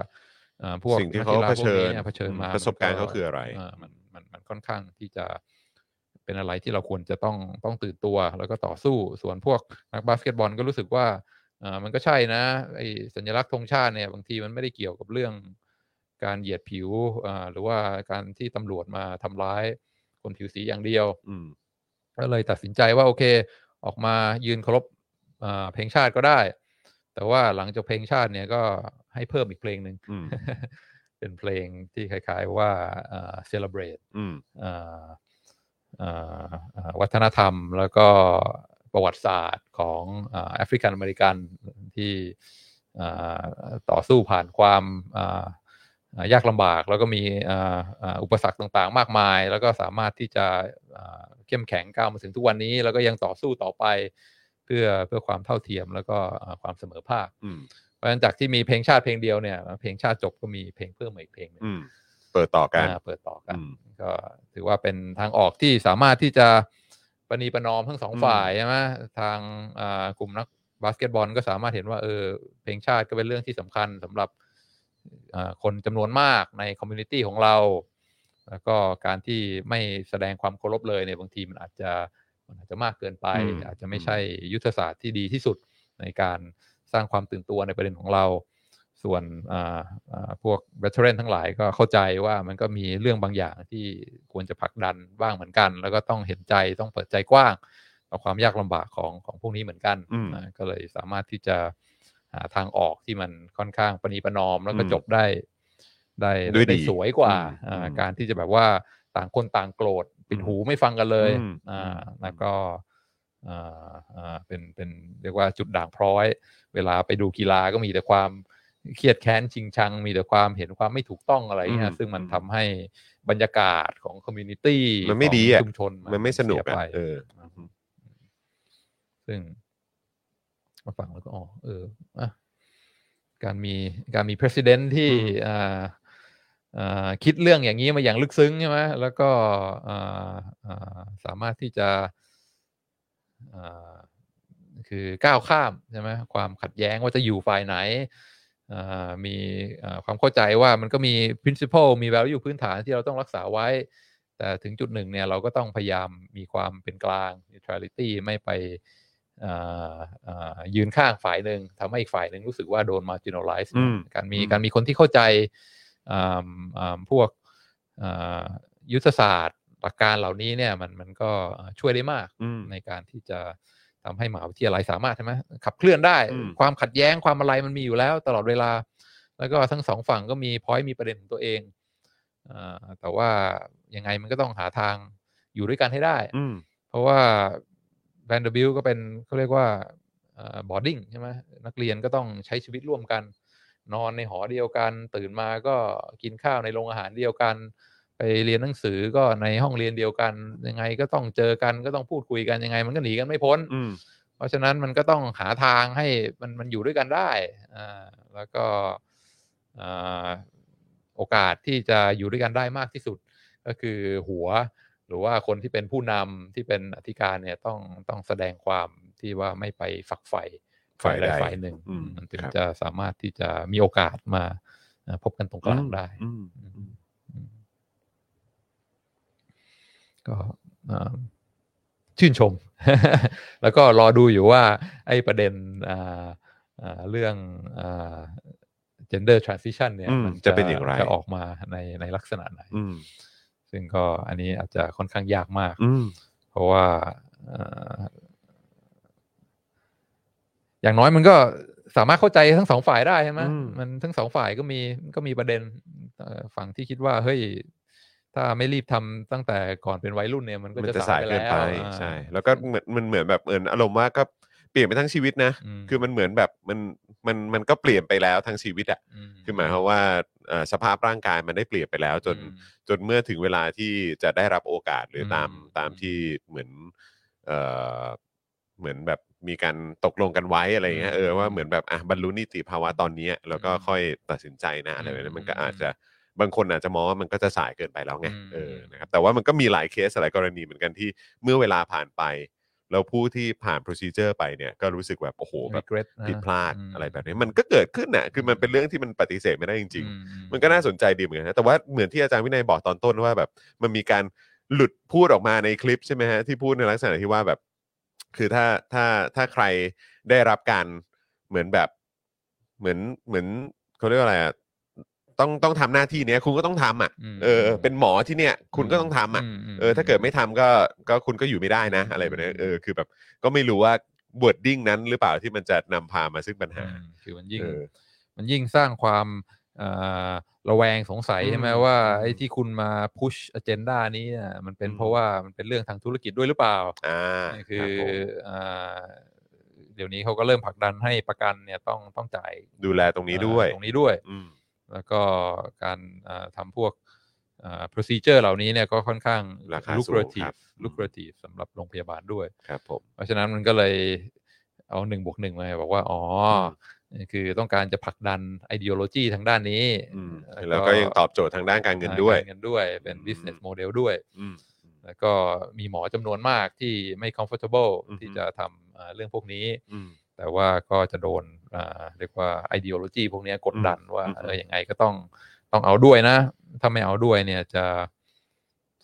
[SPEAKER 2] เอ่อพวก
[SPEAKER 1] สิ่งที่
[SPEAKER 2] นัก
[SPEAKER 1] เขา
[SPEAKER 2] กีฬ
[SPEAKER 1] เผชิญ
[SPEAKER 2] พวกนี้นี่ยเผชิญ
[SPEAKER 1] อืม
[SPEAKER 2] มา
[SPEAKER 1] ประสบการณ์เขาคืออะไร
[SPEAKER 2] เมันมันมันค่อนข้างที่จะเป็นอะไรที่เราควรจะต้องต้องตื่นตัว แล้วก็ต่อสู้ส่วนพวกนักบาสเกตบอลก็รู้สึกว่าเอ่อมันก็ใช่นะไอสัญลักษณ์ธงชาติเนี่ยบางทีมันไม่ได้เกี่ยวกับเรื่องการเหยียดผิวอ่าหรือว่าการที่ตำรวจมาทำร้ายคนผิวสีอย่างเดียว
[SPEAKER 1] อืม
[SPEAKER 2] ก็เลยตัดสินใจว่าโอเค ออกมายืนเคารพอ่าเพลงชาติก็ได้ แต่ว่าหลังจากเพลงชาติเนี่ยก็ให้เพิ่มอีกเพลง หนึ่ง
[SPEAKER 1] อืม
[SPEAKER 2] เป็นเพลงที่คล้ายๆว่าอ่า celebrate
[SPEAKER 1] อืม
[SPEAKER 2] อ่าอ่าอ่าวัฒนธรรมแล้วก็ประวัติศาสตร์ของแอฟริกันอเมริกันที่อ่าต่อสู้ผ่านความอ่าอ่ายากลำบาก แล้วก็มีอ่าอ่าอุปสรรคต่างๆ มากมาย แล้วก็สามารถที่จะอ่าเข้มแข็งก้าวมาถึงทุกวันนี้ แล้วก็ยังต่อสู้ต่อไปเพื่อเพื่อความเท่าเทียมแล้วก็อ่าความเสมอภาค
[SPEAKER 1] อืม
[SPEAKER 2] เพราะฉะนั้นจากที่มีเพลงชาติเพลงเดียวเนี่ยเพลงชาติจบก็มีเพลงเพิ่มมาอีกเพลงหนึ่ง
[SPEAKER 1] อืม เปิดต่อกัน
[SPEAKER 2] อ่าเปิดต่อกัน
[SPEAKER 1] อืม
[SPEAKER 2] ก็ถือว่าเป็นทางออกที่สามารถที่จะประนีประนอมทั้งสอง
[SPEAKER 1] อืม
[SPEAKER 2] ฝ่ายใช่ไหมทางอ่ากลุ่มนักบาสเกตบอลก็สามารถเห็นว่าเออเพลงชาติก็เป็นเรื่องที่สำคัญสำหรับอ่าคนจำนวนมากในคอมมูนิตี้ของเรา แล้วก็การที่ไม่แสดงความเคารพเลยเนี่ยบางทีมันอาจจะมันอาจจะมากเกินไป อาจจะไม่ใช่ยุทธศาสตร์ที่ดีที่สุดในการสร้างความตื่นตัวในประเด็นของเรา ส่วนอ่าอ่าพวกเวทเทรนทั้งหลายก็เข้าใจว่ามันก็มีเรื่องบางอย่างที่ควรจะผลักดันบ้างเหมือนกัน แล้วก็ต้องเห็นใจต้องเปิดใจกว้างต่อความยากลำบากของของพวกนี้เหมือนกัน
[SPEAKER 1] อืม
[SPEAKER 2] อ่าก็เลยสามารถที่จะหาทางออกที่มันค่อนข้างประนีประนอม แล้วก็
[SPEAKER 1] อืม
[SPEAKER 2] จบได้ได้
[SPEAKER 1] ด้วยดี
[SPEAKER 2] ได้สวยกว่า
[SPEAKER 1] อืม
[SPEAKER 2] อ่า
[SPEAKER 1] อืม
[SPEAKER 2] การที่จะแบบว่าต่างคนต่างโกรธปิดหูไม่ฟังกันเลย
[SPEAKER 1] อืม
[SPEAKER 2] อ่า
[SPEAKER 1] อืม
[SPEAKER 2] แล้วก็อ่าอ่าเป็นเป็นเรียกว่าจุดด่างพร้อย เวลาไปดูกีฬาก็มีแต่ความเครียดแค้นชิงชัง มีแต่ความเห็นความไม่ถูกต้องอะไรเงี้
[SPEAKER 1] อื
[SPEAKER 2] ย
[SPEAKER 1] ม
[SPEAKER 2] ซึ่งมันทำให้บรรยากาศของคอมมูนิตี้
[SPEAKER 1] มันไม่ดีอะ
[SPEAKER 2] ชุมชน
[SPEAKER 1] มันไม่สนุกอะ
[SPEAKER 2] เสียไป
[SPEAKER 1] เออ
[SPEAKER 2] ซึ่งมาฟังแล้วก็อ๋อเอออ่ะ การมีการมี president ที่อ่าอ่าคิดเรื่องอย่างนี้มาอย่างลึกซึ้งใช่ไหมแล้วก็อ่าอ่าสามารถที่จะอ่าคือก้าวข้ามใช่ไหมความขัดแย้งว่าจะอยู่ฝ่ายไหนอ่ามีอ่าความเข้าใจว่ามันก็มี principle มี value พื้นฐานที่เราต้องรักษาไว้ แต่ถึงจุดหนึ่งเนี่ยเราก็ต้องพยายามมีความเป็นกลาง neutrality ไม่ไปอ่าอ่ายืนข้างฝ่ายหนึ่งทำให้อีกฝ่ายหนึ่งรู้สึกว่าโดน marginalize
[SPEAKER 1] อืม
[SPEAKER 2] การมี
[SPEAKER 4] อืม
[SPEAKER 2] การมีคนที่เข้าใจอ่าอ่าพวกอ่ายุทธศาสตร์หลักการเหล่านี้เนี่ยมันมันก็ช่วยได้มาก
[SPEAKER 1] อืม
[SPEAKER 2] ในการที่จะทำให้มหาวิทยาลัยสามารถใช่ไหมขับเคลื่อนได้
[SPEAKER 1] อืม
[SPEAKER 2] ความขัดแย้งความอะไรมันมีอยู่แล้วตลอดเวลา แล้วก็ทั้งสองฝั่งก็มีพอยต์มีประเด็นของตัวเองอ่าแต่ว่ายังไงมันก็ต้องหาทางอยู่ด้วยกันให้ได้
[SPEAKER 1] อืม
[SPEAKER 2] เพราะว่าแวนเดอร์บิลก็เป็นเขาเรียกว่าบอดดิ้งใช่ไหมนักเรียนก็ต้องใช้ชีวิตร่วมกัน นอนในหอเดียวกัน ตื่นมาก็กินข้าวในโรงอาหารเดียวกัน ไปเรียนหนังสือก็ในห้องเรียนเดียวกัน ยังไงก็ต้องเจอกันก็ต้องพูดคุยกันยังไง มันก็หนีกันไม่พ้น
[SPEAKER 1] อืม
[SPEAKER 2] เพราะฉะนั้นมันก็ต้องหาทางให้มันมันอยู่ด้วยกันได้อ่าแล้วก็อ่าโอกาสที่จะอยู่ด้วยกันได้มากที่สุด ก็คือหัว หรือว่าคนที่เป็นผู้นำที่เป็นอธิการเนี่ยต้องต้องแสดงความที่ว่าไม่ไปฝักใฝ่ฝ่ายใด
[SPEAKER 1] ฝ่ายใด
[SPEAKER 2] ฝ่ายหนึ่ง
[SPEAKER 1] อืม
[SPEAKER 2] มันถึง
[SPEAKER 1] ครับ
[SPEAKER 2] จะสามารถที่จะมีโอกาสมาอ่าพบกันตรงกลางได้
[SPEAKER 1] อืม
[SPEAKER 2] อืมก็อ่าชื่นชม แล้วก็รอดูอยู่ว่า ไอ้ประเด็นอ่าอ่าเรื่องอ่า gender transition เนี่ย
[SPEAKER 1] อืม
[SPEAKER 2] มั
[SPEAKER 1] จะเป็นอย่างไร
[SPEAKER 2] จะออกมาในในลักษณะไหน
[SPEAKER 1] อืม
[SPEAKER 2] ซึ่งก็อันนี้อาจจะค่อนข้างยากมาก
[SPEAKER 1] อืม
[SPEAKER 2] เพราะว่าเอ่ออย่างน้อยมันก็สามารถเข้าใจทั้งสองฝ่ายได้ใช่ไหม
[SPEAKER 1] อืม
[SPEAKER 2] มันทั้งสองฝ่ายก็มีก็มีประเด็นเอ่อฝั่งที่คิดว่าเฮ้ยถ้าไม่รีบทำตั้งแต่ก่อนเป็นวัยรุ่นเนี่ยมันก็
[SPEAKER 1] มัน
[SPEAKER 2] จะ
[SPEAKER 1] จะ
[SPEAKER 2] สา
[SPEAKER 1] สาย ย
[SPEAKER 2] ไป
[SPEAKER 1] เกิน
[SPEAKER 2] แล้ว
[SPEAKER 1] ไป
[SPEAKER 2] อ่า
[SPEAKER 1] ใช่ แล้วก็เหมือนมันเหมือนแบบเหมือนอารมณ์ว่าก็เปลี่ยนไปทั้งชีวิตนะ
[SPEAKER 2] ม
[SPEAKER 1] คือมันเหมือนแบบมันมันมันก็เปลี่ยนไปแล้วทั้งชีวิตอ่ะ
[SPEAKER 2] ม
[SPEAKER 1] คือหมายความว่าเอ่อสภาพร่างกายมันได้เปลี่ยนไปแล้วจน
[SPEAKER 2] อืม
[SPEAKER 1] จนเมื่อถึงเวลาที่จะได้รับโอกาสหรืออ
[SPEAKER 2] ม
[SPEAKER 1] ตามตามที่เหมือนเอ่อเหมือนแบบมีการตกลงกันไว้อะไรเงี้ย
[SPEAKER 2] อืม
[SPEAKER 1] เออว่าเหมือนแบบอ่ะบรรลุนิติภาวะตอนเนี้ยแล้วก็
[SPEAKER 2] อืม
[SPEAKER 1] ค่อยตัดสินใจนะอะไรแบบ
[SPEAKER 2] อื
[SPEAKER 1] นี้
[SPEAKER 2] ม
[SPEAKER 1] มันก็อาจจะบางคนอาจจะมองว่ามันก็จะสายเกินไปแล้วไง
[SPEAKER 2] อืม
[SPEAKER 1] เออนะครับแต่ว่ามันก็มีหลายเคสหลายกรณีเหมือนกันที่เมื่อเวลาผ่านไป แล้วผู้ที่ผ่าน procedure ไปเนี่ยก็รู้สึกแบบโอ้โหแบบ
[SPEAKER 2] regret นะ
[SPEAKER 1] ผิดพลาด
[SPEAKER 2] ม
[SPEAKER 1] อะไรแบบนี้มันก็เกิดขึ้นน่ะคือมันเป็นเรื่องที่มันปฏิเสธไม่ได้จริง
[SPEAKER 2] อื
[SPEAKER 1] ๆ มันก็น่าสนใจดีเหมือนกันนะแต่ว่าเหมือนที่อาจารย์วินัยบอกตอนต้นว่าแบบมันมีการหลุดพูดออกมาในคลิปใช่ไหมฮะที่พูดในลักษณะที่ว่าแบบ คือถ้าถ้าถ้าใครได้รับการเหมือนแบบเหมือนเหมือนเขาเรียกว่าอะไรอ่ะต้องต้องทำหน้าที่เนี้ยคุณก็ต้องทำอ่ะ
[SPEAKER 2] ม
[SPEAKER 1] เออ เป็นหมอที่เนี่ย คุณก็ต้องทำอ่ะ
[SPEAKER 2] มม
[SPEAKER 1] เออถ้าเกิดไม่ทำก็ก็คุณก็อยู่ไม่ได้นะ อะไรแบบนี้เออคือแบบก็ไม่รู้ว่าบวดดิ้งนั้นหรือเปล่าที่มันจะนำพามาซึ่งปัญหา
[SPEAKER 2] อืมคือมันยิ่ง
[SPEAKER 1] เออ
[SPEAKER 2] มันยิ่งสร้างความเอ่อระแวงสงสัย
[SPEAKER 1] อืม
[SPEAKER 2] ใช่ไหมว่าไอ้ที่คุณมาพุชอเจนดานี้น่ะมันเป็น
[SPEAKER 1] อืม
[SPEAKER 2] เพราะว่ามันเป็นเรื่องทางธุรกิจด้วยหรือเปล่า
[SPEAKER 1] อ่า
[SPEAKER 2] นี่คื
[SPEAKER 1] รับ
[SPEAKER 2] อ
[SPEAKER 1] ผม
[SPEAKER 2] เอ่อเดี๋ยวนี้เขาก็เริ่มผลักดันให้ประกันเนี่ยต้องต้องจ่าย
[SPEAKER 1] ดูแลตรงนี้ด้วย
[SPEAKER 2] เอ่อตรงนี้ด้วย
[SPEAKER 1] อืม
[SPEAKER 2] แล้วก็การเอ่อทำพวกเอ่อ procedure เหล่านี้เนี่ยก็ค่อนข้าง
[SPEAKER 1] ราคาสูง
[SPEAKER 2] lucrative
[SPEAKER 1] ครับ
[SPEAKER 2] lucrative สำหรับโรงพยาบาลด้วย
[SPEAKER 1] ครับผม
[SPEAKER 2] เพราะฉะนั้นมันก็เลยเอาหนึ่งบวกหนึ่งมาบอกว่า อ๋อ คือต้องการจะผลักดันไอเดียโลจีทางด้านนี้
[SPEAKER 1] อืมแล้วก็ยังตอบโจทย์ทางด้านการเงิน
[SPEAKER 2] อ่
[SPEAKER 1] ด้วย
[SPEAKER 2] การเงินด้วยเป็น
[SPEAKER 1] อืม
[SPEAKER 2] business model ด้วย
[SPEAKER 1] อืม
[SPEAKER 2] แล้วก็มีหมอจำนวนมากที่ไม่ comfortable
[SPEAKER 1] อือฮึ
[SPEAKER 2] ที่จะทำเอ่อเรื่องพวกนี้
[SPEAKER 1] อืม
[SPEAKER 2] แต่ว่าก็จะโดนอ่าเรียกว่าไอเดียโลจีพวกเนี้ยกดดันว่า
[SPEAKER 1] อืม
[SPEAKER 2] เออยังไงก็ต้องต้องเอาด้วยนะ ถ้าไม่เอาด้วยเนี่ยจะ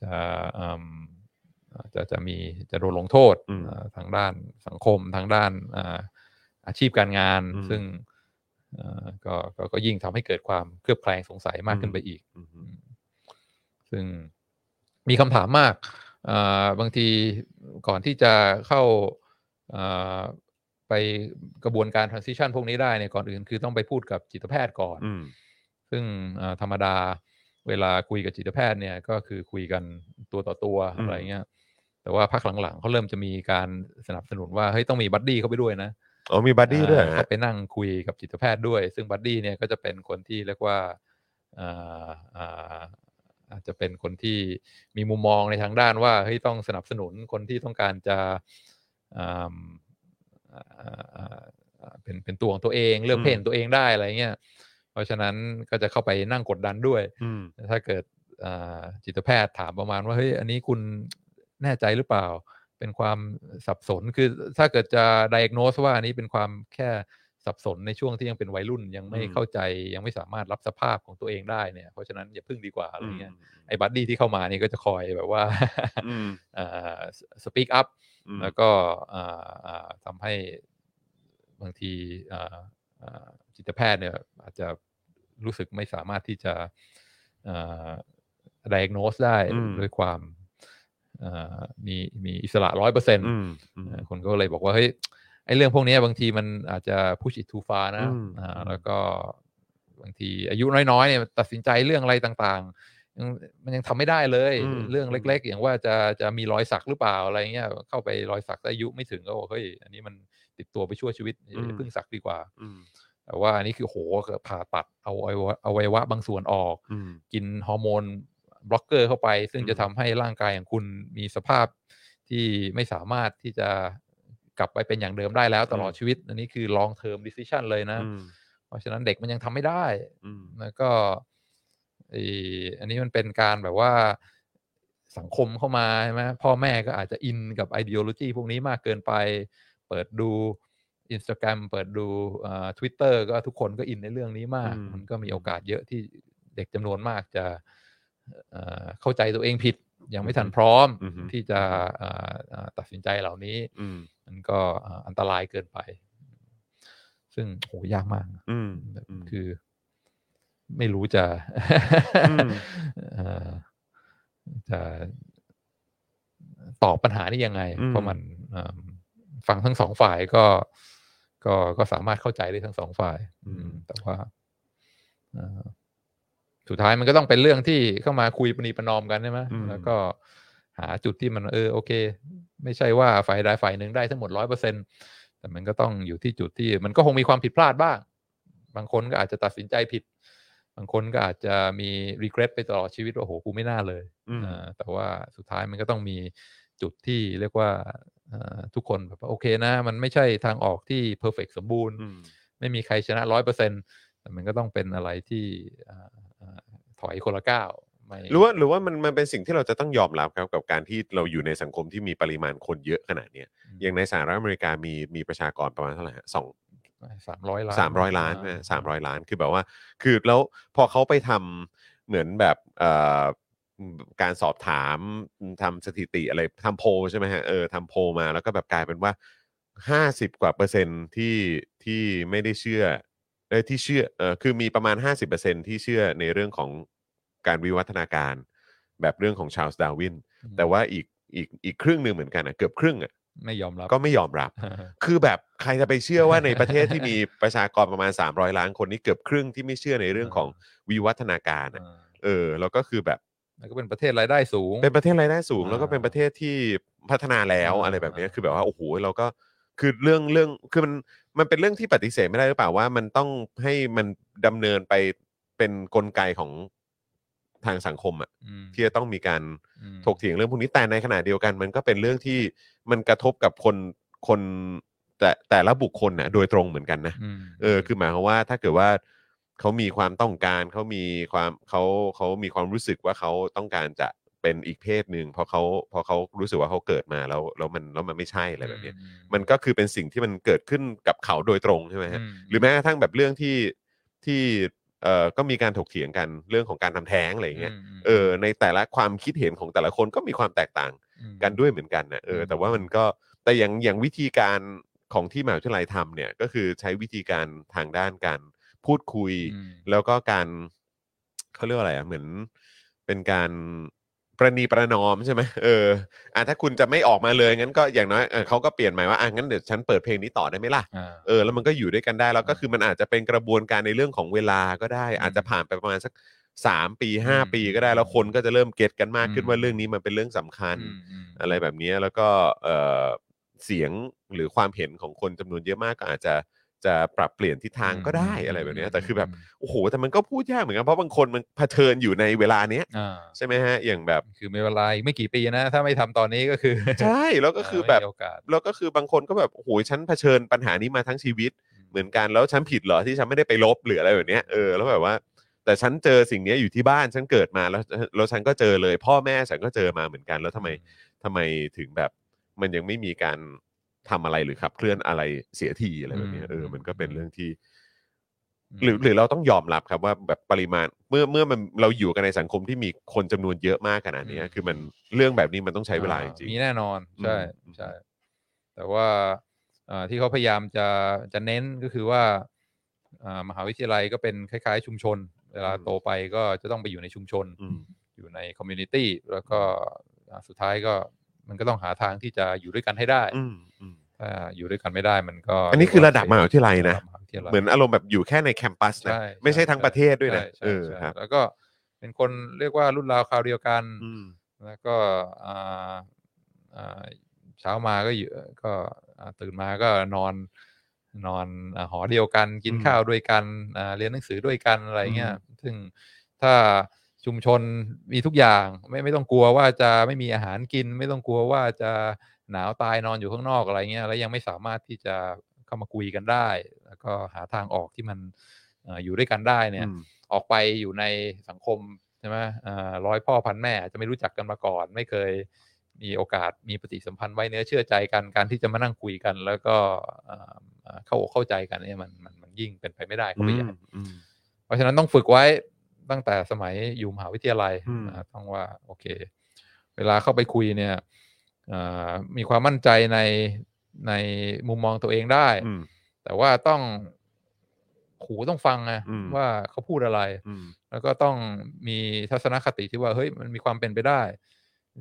[SPEAKER 2] จะอืมจะจะมีจะโดนลงโทษ
[SPEAKER 1] อืม
[SPEAKER 2] อ่าทางด้านสังคมทางด้านอ่าอาชีพการงาน
[SPEAKER 1] อืม
[SPEAKER 2] ซึ่งอ่าก็ก็ก็ยิ่งทำให้เกิดความเคลือบแคลงสงสัยมากขึ้นไปอีก
[SPEAKER 1] อืมอืม
[SPEAKER 2] ซึ่งมีคำถามมากเอ่อบางทีก่อนที่จะเข้าเอ่อไปกระบวนการ transition พวกนี้ได้เนี่ยก่อนอื่นคือต้องไปพูดกับจิตแพทย์ก่อน
[SPEAKER 1] อืม
[SPEAKER 2] ซึ่งเอ่อธรรมดาเวลาคุยกับจิตแพทย์เนี่ยก็คือคุยกันตัวต่อตัว
[SPEAKER 1] อืม
[SPEAKER 2] อะไรเงี้ย แต่ว่าพักหลังๆเขาเริ่มจะมีการสนับสนุนว่าเฮ้ยต้องมีบัดดี้เข้าไปด้วยนะ
[SPEAKER 1] อ๋อมีบัดดี้ด้วยเหรอ
[SPEAKER 2] อ่า
[SPEAKER 1] ฮะ
[SPEAKER 2] ก็ไปนั่งคุยกับจิตแพทย์ด้วย ซึ่งบัดดี้เนี่ยก็จะเป็นคนที่เรียกว่าอ่าอ่าอาจจะเป็นคนที่มีมุมมองในทางด้านว่าเฮ้ยต้องสนับสนุนคนที่ต้องการจะอ่าอ่าอ่า อ่าเป็นเป็นตัวของตัวเองเลือกเพศของตัวเองได้อะไรเงี้ยเพราะฉะนั้นก็จะเข้าไปนั่งกดดันด้วย
[SPEAKER 1] อืม
[SPEAKER 2] ถ้าเกิดอ่าจิตแพทย์ถามประมาณว่าเฮ้ยอันนี้คุณแน่ใจหรือเปล่า เป็นความสับสนคือถ้าเกิดจะ diagnose ว่าอันนี้เป็นความแค่สับสนในช่วงที่ยังเป็นวัยรุ่นยังไม่
[SPEAKER 1] อืม
[SPEAKER 2] เข้าใจยังไม่สามารถรับสภาพของตัวเองได้เนี่ยเพราะฉะนั้นอย่าพึ่งดีกว่าอะไรเงี้ยไอ้บัดดี้ที่เข้ามานี่ก็จะคอยแบบว่า
[SPEAKER 1] อืม
[SPEAKER 2] อ่า speak up
[SPEAKER 1] อืม
[SPEAKER 2] แล้วก็อ่าอ่าทำให้บางทีอ่าอ่าจิตแพทย์เนี่ยอาจจะรู้สึกไม่สามารถที่จะอ่า diagnose ได้
[SPEAKER 1] อืม
[SPEAKER 2] ด้วยความอ่ามีมีอิสระร้อยเปอร์เซ็นต์
[SPEAKER 1] อืมอืม
[SPEAKER 2] คนก็เลยบอกว่าเฮ้ยไอ้เรื่องพวกเนี้ยบางทีมันอาจจะ push it too far นะ
[SPEAKER 1] อืม
[SPEAKER 2] อ่าแล้วก็บางทีอายุน้อยๆเนี่ยตัดสินใจเรื่องอะไรต่าง ๆ ยังมันยังทำไม่ได้เลย
[SPEAKER 1] อืม
[SPEAKER 2] เรื่องเล็ก ๆ อย่างว่าจะจะมีรอยสักหรือเปล่าอะไรเงี้ยเข้าไปรอยสักแต่อายุไม่ถึงก็บอกเฮ้ยอันนี้มันติดตัวไปชั่วชีวิตอย่า
[SPEAKER 1] อืม
[SPEAKER 2] เพิ่งสักดีกว่า
[SPEAKER 1] อืม
[SPEAKER 2] แต่ว่าอันนี้คือโหผ่าตัดเอาอวัยวะอวัยวะบางส่วนออก
[SPEAKER 1] อืม
[SPEAKER 2] กินฮอร์โมนบล็อกเกอร์เข้าไป ซึ่ง
[SPEAKER 1] อืม
[SPEAKER 2] จะทำให้ร่างกายของคุณมีสภาพที่ไม่สามารถที่จะกลับไปเป็นอย่างเดิมได้แล้วตลอดชีวิต อันนี้คือ long term decision เลยนะ
[SPEAKER 1] อืม
[SPEAKER 2] เพราะฉะนั้นเด็กมันยังทำไม่ได้
[SPEAKER 1] อืม
[SPEAKER 2] แล้วก็ไออันนี้มันเป็นการแบบว่าสังคมเข้ามาใช่ไหมพ่อแม่ก็อาจจะอินกับ i d e o l o g y พวกนี้มากเกินไป เปิดดู Instagram เปิดดูทวิตเตอร์ก็ทุกคนก็อินในเรื่องนี้มาก
[SPEAKER 1] อืม
[SPEAKER 2] มันก็มีโอกาสเยอะที่เด็กจำนวนมากจะเอ่อเข้าใจตัวเองผิด ยังไม่ทันพร้อม
[SPEAKER 1] อืม
[SPEAKER 2] ที่จะเอ่อเอ่อตัดสินใจเหล่านี้
[SPEAKER 1] อืม
[SPEAKER 2] มันก็เอ่ออันตรายเกินไป ซึ่งโหยากมาก
[SPEAKER 1] อืม
[SPEAKER 2] แบบ
[SPEAKER 1] อืม
[SPEAKER 2] คือ ไม่รู้จะ
[SPEAKER 1] อืม
[SPEAKER 2] เอ่อจะตอบปัญหานี้ยังไง
[SPEAKER 1] อืม
[SPEAKER 2] เพราะมันเอิ่มฟังทั้งสองฝ่ายก็ก็ก็สามารถเข้าใจได้ทั้งสองฝ่าย อืม แต่ว่าเอ่อสุดท้ายมันก็ต้องเป็นเรื่องที่เข้ามาคุยประนีประนอมกันใช่ไหม
[SPEAKER 1] อืม
[SPEAKER 2] แล้วก็หาจุดที่มันเออโอเค ไม่ใช่ว่าฝ่ายใดฝ่ายหนึ่งได้ทั้งหมดร้อยเปอร์เซ็นแต่มันก็ต้องอยู่ที่จุดที่ มันก็คงมีความผิดพลาดบ้าง บางคนก็อาจจะตัดสินใจผิด บางคนก็อาจจะมี regret ไปตลอดชีวิตว่าโหกูไม่น่าเลย
[SPEAKER 1] อืม
[SPEAKER 2] อ่าแต่ว่าสุดท้ายมันก็ต้องมีจุดที่เรียกว่าอ่าทุกคนแบบว่าโอเคนะ มันไม่ใช่ทางออกที่เพอร์เฟกสมบูรณ์
[SPEAKER 1] อืม
[SPEAKER 2] ไม่มีใครชนะร้อยเปอร์เซ็นแต่มันก็ต้องเป็นอะไรที่อ่าอ่าถอยคนละก้าวไม่
[SPEAKER 1] หรือว่าหรือว่ามันมันเป็นสิ่งที่เราจะต้องยอมรับครับกับการที่เราอยู่ในสังคมที่มีปริมาณคนเยอะขนาดเนี้ยอย่างในสหรัฐอเมริกามีมีประชากรประมาณเท่าไหร่ฮะสอง
[SPEAKER 2] สามร้อยล้าน
[SPEAKER 1] สามร้อยล้านนะสามร้อยล้านคือแบบว่า คือแล้วพอเขาไปทำเหมือนแบบเอ่อการสอบถามทำสถิติอะไรทำโพลใช่ไหมฮะเออทำโพลมาแล้วก็แบบกลายเป็นว่าห้าสิบกว่าเปอร์เซ็นต์ที่ที่ไม่ได้เชื่อ เออที่เชื่อเออคือมีประมาณ 50%ที่เชื่อในเรื่องของการวิวัฒนาการ แบบเรื่องของชาร์ลส์ดาร์วิน
[SPEAKER 2] อืม
[SPEAKER 1] แต่ว่าอีกอีกอีกครึ่งหนึ่งเหมือนกันนะเกือบครึ่งอ่ะ
[SPEAKER 2] ไม่ยอมรับ
[SPEAKER 1] ก็ไม่ยอมรับ คือแบบใครจะไปเชื่อว่าในประเทศที่มีประชากรประมาณ 300 ล้านคนนี้เกือบครึ่งที่ไม่เชื่อในเรื่องของวิวัฒนาการอะ
[SPEAKER 2] อ่า
[SPEAKER 1] เออแล้วก็คือแบบ
[SPEAKER 2] แล้วก็เป็นประเทศรายได้สูง
[SPEAKER 1] เป็นประเทศรายได้สูง
[SPEAKER 2] อ่า
[SPEAKER 1] แล้วก็เป็นประเทศที่พัฒนาแล้ว
[SPEAKER 2] อ่า
[SPEAKER 1] อะไรแบบเนี้ย
[SPEAKER 2] อ่า
[SPEAKER 1] คือแบบว่าโอ้โหเราก็คือเรื่องเรื่องคือมันมันเป็นเรื่องที่ปฏิเสธไม่ได้หรือเปล่าว่ามันต้องให้มันดำเนินไปเป็นกลไกของทางสังคมอะ
[SPEAKER 2] อืม
[SPEAKER 1] ที่จะต้องมีการ
[SPEAKER 2] อืม
[SPEAKER 1] ถกเถียงเรื่องพวกนี้แต่ในขณะเดียวกัน มันก็เป็นเรื่องที่มันกระทบกับคนคนแต่แต่ละบุคคลนะโดยตรงเหมือนกันนะ
[SPEAKER 2] อืม
[SPEAKER 1] เออคือหมายความว่าถ้าเกิดว่าเขามีความต้องการเขามีความเขาเขามีความรู้สึกว่าเขาต้องการจะเป็นอีกเพศหนึ่งเพราะเขาเพราะเขารู้สึกว่าเขาเกิดมาแล้วแล้วมันแล้วมันไม่ใช่อะไรแบบเนี้ยมันก็คือเป็นสิ่งที่มันเกิดขึ้นกับเขาโดยตรงใช่ไหมฮะ หรือแม้กระทั่งแบบเรื่องที่ที่เอ่อก็มีการถกเถียงกันเรื่องของการทำแท้งอะไรอย่างเงี้ย เออในแต่ละความคิดเห็นของแต่ละคนก็มีความแตกต่างกันด้วยเหมือนกันนะเออ
[SPEAKER 2] อืม
[SPEAKER 1] แต่ว่ามันก็แต่อย่างอย่างวิธีการของที่มหาวิทยาลัยทำเนี่ยก็คือใช้วิธีการทางด้านการพูดคุย
[SPEAKER 2] อืม
[SPEAKER 1] แล้วก็การเขาเรียกว่าอะไรอ่ะเหมือนเป็นการประนีประนอมใช่ไหมเอออ่ะถ้าคุณจะไม่ออกมาเลยงั้นก็อย่างน้อยเออเขาก็เปลี่ยนหมายว่าอ่ะงั้นเดี๋ยวฉันเปิดเพลงนี้ต่อได้ไหมล่ะ
[SPEAKER 2] อ่า
[SPEAKER 1] เออแล้วมันก็อยู่ด้วยกันได้แล้วก็
[SPEAKER 2] อ่า
[SPEAKER 1] คือมันอาจจะเป็นกระบวนการในเรื่องของเวลาก็ได้
[SPEAKER 2] อืม
[SPEAKER 1] อาจจะผ่านไปประมาณสักสามปีห้า
[SPEAKER 2] อืม
[SPEAKER 1] ปีก็ได้แล้วคนก็จะเริ่มเก็ตกันมากขึ้น
[SPEAKER 2] อืม
[SPEAKER 1] ว่าเรื่องนี้มันเป็นเรื่องสำคัญ
[SPEAKER 2] อืมอืม
[SPEAKER 1] อะไรแบบนี้แล้วก็เอ่อเสียงหรือความเห็นของคนจำนวนเยอะมากก็อาจจะจะปรับเปลี่ยนทิศทางก็ได้อะไรแบบเนี้ยแต่คือแบบโอ้โหแต่มันก็พูดยากเหมือนกันเพราะบางคนมันเผชิญอยู่ในเวลาเนี้ย
[SPEAKER 2] อ่า
[SPEAKER 1] ใช่ไหมฮะอย่างแบบ
[SPEAKER 2] คือไม่เวลาอีกไม่กี่ปีนะ ถ้าไม่ทำตอนนี้ก็คือ
[SPEAKER 1] ใช่แล้วก็คือแบบ
[SPEAKER 2] เไม่มีโอกาส
[SPEAKER 1] แล้วก็คือบางคนก็แบบโอ้โหฉันเผชิญปัญหานี้มาทั้งชีวิต เหมือนกันแล้วฉันผิดเหรอที่ฉันไม่ได้ไปลบหรืออะไรแบบเนี้ยเออแล้วแบบว่า แต่ฉันเจอสิ่งเนี้ยอยู่ที่บ้านฉันเกิดมาแล้วแล้วฉันก็เจอเลย พ่อแม่ฉันก็เจอมาเหมือนกันแล้วทำไม ทำไมถึงแบบมันยังไม่มีการทำอะไรหรือขับเคลื่อนอะไรเสียทีอะไรแบบเนี้ย
[SPEAKER 2] อืม
[SPEAKER 1] เออมันก็เป็นเรื่องที่
[SPEAKER 2] อืม
[SPEAKER 1] หรือหรือเราต้องยอมรับครับว่าแบบปริมาณ เมื่อเมื่อมันเราอยู่กันในสังคมที่มีคนจำนวนเยอะมากขนาดเนี้ยคือมันเรื่องแบบนี้มันต้องใช้เวลาจริง
[SPEAKER 2] มีแน่นอนใช่
[SPEAKER 1] อืม
[SPEAKER 2] ใช่ แต่ว่าเอ่อที่เขาพยายามจะจะเน้นก็คือว่าเอ่อมหาวิทยาลัยก็เป็นคล้าย ๆ ชุมชน เวลาโตไปก็จะต้องไปอยู่ในชุมชน
[SPEAKER 1] ๆอืม
[SPEAKER 2] อยู่ในคอมมูนิตี้แล้วก็อ่าสุดท้ายก็มันก็ต้องหาทางที่จะอยู่ด้วยกันให้ได้
[SPEAKER 1] อืมอืม
[SPEAKER 2] ถ้าอยู่ด้วยกันไม่ได้มันก็
[SPEAKER 1] อันนี้คือระดับมหาวิทยาลัยนะ
[SPEAKER 2] รดับมหาวิทยาลัย
[SPEAKER 1] เหมือนอารมณ์แบบอยู่แค่ในแคมปัสนะ
[SPEAKER 2] ใช่
[SPEAKER 1] ไม่ใช่
[SPEAKER 2] ใช่
[SPEAKER 1] ทั้งประเทศด้วยนะ
[SPEAKER 2] ใช่ใช่
[SPEAKER 1] เออ
[SPEAKER 2] ใช่
[SPEAKER 1] ครับ
[SPEAKER 2] แล้วก็เป็นคนเรียกว่ารุ่นราวคราวเดียวกัน
[SPEAKER 1] อืม
[SPEAKER 2] แล้วก็อ่าอ่าเช้ามาก็อยู่ก็อ่าตื่นมาก็นอนนอนอาหอเดียวกัน กิน
[SPEAKER 1] อืม
[SPEAKER 2] ข้าวด้วยกันอ่าเรียนหนังสือด้วยกันอะไรเงี้ยซึ่งถ้าชุมชนมีทุกอย่างไม่ไม่ต้องกลัวว่าจะไม่มีอาหารกิน ไม่ต้องกลัวว่าจะหนาวตายนอนอยู่ข้างนอกอะไรเงี้ยแล้วยังไม่สามารถที่จะเข้ามาคุยกันได้ แล้วก็หาทางออกที่มันเอ่ออยู่ด้วยกันได้เนี่ย
[SPEAKER 1] อืม
[SPEAKER 2] ออกไปอยู่ในสังคมใช่ไหมอ่าร้อยพ่อพันแม่อาจจะไม่รู้จักกันมาก่อน ไม่เคยมีโอกาสมีปฏิสัมพันธ์ไว้เนื้อเชื่อใจกัน การที่จะมานั่งคุยกัน แล้วก็อ่าอ่าเข้าอกเข้าใจกันเนี่ยมันมันมันยิ่งเป็นไปไม่ได้เข้าไปใหญ่
[SPEAKER 1] อืม
[SPEAKER 2] เพราะฉะนั้นต้องฝึกไว้ตั้งแต่สมัยอยู่มหาวิทยาลัย
[SPEAKER 1] อืม
[SPEAKER 2] นะครับต้องว่าโอเค เวลาเข้าไปคุยเนี่ยอ่ามีความมั่นใจในในมุมมองตัวเองได้
[SPEAKER 1] อืม
[SPEAKER 2] แต่ว่าต้องหูต้องฟังนะ
[SPEAKER 1] อืม
[SPEAKER 2] ว่าเขาพูดอะไร
[SPEAKER 1] อืม
[SPEAKER 2] แล้วก็ต้องมีทัศนคติที่ว่าเฮ้ยมันมีความเป็นไปได้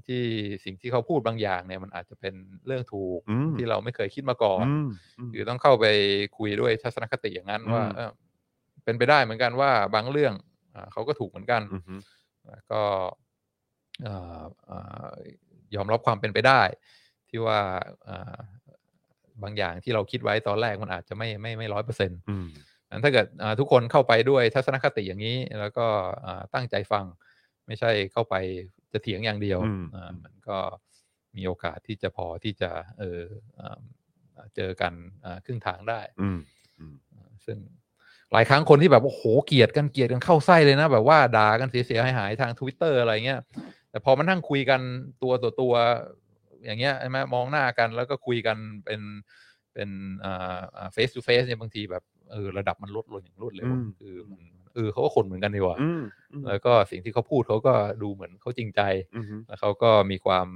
[SPEAKER 2] ที่สิ่งที่เขาพูดบางอย่างเนี่ยมันอาจจะเป็นเรื่องถูก
[SPEAKER 1] อืม
[SPEAKER 2] ที่เราไม่เคยคิดมาก่อน
[SPEAKER 1] อืม
[SPEAKER 2] หรือต้องเข้าไปคุยด้วยทัศนคติอย่างนั้นว่า
[SPEAKER 1] อืม
[SPEAKER 2] เออเป็นไปได้เหมือนกันว่าบางเรื่องอ่าเขาก็ถูกเหมือนกัน
[SPEAKER 1] อือฮึ
[SPEAKER 2] แล้วก็อ่าอ่ายอมรับความเป็นไปได้ ที่ว่าอ่าบางอย่างที่เราคิดไว้ตอนแรกมันอาจจะไม่ไม่ไม่ร้อยเปอร์เซ็นต์
[SPEAKER 1] อืม
[SPEAKER 2] อันถ้าเกิดอ่าทุกคนเข้าไปด้วยทัศนคติอย่างนี้ แล้วก็อ่าตั้งใจฟัง ไม่ใช่เข้าไปจะเถียงอย่างเดียว
[SPEAKER 1] อืม
[SPEAKER 2] อ่า
[SPEAKER 1] อืม
[SPEAKER 2] มันก็มีโอกาสที่จะพอที่จะเอออ่าเจอกันอ่าครึ่งทางได้
[SPEAKER 1] อืม
[SPEAKER 2] ซึ่งหลายครั้งคนที่แบบโอ้โหเกลียดกันเกลียดกันเข้าไส้เลยนะ แบบว่าด่ากันเสียหายๆทาง Twitter อะไรเงี้ยแต่พอมานั่งคุยกันตัวต่อตัวอย่างเงี้ยใช่ไหมมองหน้ากันแล้วก็คุยกันเป็นเป็นอ่าเฟสทูเฟสเนี่ยบางทีแบบเออระดับมันลดลงอย่างรวดเร็ว
[SPEAKER 1] อืม
[SPEAKER 2] คือมันเออเขาก็คนเหมือนกันดีกว่า
[SPEAKER 1] อืมอืม
[SPEAKER 2] แล้วก็สิ่งที่เขาพูดเขาก็ดูเหมือนเขาจริงใจ
[SPEAKER 1] อืม
[SPEAKER 2] แล้วเขาก็มีความ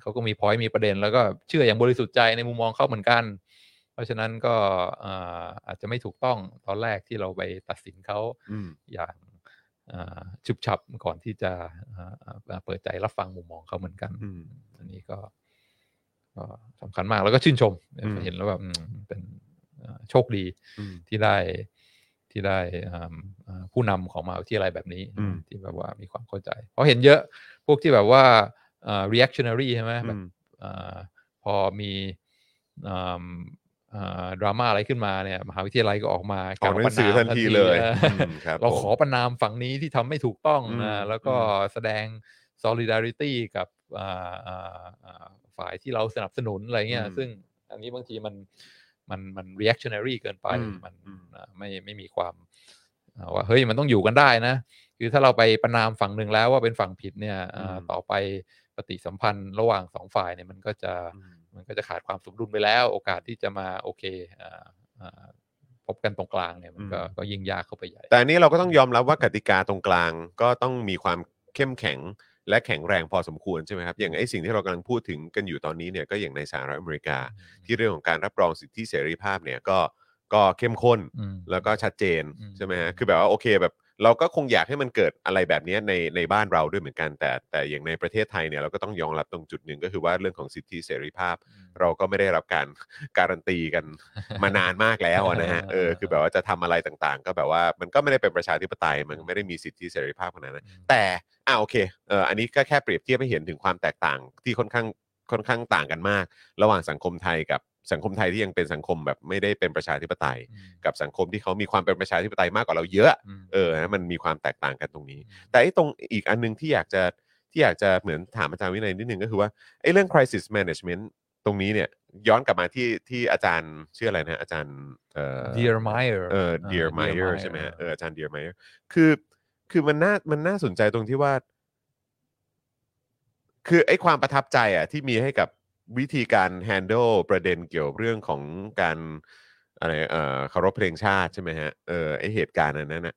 [SPEAKER 2] เขาก็มีพอย มีประเด็น แล้วก็เชื่ออย่างบริสุทธิ์ใจในมุมมองเขาเหมือนกัน เพราะฉะนั้นก็อ่าอาจจะไม่ถูกต้องตอนแรกที่เราไปตัดสินเขา
[SPEAKER 1] อืม
[SPEAKER 2] อย่างอ่าฉุบฉับก่อนที่จะอ่าอ่าเปิดใจรับฟังมุมมองเขาเหมือนกัน
[SPEAKER 1] อืม
[SPEAKER 2] อันนี้ก็ก็สำคัญมากแล้วก็ชื่นชม
[SPEAKER 1] อืม
[SPEAKER 2] เห็นแล้วแบบอืมเป็นอ่าโชคดี
[SPEAKER 1] อืม
[SPEAKER 2] ที่ได้ที่ได้อ่าอ่าผู้นำของมหาวิทยาลัยแบบนี้
[SPEAKER 1] อืม
[SPEAKER 2] ที่แบบว่ามีความเข้าใจ เพราะเห็นเยอะพวกที่แบบว่าอ่า reactionary ใช่ไหม
[SPEAKER 1] อื
[SPEAKER 2] แบบ
[SPEAKER 1] ม
[SPEAKER 2] อ่าพอมีอ่าอ่าดราม่าอะไรขึ้นมาเนี่ยมหาวิทยาลัยก็ออกมา
[SPEAKER 1] ออกหนังสือ
[SPEAKER 2] ประม
[SPEAKER 1] ทันทีเลย
[SPEAKER 2] อออ
[SPEAKER 1] มครับ
[SPEAKER 2] เรา
[SPEAKER 1] ผม
[SPEAKER 2] ขอประนามฝั่งนี้ที่ทำไม่ถูกต้อง
[SPEAKER 1] อืม
[SPEAKER 2] นะแล้วก็
[SPEAKER 1] อื
[SPEAKER 2] แสดง solidarity กับอ่าอ่าอ่าฝ่ายที่เราสนับสนุนอะไรเงี้ย
[SPEAKER 1] อืม
[SPEAKER 2] ซึ่งอันนี้บางทีมันมันมัน reactionary เกินไป
[SPEAKER 1] อืม
[SPEAKER 2] มัน
[SPEAKER 1] อืม
[SPEAKER 2] อ่าไม่ไม่มีความอ่าว่าเฮ้ยมันต้องอยู่กันได้นะ คือถ้าเราไปประนามฝั่งหนึ่งแล้วว่าเป็นฝั่งผิดเนี่ยอ่า
[SPEAKER 1] อืม
[SPEAKER 2] ต่อไปปฏิสัมพันธ์ระหว่างสองฝ่ายเนี่ยมันก็จะ มันก็จะขาดความสมดุลไปแล้ว โอกาสที่จะมาโอเคอ่าอ่าพบกันตรงกลางเนี่ยมันก็
[SPEAKER 1] อืม
[SPEAKER 2] ก็ยิ่งยากเข้าไปใหญ่
[SPEAKER 1] แต่อันนี้เราก็ต้องยอมรับว่ากติกาตรงกลางก็ต้องมีความเข้มแข็งและแข็งแรงพอสมควรใช่ไหมครับ อย่างไอ้สิ่งที่เรากำลังพูดถึงกันอยู่ตอนนี้เนี่ยก็อย่างในสหรัฐอเมริกา ที่เรื่องของการรับรองสิทธิเสรีภาพเนี่ยก็ก็เข้มข้น
[SPEAKER 2] อืม
[SPEAKER 1] แล้วก็ชัดเจน
[SPEAKER 2] อืม
[SPEAKER 1] ใช่ไหมฮะ คือแบบว่าโอเคแบบเราก็คงอยากให้มันเกิดอะไรแบบเนี้ยในในบ้านเราด้วยเหมือนกัน แต่แต่อย่างในประเทศไทยเนี่ยเราก็ต้องยอมรับตรงจุดหนึ่งก็คือว่าเรื่องของสิทธิเสรีภาพ เราก็ไม่ได้รับการ การันตีกันมานานมากแล้วอะนะฮะ เออ คือแบบว่าจะทำอะไรต่างๆ ก็แบบว่ามันก็ไม่ได้เป็นประชาธิปไตย มันไม่ได้มีสิทธิเสรีภาพขนาดนั้น แต่อ่าโอเค เอออันนี้ก็แค่เปรียบเทียบให้เห็นถึงความแตกต่างที่ค่อนข้างค่อนข้างต่างกันมาก ระหว่างสังคมไทยกับสังคมไทยที่ยังเป็นสังคมแบบไม่ได้เป็นประชาธิปไตย
[SPEAKER 2] อืม
[SPEAKER 1] กับสังคมที่เขามีความเป็นประชาธิปไตยมากกว่าเราเยอะ
[SPEAKER 2] อืม
[SPEAKER 1] เออนะมันมีความแตกต่างกันตรงนี้ แต่ไอ้ตรงอีกอันหนึงที่อยากจะที่อยากจะเหมือนถามอาจารย์วินัยนิดนึงก็คือว่าไอ้เรื่อง crisis management ตรงนี้เนี่ยย้อนกลับมาที่ที่อาจารย์ชื่ออะไรนะอาจารย์เอ่อ
[SPEAKER 2] เดียร์ไมเออร์
[SPEAKER 1] เออเดียร์ไมเออร์ใช่ไหมฮะเอออาจารย์เดียร์ไมเออร์คือคือมันน่ามันน่าสนใจตรงที่ว่า คือไอ้ความประทับใจอ่ะที่มีให้กับวิธีการ handle ประเด็นเกี่ยวเรื่องของการอะไรเอ่อเคารพเพลงชาติใช่ไหมฮะเออไอเหตุการณ์อันนั้นน่ะ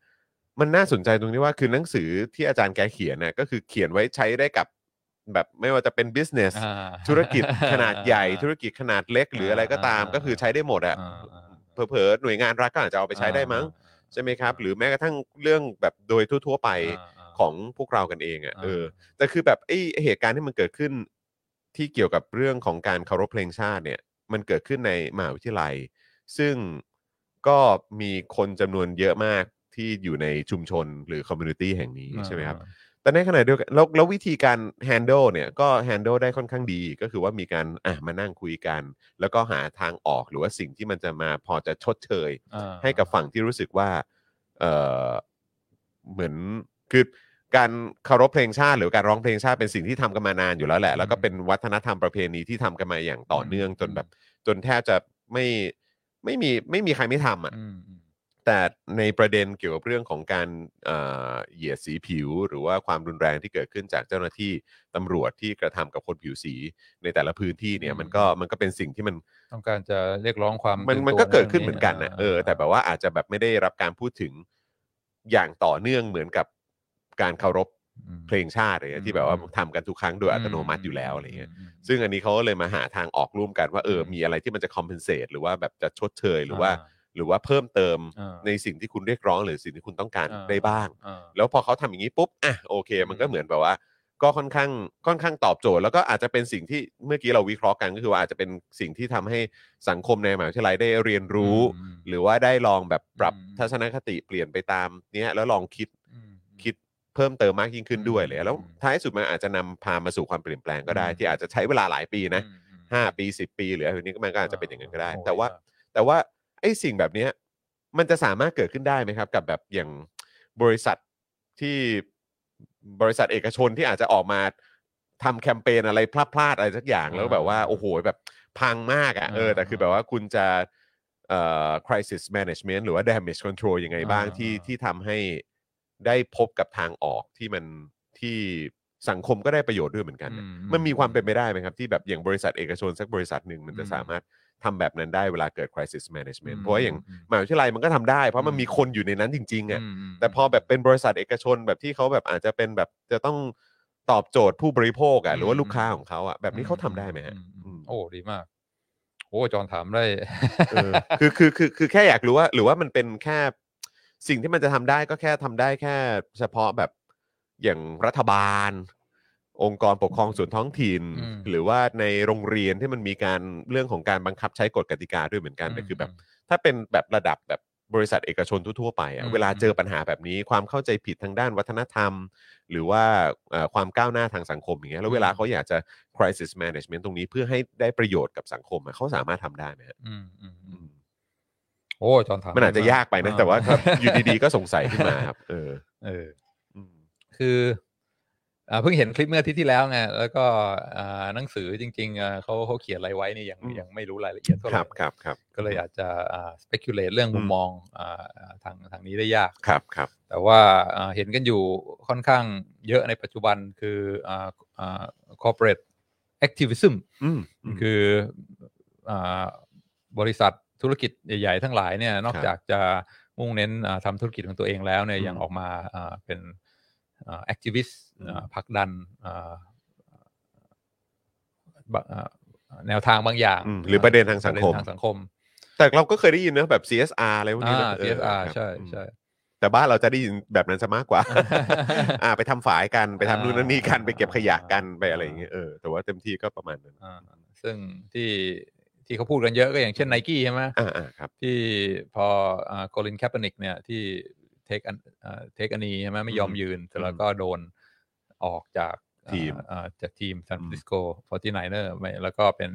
[SPEAKER 1] มันน่าสนใจตรงที่ว่าคือหนังสือที่อาจารย์แกเขียนน่ะก็คือเขียนไว้ใช้ได้กับแบบไม่ว่าจะเป็น business ธุรกิจขนาดให ญ่ธุรกิจขนาดเล็กหรืออะไรก็ตาม ก็คือใช้ได้หมดอะ เผลอๆหน่วยงานรัฐก็อาจจะเอาไปใช้ได้มั้งใช่ไหมครับ หรือแม้กระทั่งเรื่องแบบโดยทั่วๆไปของพวกเรากันเองอ่ะเออแต่คือแบบไอ้เหตุการณ์ที่มันเกิดขึ้น ที่เกี่ยวกับเรื่องของการเคารพเพลงชาติเนี่ย มันเกิดขึ้นในมหาวิทยาลัย ซึ่งก็มีคนจำนวนเยอะมากที่อยู่ในชุมชนหรือคอมมูนิตี้แห่งนี้ใช่ไหมครับ แต่ในขณะเดียวกันแล้วแล้ววิธีการ handle เนี่ยก็ handle ได้ค่อนข้างดีก็คือว่ามีการอ่ะมานั่งคุยกัน แล้วก็หาทางออกหรือว่าสิ่งที่มันจะมาพอจะชดเชย ให้กับฝั่งที่รู้สึกว่าเออเหมือนคือการเคารพเพลงชาติ หรือการร้องเพลงชาติเป็นสิ่งที่ทำกันมานานอยู่แล้วแหละ แล้วก็เป็นวัฒนธรรมประเพณีที่ทำกันมาอย่างต่อเนื่องจนแบบจนแทบจะไม่ไม่มีไม่มีใครไม่ทำอ่ะ แต่ในประเด็นเกี่ยวกับเรื่องของการเอ่อเหยียดสีผิว หรือว่าความรุนแรงที่เกิดขึ้นจากเจ้าหน้าที่ตำรวจที่กระทำกับคนผิวสีในแต่ละพื้นที่เนี่ยมันก็มันก็เป็นสิ่งที่มัน
[SPEAKER 2] ต้องการจะเรียกร้องความ
[SPEAKER 1] มัน
[SPEAKER 2] ตื่
[SPEAKER 1] มัน
[SPEAKER 2] ตัว
[SPEAKER 1] ก็เกิดขึ้น
[SPEAKER 2] ใ
[SPEAKER 1] เหมือนกันนะเออแต่แบบว่าอาจจะแบบไม่ได้รับการพูดถึงอย่างต่อเนื่องเหมือนกับการเคารพ
[SPEAKER 2] อืม
[SPEAKER 1] เพลงชาติอะไรเงี้ย
[SPEAKER 2] อืม
[SPEAKER 1] ที่แบบว่าทำกันทุกครั้งโดยอัตโนมัติอยู่แล้วอะไรเงี้ย
[SPEAKER 2] ม
[SPEAKER 1] ซึ่งอันนี้เขาก็เลยมาหาทางออกร่วมกันว่าเอออ
[SPEAKER 2] ม
[SPEAKER 1] มีอะไรที่มันจะ compensate หรือว่าแบบจะชดเชยหรือว่า หรือว่าเพิ่มเติม
[SPEAKER 2] อ่า
[SPEAKER 1] ในสิ่งที่คุณเรียกร้องหรือสิ่งที่คุณต้องการ
[SPEAKER 2] อ่า
[SPEAKER 1] ได้บ้าง
[SPEAKER 2] อ่า
[SPEAKER 1] แล้วพอเขาทำอย่างนี้ปุ๊บอ่ะโอเค มันก็เหมือนแบบว่า ก็ค่อนข้างค่อนข้างตอบโจทย์ แล้วก็อาจจะเป็นสิ่งที่เมื่อกี้เราวิเคราะห์กันก็คือว่าอาจจะเป็นสิ่งที่ทำให้สังคมในมหาวิทยาลัยได้เรียนรู้
[SPEAKER 2] อืม
[SPEAKER 1] หรือว่าได้ลองแบบปรับ
[SPEAKER 2] อืม
[SPEAKER 1] ทัศนคติเปลี่ยนไปตามเนี้ยแล้วลองคิด
[SPEAKER 2] อืม
[SPEAKER 1] คิดเพิ่มเติมมากยิ่งขึ้นด้วยเลย แล้ว
[SPEAKER 2] อืม
[SPEAKER 1] ท้ายสุดมันอาจจะนำพามาสู่ความเปลี่ยนแปลงก็ได้
[SPEAKER 2] อืม
[SPEAKER 1] ที่อาจจะใช้เวลาหลายปีนะ
[SPEAKER 2] อืมอืม
[SPEAKER 1] ห้าปีสิบปี หรืออะไรแบบนี้ก็มันก็อาจจะเป็นอย่างนั้นก็ได้
[SPEAKER 2] โอ้ย
[SPEAKER 1] แต่ว่า
[SPEAKER 2] ครับ
[SPEAKER 1] แต่ว่าไอ้สิ่งแบบเนี้ยมันจะสามารถเกิดขึ้นได้ไหมครับ กับแบบอย่างบริษัทที่บริษัทเอกชนที่อาจจะออกมาทำแคมเปญอะไรพลาดๆอะไรสักอย่างแล้วแบบว่าโอ้โหแบบพังมากอะ่ะเออแต่คือแบบว่าคุณจะเอ่อ crisis management หรือว่า damage control ยังไงบ้าง
[SPEAKER 2] อ่า
[SPEAKER 1] ที่ที่ทำให้ได้พบกับทางออกที่มันที่สังคมก็ได้ประโยชน์ด้วยเหมือนกันนะ
[SPEAKER 2] อื
[SPEAKER 1] มันมีความเป็นไปได้ไหมครับ ที่แบบอย่างบริษัทเอกชนสักบริษัทหนึ่งมันจะ
[SPEAKER 2] อืม
[SPEAKER 1] สามารถทำแบบนั้นได้เวลาเกิด crisis
[SPEAKER 2] ม
[SPEAKER 1] management เพราะว่าอย่างมหาวิทยาลัยมันก็ทำได้ เพราะมันมีคนอยู่ในนั้นจริงๆอ่ะ
[SPEAKER 2] มม
[SPEAKER 1] แต่พอแบบเป็นบริษัทเอกชนแบบที่เขาแบบอาจจะเป็นแบบจะต้องตอบโจทย์ผู้บริโภคอ่ะหรือว่าลูกค้าของเขาอ่ะแบบนี้เขาทำได้ไหมฮะ
[SPEAKER 2] อือืม
[SPEAKER 1] อืม
[SPEAKER 2] โอ้ดีมาก โอ้จอนถามได้
[SPEAKER 1] เออคือคือคือคือแค่อยากรู้ว่า หรือว่ามันเป็นแค่สิ่งที่มันจะทำได้ก็แค่ทำได้แค่เฉพาะแบบอย่างรัฐบาล องค์กรปกครองส่วนท้องถิ่น
[SPEAKER 2] อืม
[SPEAKER 1] หรือว่าในโรงเรียนที่มันมีการเรื่องของการบังคับใช้กฎกติกาด้วยเหมือนกันแต่คือแบบ ถ้าเป็นแบบระดับแบบบริษัทเอกชนทั่วๆไปอะ
[SPEAKER 2] อืม
[SPEAKER 1] เวลาเจอปัญหาแบบนี้ความเข้าใจผิดทางด้านวัฒนธรรม หรือว่าเอ่อความก้าวหน้าทางสังคมอย่างเงี้ยแล้วเวลา
[SPEAKER 2] อืม
[SPEAKER 1] เขาอยากจะ crisis management ตรงนี้เพื่อให้ได้ประโยชน์กับสังคมอะเขาสามารถทำได้ไหมฮะ
[SPEAKER 2] อืมอืมอื
[SPEAKER 1] อื
[SPEAKER 2] ม
[SPEAKER 1] ม
[SPEAKER 2] โอ้จอนถาม
[SPEAKER 1] มันอาจจะยากไปนะ
[SPEAKER 2] เออ
[SPEAKER 1] แต่ว่า ก็อยู่ดีๆ ก็สงสัยขึ้นมาครับ เออ
[SPEAKER 2] เออ
[SPEAKER 1] อืม
[SPEAKER 2] คืออ่าเพิ่งเห็นคลิปเมื่ออาทิตย์ที่แล้วไงแล้วก็อ่าหนังสือจริงๆอ่าเขาเขาเขียนอะไรไว้เนี่ยยัง
[SPEAKER 1] อืม
[SPEAKER 2] ยังไม่รู้รายละเอียดเท่าไห
[SPEAKER 1] ครั
[SPEAKER 2] ร่
[SPEAKER 1] บครับครับ
[SPEAKER 2] ก็เลยอาจจะอ่า speculate เรื่องมุม
[SPEAKER 1] อืม
[SPEAKER 2] มองอ่าอ่าทางทางนี้ได้ยาก
[SPEAKER 1] ครับครับ
[SPEAKER 2] แต่ว่าอ่าเห็นกันอยู่ค่อนข้างเยอะในปัจจุบันคืออ่าอ่า corporate activism
[SPEAKER 1] อืมม
[SPEAKER 2] คืออาบริษัทธุรกิจใหญ่ ๆ ทั้งหลายเนี่ยนอก
[SPEAKER 1] ครับ
[SPEAKER 2] จากจะมุ่งเน้นอ่าทำธุรกิจของตัวเองแล้วเนี่ย
[SPEAKER 1] อืม
[SPEAKER 2] ยังออกมาอ่าเป็นแอคทิวิสต์
[SPEAKER 1] อืม
[SPEAKER 2] ผลักดันอ่าบะอ่าแนวทางบางอย่าง
[SPEAKER 1] อืมหรือประเด็นทางสังคม
[SPEAKER 2] ประเด็นทางสังคม
[SPEAKER 1] แต่เราก็เคยได้ยินนะแบบ CSR อะไรพวกนี้นะ
[SPEAKER 2] อ่า
[SPEAKER 1] เออ
[SPEAKER 2] CSR
[SPEAKER 1] ครับ
[SPEAKER 2] ใช่
[SPEAKER 1] อืม
[SPEAKER 2] ใช่
[SPEAKER 1] แต่บ้านเราจะได้ยินแบบนั้นซะมาก กว่า อ่า ไปทำฝายกันไปทำ
[SPEAKER 2] อ่านู่
[SPEAKER 1] นู่นนั่นนี่กัน
[SPEAKER 2] อ่า
[SPEAKER 1] ไปเก็บขยะกันไป
[SPEAKER 2] อ่า
[SPEAKER 1] อะไรอย่างเงี้ยเออแต่ว่าเต็มที่ก็ประมาณนั้น
[SPEAKER 2] อ่าซึ่งที่ที่เขาพูดกันเยอะก็อย่างเช่นไนกี้ใช่ไหม
[SPEAKER 1] อ่าอ่าครับ
[SPEAKER 2] ที่พอโกลินแคปเปนิกเนี่ยที่เทคอันเทคอันนี้ใช่ไหมไม่ยอม
[SPEAKER 1] อืม
[SPEAKER 2] ยืนแต่แล้วก็โดนออกจาก
[SPEAKER 1] ทีม
[SPEAKER 2] อ่าจากทีมซาน
[SPEAKER 1] อืม
[SPEAKER 2] ฟรานซิสโก 49er ไม่แล้วก็เป็น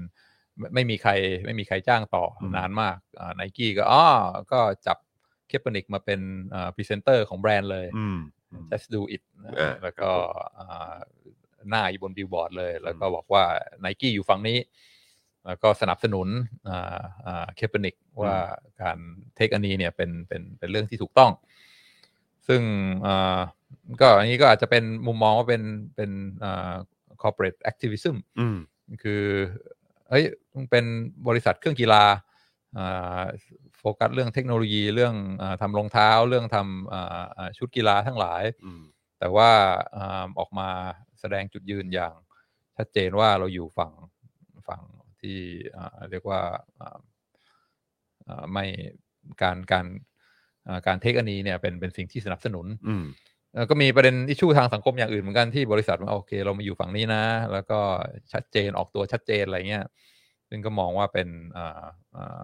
[SPEAKER 2] ไม่ไม่มีใครไม่มีใครจ้างต่ออ
[SPEAKER 1] ม
[SPEAKER 2] นานมากไนกี้ก็อ๋อก็จับแคปเปนิกมาเป็นพรีเซนเตอร์ของแบรนด์เลย
[SPEAKER 1] อืม
[SPEAKER 2] just do it นะ
[SPEAKER 1] อ่า
[SPEAKER 2] แล้วก็อ่าหน้าอยู่บนบิลบอร์ดเลย แล้วก็บอกว่า n นกี้อยู่ฝั่งนี้ แล้วก็สนับสนุนอ่าอ่าเคปนิกว่าการเทคอันนี้เนี่ยเป็นเป็นเป็นเรื่องที่ถูกต้อง ซึ่งอ่าก็อันนี้ก็อาจจะเป็นมุมมองว่าเป็นเป็นอ่า corporate activism
[SPEAKER 1] อืม
[SPEAKER 2] คือเฮ้ยมึงเป็นบริษัทเครื่องกีฬาอ่าโฟกัสเรื่องเทคโนโลยีเรื่องอาทำรองเท้าเรื่องทำอ่าอ่าชุดกีฬาทั้งหลาย
[SPEAKER 1] อืม
[SPEAKER 2] แต่ว่าอ่าออกมาแสดงจุดยืนอย่างชัดเจนว่าเราอยู่ฝั่งฝั่งที่อ่าเรียกว่าอ่าอ่าไม่การการอ่าการเทคอันนี้เนี่ยเป็นเป็นสิ่งที่สนับสนุน
[SPEAKER 1] อืม
[SPEAKER 2] เอ่อก็มีประเด็นอิชูทางสังคมอย่างอื่นเหมือนกันที่บริษัทว่าโอเค เรามาอยู่ฝั่งนี้นะ แล้วก็ชัดเจนออกตัวชัดเจนอะไรเงี้ยซึ่งก็มองว่าเป็นอ่าอ่า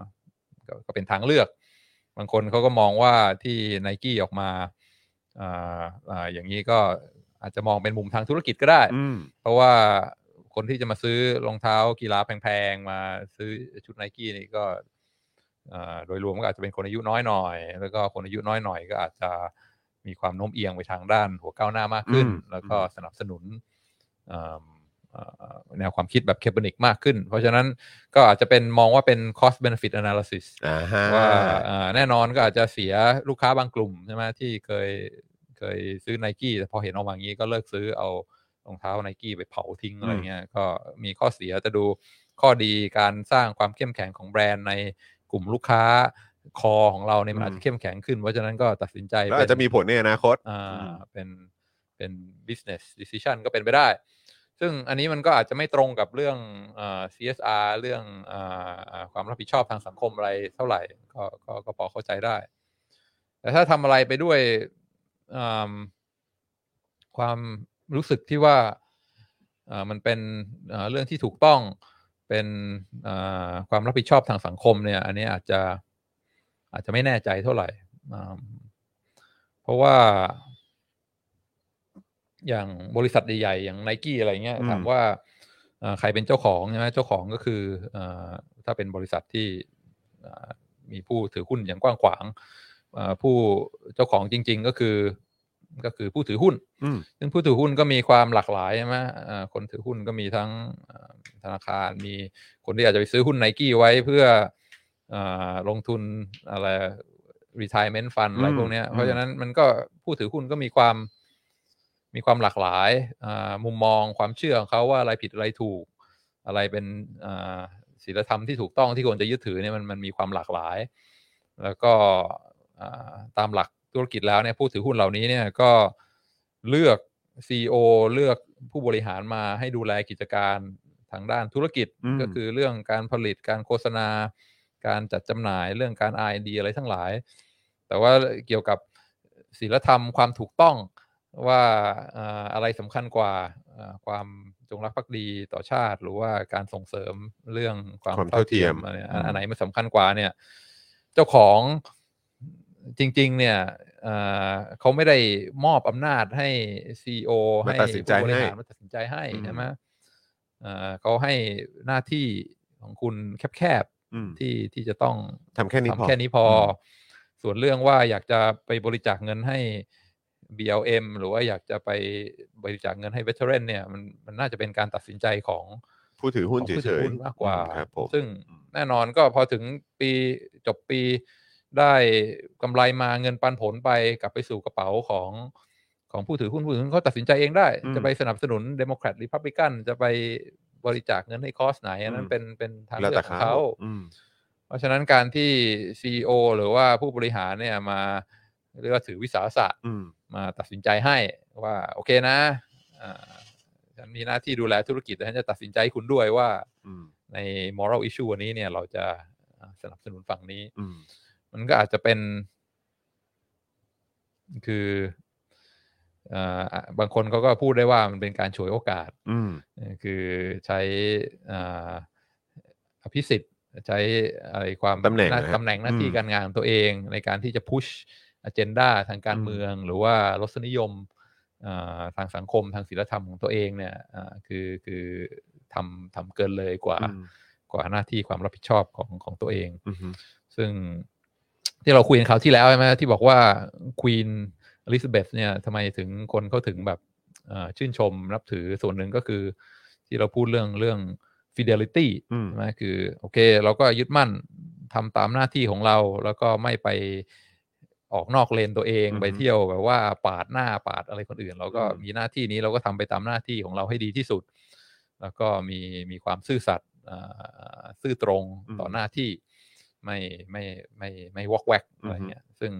[SPEAKER 2] ก็ก็เป็นทางเลือก บางคนเขาก็มองว่าที่ไนกี้ออกมาอ่าอ่าอย่างนี้ก็อาจจะมองเป็นมุมทางธุรกิจก็ได้
[SPEAKER 1] อืม
[SPEAKER 2] เพราะว่าคนที่จะมาซื้อรองเท้ากีฬาแพงๆ มาซื้อชุดไนกี้นี่ก็อ่าโดยรวมก็อาจจะเป็นคนอายุน้อยหน่อย แล้วก็คนอายุน้อยหน่อยก็อาจจะมีความโน้มเอียงไปทางด้านหัวก้าวหน้ามากขึ้น
[SPEAKER 1] อืม
[SPEAKER 2] แล้วก็สนับสนุนอ่าอ่าแนวความคิดแบบเคปนิกมากขึ้น เพราะฉะนั้นก็อาจจะเป็นมองว่าเป็น cost benefit analysis
[SPEAKER 1] อ่าฮะ
[SPEAKER 2] ว่าอ่าแน่นอนก็อาจจะเสียลูกค้าบางกลุ่มใช่ไหมที่เคยเคยซื้อไนกี้แต่พอเห็นออกมาอย่างนี้ก็เลิกซื้อเอารองเท้าไนกี้ไปเผาทิ้งอะไรเงี้ยก็มีข้อเสียจะดูข้อดีการสร้างความเข้มแข็งของแบรนด์ในกลุ่มลูกค้าคอของเราเนี่ยมันอาจจะเข้มแข็งขึ้น เพราะฉะนั้นก็ตัดสินใจ
[SPEAKER 1] แล้วอาจจะมีผลในอนาคต
[SPEAKER 2] อ่าเป็นเป็น business decision ก็เป็นไปได้ ซึ่งอันนี้มันก็อาจจะไม่ตรงกับเรื่องเอ่อ CSR เรื่องเออเอ่อความรับผิดชอบทางสังคมอะไรเท่าไหร่ก็ก็ก็พอเข้าใจได้ แต่ถ้าทำอะไรไปด้วยอืมความรู้สึกที่ว่าเอ่อมันเป็นเอ่อเรื่องที่ถูกต้องเป็นเอ่อความรับผิดชอบทางสังคมเนี่ย อันนี้อาจจะอาจจะไม่แน่ใจเท่าไหร่อืมเพราะว่า อย่างบริษัทใหญ่ๆอย่างไนกี้อะไรเงี้ย
[SPEAKER 1] อืม
[SPEAKER 2] ถามว่าเอ่อใครเป็นเจ้าของใช่ไหมเจ้าของก็คือเอ่อถ้าเป็นบริษัทที่เอ่อมีผู้ถือหุ้นอย่างกว้างขวางเอ่อผู้เจ้าของจริง ๆ ก็คือ ก็คือผู้ถือหุ้น
[SPEAKER 1] อืม
[SPEAKER 2] ซึ่งผู้ถือหุ้นก็มีความหลากหลายใช่ไหมเอ่อคนถือหุ้นก็มีทั้งเอ่อธนาคาร มีคนที่อาจจะไปซื้อหุ้นไนกี้ไว้เพื่อเออลงทุนอะไร retirement fund อะไร
[SPEAKER 1] อืม
[SPEAKER 2] พวกเนี้ย
[SPEAKER 1] อืม
[SPEAKER 2] เพราะฉะนั้นมันก็ผู้ถือหุ้นก็มีความมีความหลากหลายอ่ามุมมองความเชื่อของเขาว่าอะไรผิดอะไรถูก อะไรเป็นอ่าศีลธรรมที่ถูกต้องที่ควรจะยึดถือเนี่ยมันมันมีความหลากหลาย แล้วก็อ่าตามหลักธุรกิจแล้วเนี่ยผู้ถือหุ้นเหล่านี้เนี่ยก็เลือก CEO เลือกผู้บริหารมาให้ดูแลกิจการทางด้านธุรกิจ
[SPEAKER 1] อืม
[SPEAKER 2] ก็คือเรื่องการผลิตการโฆษณา การจัดจำหน่ายเรื่องการ R&D อะไรทั้งหลาย แต่ว่าเกี่ยวกับศีลธรรมความถูกต้อง ว่าเอ่ออะไรสำคัญกว่าเอ่อความจงรักภักดีต่อชาติ หรือว่าการส่งเสริมเรื่องความ
[SPEAKER 1] ความเท่าเทียม
[SPEAKER 2] อันนี้
[SPEAKER 1] อืม
[SPEAKER 2] อันไหนมันสำคัญกว่าเนี่ย เจ้าของจริง ๆ เนี่ยเอ่อเขาไม่ได้มอบอำนาจให้ซีอ
[SPEAKER 1] มา
[SPEAKER 2] ให้
[SPEAKER 1] ตัดสินใจ
[SPEAKER 2] ผู้บริหาร
[SPEAKER 1] ให้
[SPEAKER 2] มาตัดสินใจให้
[SPEAKER 1] อืม
[SPEAKER 2] ใช่ไหมเอ่อเขาให้หน้าที่ของคุณแคบ
[SPEAKER 1] อืม
[SPEAKER 2] ๆที่ที่จะต้อง
[SPEAKER 1] ทำแค่นี้พอ
[SPEAKER 2] ทำแค่นี้พออ
[SPEAKER 1] ม
[SPEAKER 2] ส่วนเรื่องว่าอยากจะไปบริจาคเงินให้ BLM หรือว่าอยากจะไปบริจาคเงินให้ Veteran เนี่ยมันมันน่าจะเป็นการตัดสินใจของ
[SPEAKER 1] ผู้ถือ
[SPEAKER 2] ข
[SPEAKER 1] หุ้
[SPEAKER 2] อน ง
[SPEAKER 1] เฉ
[SPEAKER 2] ผู้ถือย หุ้น
[SPEAKER 1] ๆ
[SPEAKER 2] มากกว่า
[SPEAKER 1] อืครับผม
[SPEAKER 2] ซึ่ง
[SPEAKER 1] อืม
[SPEAKER 2] แน่นอนก็พอถึงปีจบปีได้กำไรมาเงินปันผลไปกลับไปสู่กระเป๋าของของผู้ถือหุ้นผู้ถือหุ้นเขาตัดสินใจเองได้ จะไปสนับสนุนเดโมแครตหรือพับลิกันจะไปบริจาคเงินให้คอสไหนอันนั้นเป็นเป็นทาง
[SPEAKER 1] แล้ว
[SPEAKER 2] เลื
[SPEAKER 1] แต่
[SPEAKER 2] อกของ
[SPEAKER 1] เขา
[SPEAKER 2] เขา
[SPEAKER 1] อืม
[SPEAKER 2] เพราะฉะนั้นการที่ CEO หรือว่าผู้บริหารเนี่ยมาเรียกว่าถือวิสาสะ
[SPEAKER 1] อืม
[SPEAKER 2] มาตัดสินใจให้ว่าโอเคนะอ่าฉันมีหน้าที่ดูแลธุรกิจแต่ฉันจะตัดสินใจให้คุณด้วยว่า
[SPEAKER 1] อืม
[SPEAKER 2] ใน moral issue อันนี้เนี่ยเราจะสนับสนุนฝั่งนี้
[SPEAKER 1] อืม
[SPEAKER 2] มันก็อาจจะเป็น คือเอ่อบางคนเขาก็พูดได้ว่ามันเป็นการฉวยโอกาส
[SPEAKER 1] อืม
[SPEAKER 2] เอ่อคือใช้อ่าอภิสิทธิ์ใช้อะไรความ
[SPEAKER 1] ตำแหน่ง
[SPEAKER 2] น้า
[SPEAKER 1] นะครับ
[SPEAKER 2] ตำแหน่งหน้าที่
[SPEAKER 1] อืม
[SPEAKER 2] การงานของตัวเอง ในการที่จะพุชอเจนดาทางการ
[SPEAKER 1] อืม
[SPEAKER 2] เมือง หรือว่ารสนิยมอ่าทางสังคมทางศีลธรรมของตัวเองเนี่ยอ่าคือคือทำทำเกินเลยกว่า
[SPEAKER 1] อืม
[SPEAKER 2] กว่าหน้าที่ความรับผิดชอบของของตัวเอง
[SPEAKER 1] อืม
[SPEAKER 2] ซึ่งที่เราคุยกันคราวที่แล้วใช่ไหมที่บอกว่าควีนอลิซาเบธเนี่ยทำไมถึงคนเขาถึงแบบเอ่อชื่นชมนับถือส่วนหนึ่งก็คือที่เราพูดเรื่องเรื่อง fidelity
[SPEAKER 1] อืม
[SPEAKER 2] ใช่ไหมคือโอเค เราก็ยึดมั่นทำตามหน้าที่ของเรา แล้วก็ไม่ไปออกนอกเลนตัวเอง
[SPEAKER 1] อือฮึ
[SPEAKER 2] ไปเที่ยวแบบว่าปาดหน้าปาดอะไรคนอื่น เราก็
[SPEAKER 1] อืม
[SPEAKER 2] มีหน้าที่นี้เราก็ทำไปตามหน้าที่ของเราให้ดีที่สุด แล้วก็มีมีความซื่อสัตย์อ่าซื่อตรงต่อหน้าที่ไม่ไม่ไม่ไม่วอกแวกอะไรเงี้ยซึ่ง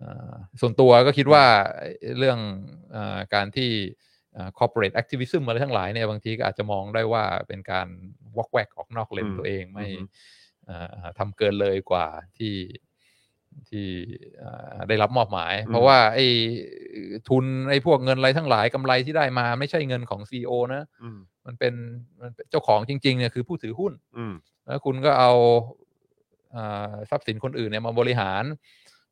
[SPEAKER 2] อ่าส่วนตัวก็คิดว่าเอ่อเรื่องอาการที่อ่า corporate activism อะไรทั้งหลายเนี่ยบางทีก็อาจจะมองได้ว่าเป็นการวอกแวกออกนอกเลน
[SPEAKER 1] อืม
[SPEAKER 2] ตัวเองไม่
[SPEAKER 1] อือฮึ
[SPEAKER 2] อ่าทำเกินเลยกว่าที่ที่อ่าได้รับมอบหมาย เพราะว่าไอ้ทุนไอ้พวกเงินอะไรทั้งหลายกำไรที่ได้มาไม่ใช่เงินของ CEO นะ
[SPEAKER 1] อืม
[SPEAKER 2] มันเป็นมันเป็นเจ้าของจริงๆเนี่ยคือผู้ถือหุ้น
[SPEAKER 1] อืม
[SPEAKER 2] แล้วคุณก็เอาอ่าทรัพย์สินคนอื่นเนี่ยมาบริหาร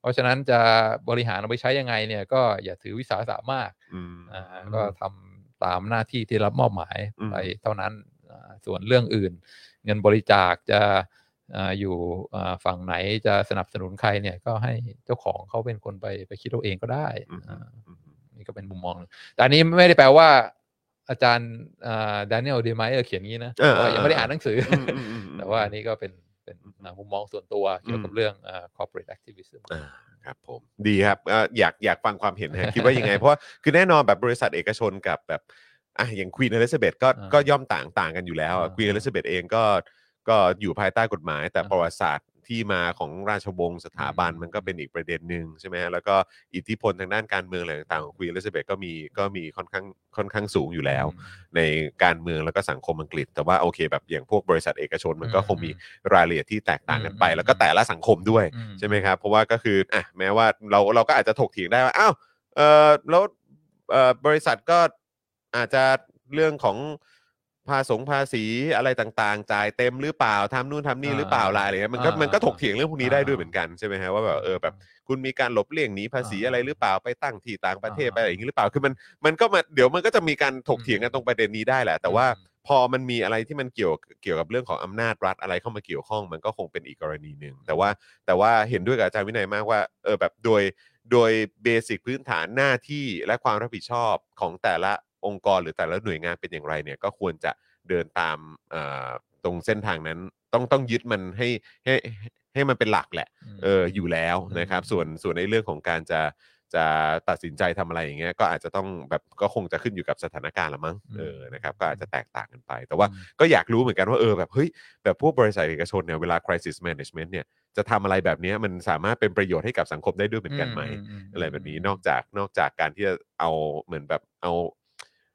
[SPEAKER 2] เพราะฉะนั้นจะบริหารเอาไปใช้ยังไงเนี่ยก็อย่าถือวิสาสะมาก
[SPEAKER 1] อืม
[SPEAKER 2] อ่าก็ทำตามหน้าที่ที่รับมอบหมาย
[SPEAKER 1] อืม
[SPEAKER 2] ไปเท่านั้นอ่าส่วนเรื่องอื่น เงินบริจาคจะอ่าอยู่อ่าฝั่งไหนจะสนับสนุนใครเนี่ยก็ให้เจ้าของเขาเป็นคนไปไปคิดเอาเองก็ได้
[SPEAKER 1] อืม
[SPEAKER 2] อ่า
[SPEAKER 1] อืม
[SPEAKER 2] นี่ก็เป็นมุมมองหนึ่งแต่อันนี้ไม่ได้แปลว่า อาจารย์ดานิเอลเดมายเออ Daniel Demeyer เขียนงี้นะ
[SPEAKER 1] เออ
[SPEAKER 2] แต่ว่ายังไม่ได้อ่านหนังสืออ
[SPEAKER 1] มอืมอืม
[SPEAKER 2] แต่ว่าอันนี้ก็เป็นเป็นอ่ามุมมองส่วนตัวเกี่ยวกับเรื่องอ่า corporate activism
[SPEAKER 1] อ่า ครับผมดีครับเอ่ออยากอยากฟังความเห็นนะ คิดว่ายังไง เพราะว่าคือแน่นอนแบบบริษัทเอกชนกับแบบอ่ะอย่างควีนอลิซาเบธก็
[SPEAKER 2] อ่า
[SPEAKER 1] ก็ย่อมต่างต่างกันอยู่แล้ว
[SPEAKER 2] อ่า
[SPEAKER 1] ควีนอลิซาเบธเองก็ก็อยู่ภายใต้กฎหมาย แต่
[SPEAKER 2] อ่า
[SPEAKER 1] ประวัติศาสตร์ที่มาของราชวงศ์สถาบัน
[SPEAKER 2] อืม
[SPEAKER 1] มันก็เป็นอีกประเด็นหนึ่งใช่ไหมฮะแล้วก็อิทธิพลทางด้านการเมืองอะไรต่างๆของควีนอลิซาเบธก็มีก็มีค่อนข้างค่อนข้างสูงอยู่แล้ว ในการเมืองแล้วก็สังคมอังกฤษ แต่ว่าโอเค แบบอย่างพวกบริษัทเอกชนมันก็คงมีรายละเอียดที่แตกต่างกันไป
[SPEAKER 2] อืม
[SPEAKER 1] แล้วก็แต่ละสังคมด้วย
[SPEAKER 2] อืม
[SPEAKER 1] ใช่ไหมครับ เพราะว่าก็คืออ่ะแม้ว่าเราเราก็อาจจะถกเถียงได้ว่าอ้าวเออแล้วเออบริษัทก็อาจจะเรื่องของภาษงภาษีอะไรต่างๆ จ่ายเต็มหรือเปล่าทำนู่นทำนี่หรือเปล่า
[SPEAKER 2] อ่า
[SPEAKER 1] อะไรอย่างเงี้ยมันก็
[SPEAKER 2] อ่ามั
[SPEAKER 1] มันก็ถกเถียงเรื่องพวกนี้ได้ด้วย
[SPEAKER 2] อ่า
[SPEAKER 1] เหมือนกันใช่ไหมฮะว่าแบบเออแบบคุณมีการหลบเลี่ยงหนีภาษีอะไรหรือเปล่าไปตั้งที่ต่างประเทศ
[SPEAKER 2] อ่า
[SPEAKER 1] ไปอะไรอย่างนี้หรือเปล่าคือมันมันก็มาเดี๋ยวมันก็จะมีการถกเถียงกันตรงประเด็นนี้ได้แหละ แต่ว่า พอมันมีอะไรที่มันเกี่ยวเกี่ยวกับเรื่องของอำนาจรัฐอะไรเข้ามาเกี่ยวข้อง มันก็คงเป็นอีกกรณีหนึ่งแต่ว่าแต่ว่าเห็นด้วยกับอาจารย์วินัยมากว่าเออแบบโดยโดยเบสิกพื้นฐานหน้าที่และความรับผิดชอบของแต่ละองค์กรหรือแต่ละหน่วยงานเป็นอย่างไรเนี่ยก็ควรจะเดินตามเอ่อตรงเส้นทางนั้นต้องต้องยึดมันให้ให้ให้มันเป็นหลักแหละ
[SPEAKER 2] ม
[SPEAKER 1] เอออยู่แล้วนะครับ
[SPEAKER 2] อืม
[SPEAKER 1] ส่วนส่วนในเรื่องของการจะจะตัดสินใจทำอะไรอย่างเงี้ยก็อาจจะต้องแบบก็คงจะขึ้นอยู่กับสถานการณ์ละมั้งเออนะครับก็อาจจะแตกต่างกันไป แต่ว่าก็อยากรู้เหมือนกันว่าเออแบบเฮ้ยแบบพวกบริษัทเอกชนเนี่ยเวลา crisis management เนี่ยจะทำอะไรแบบเนี้ยมันสามารถเป็นประโยชน์ให้กับสังคมได้ด้วยเหมือนกันไหม อะไรแบบนี้นอกจากนอกจากการที่จะเอาเหมือนแบบเอา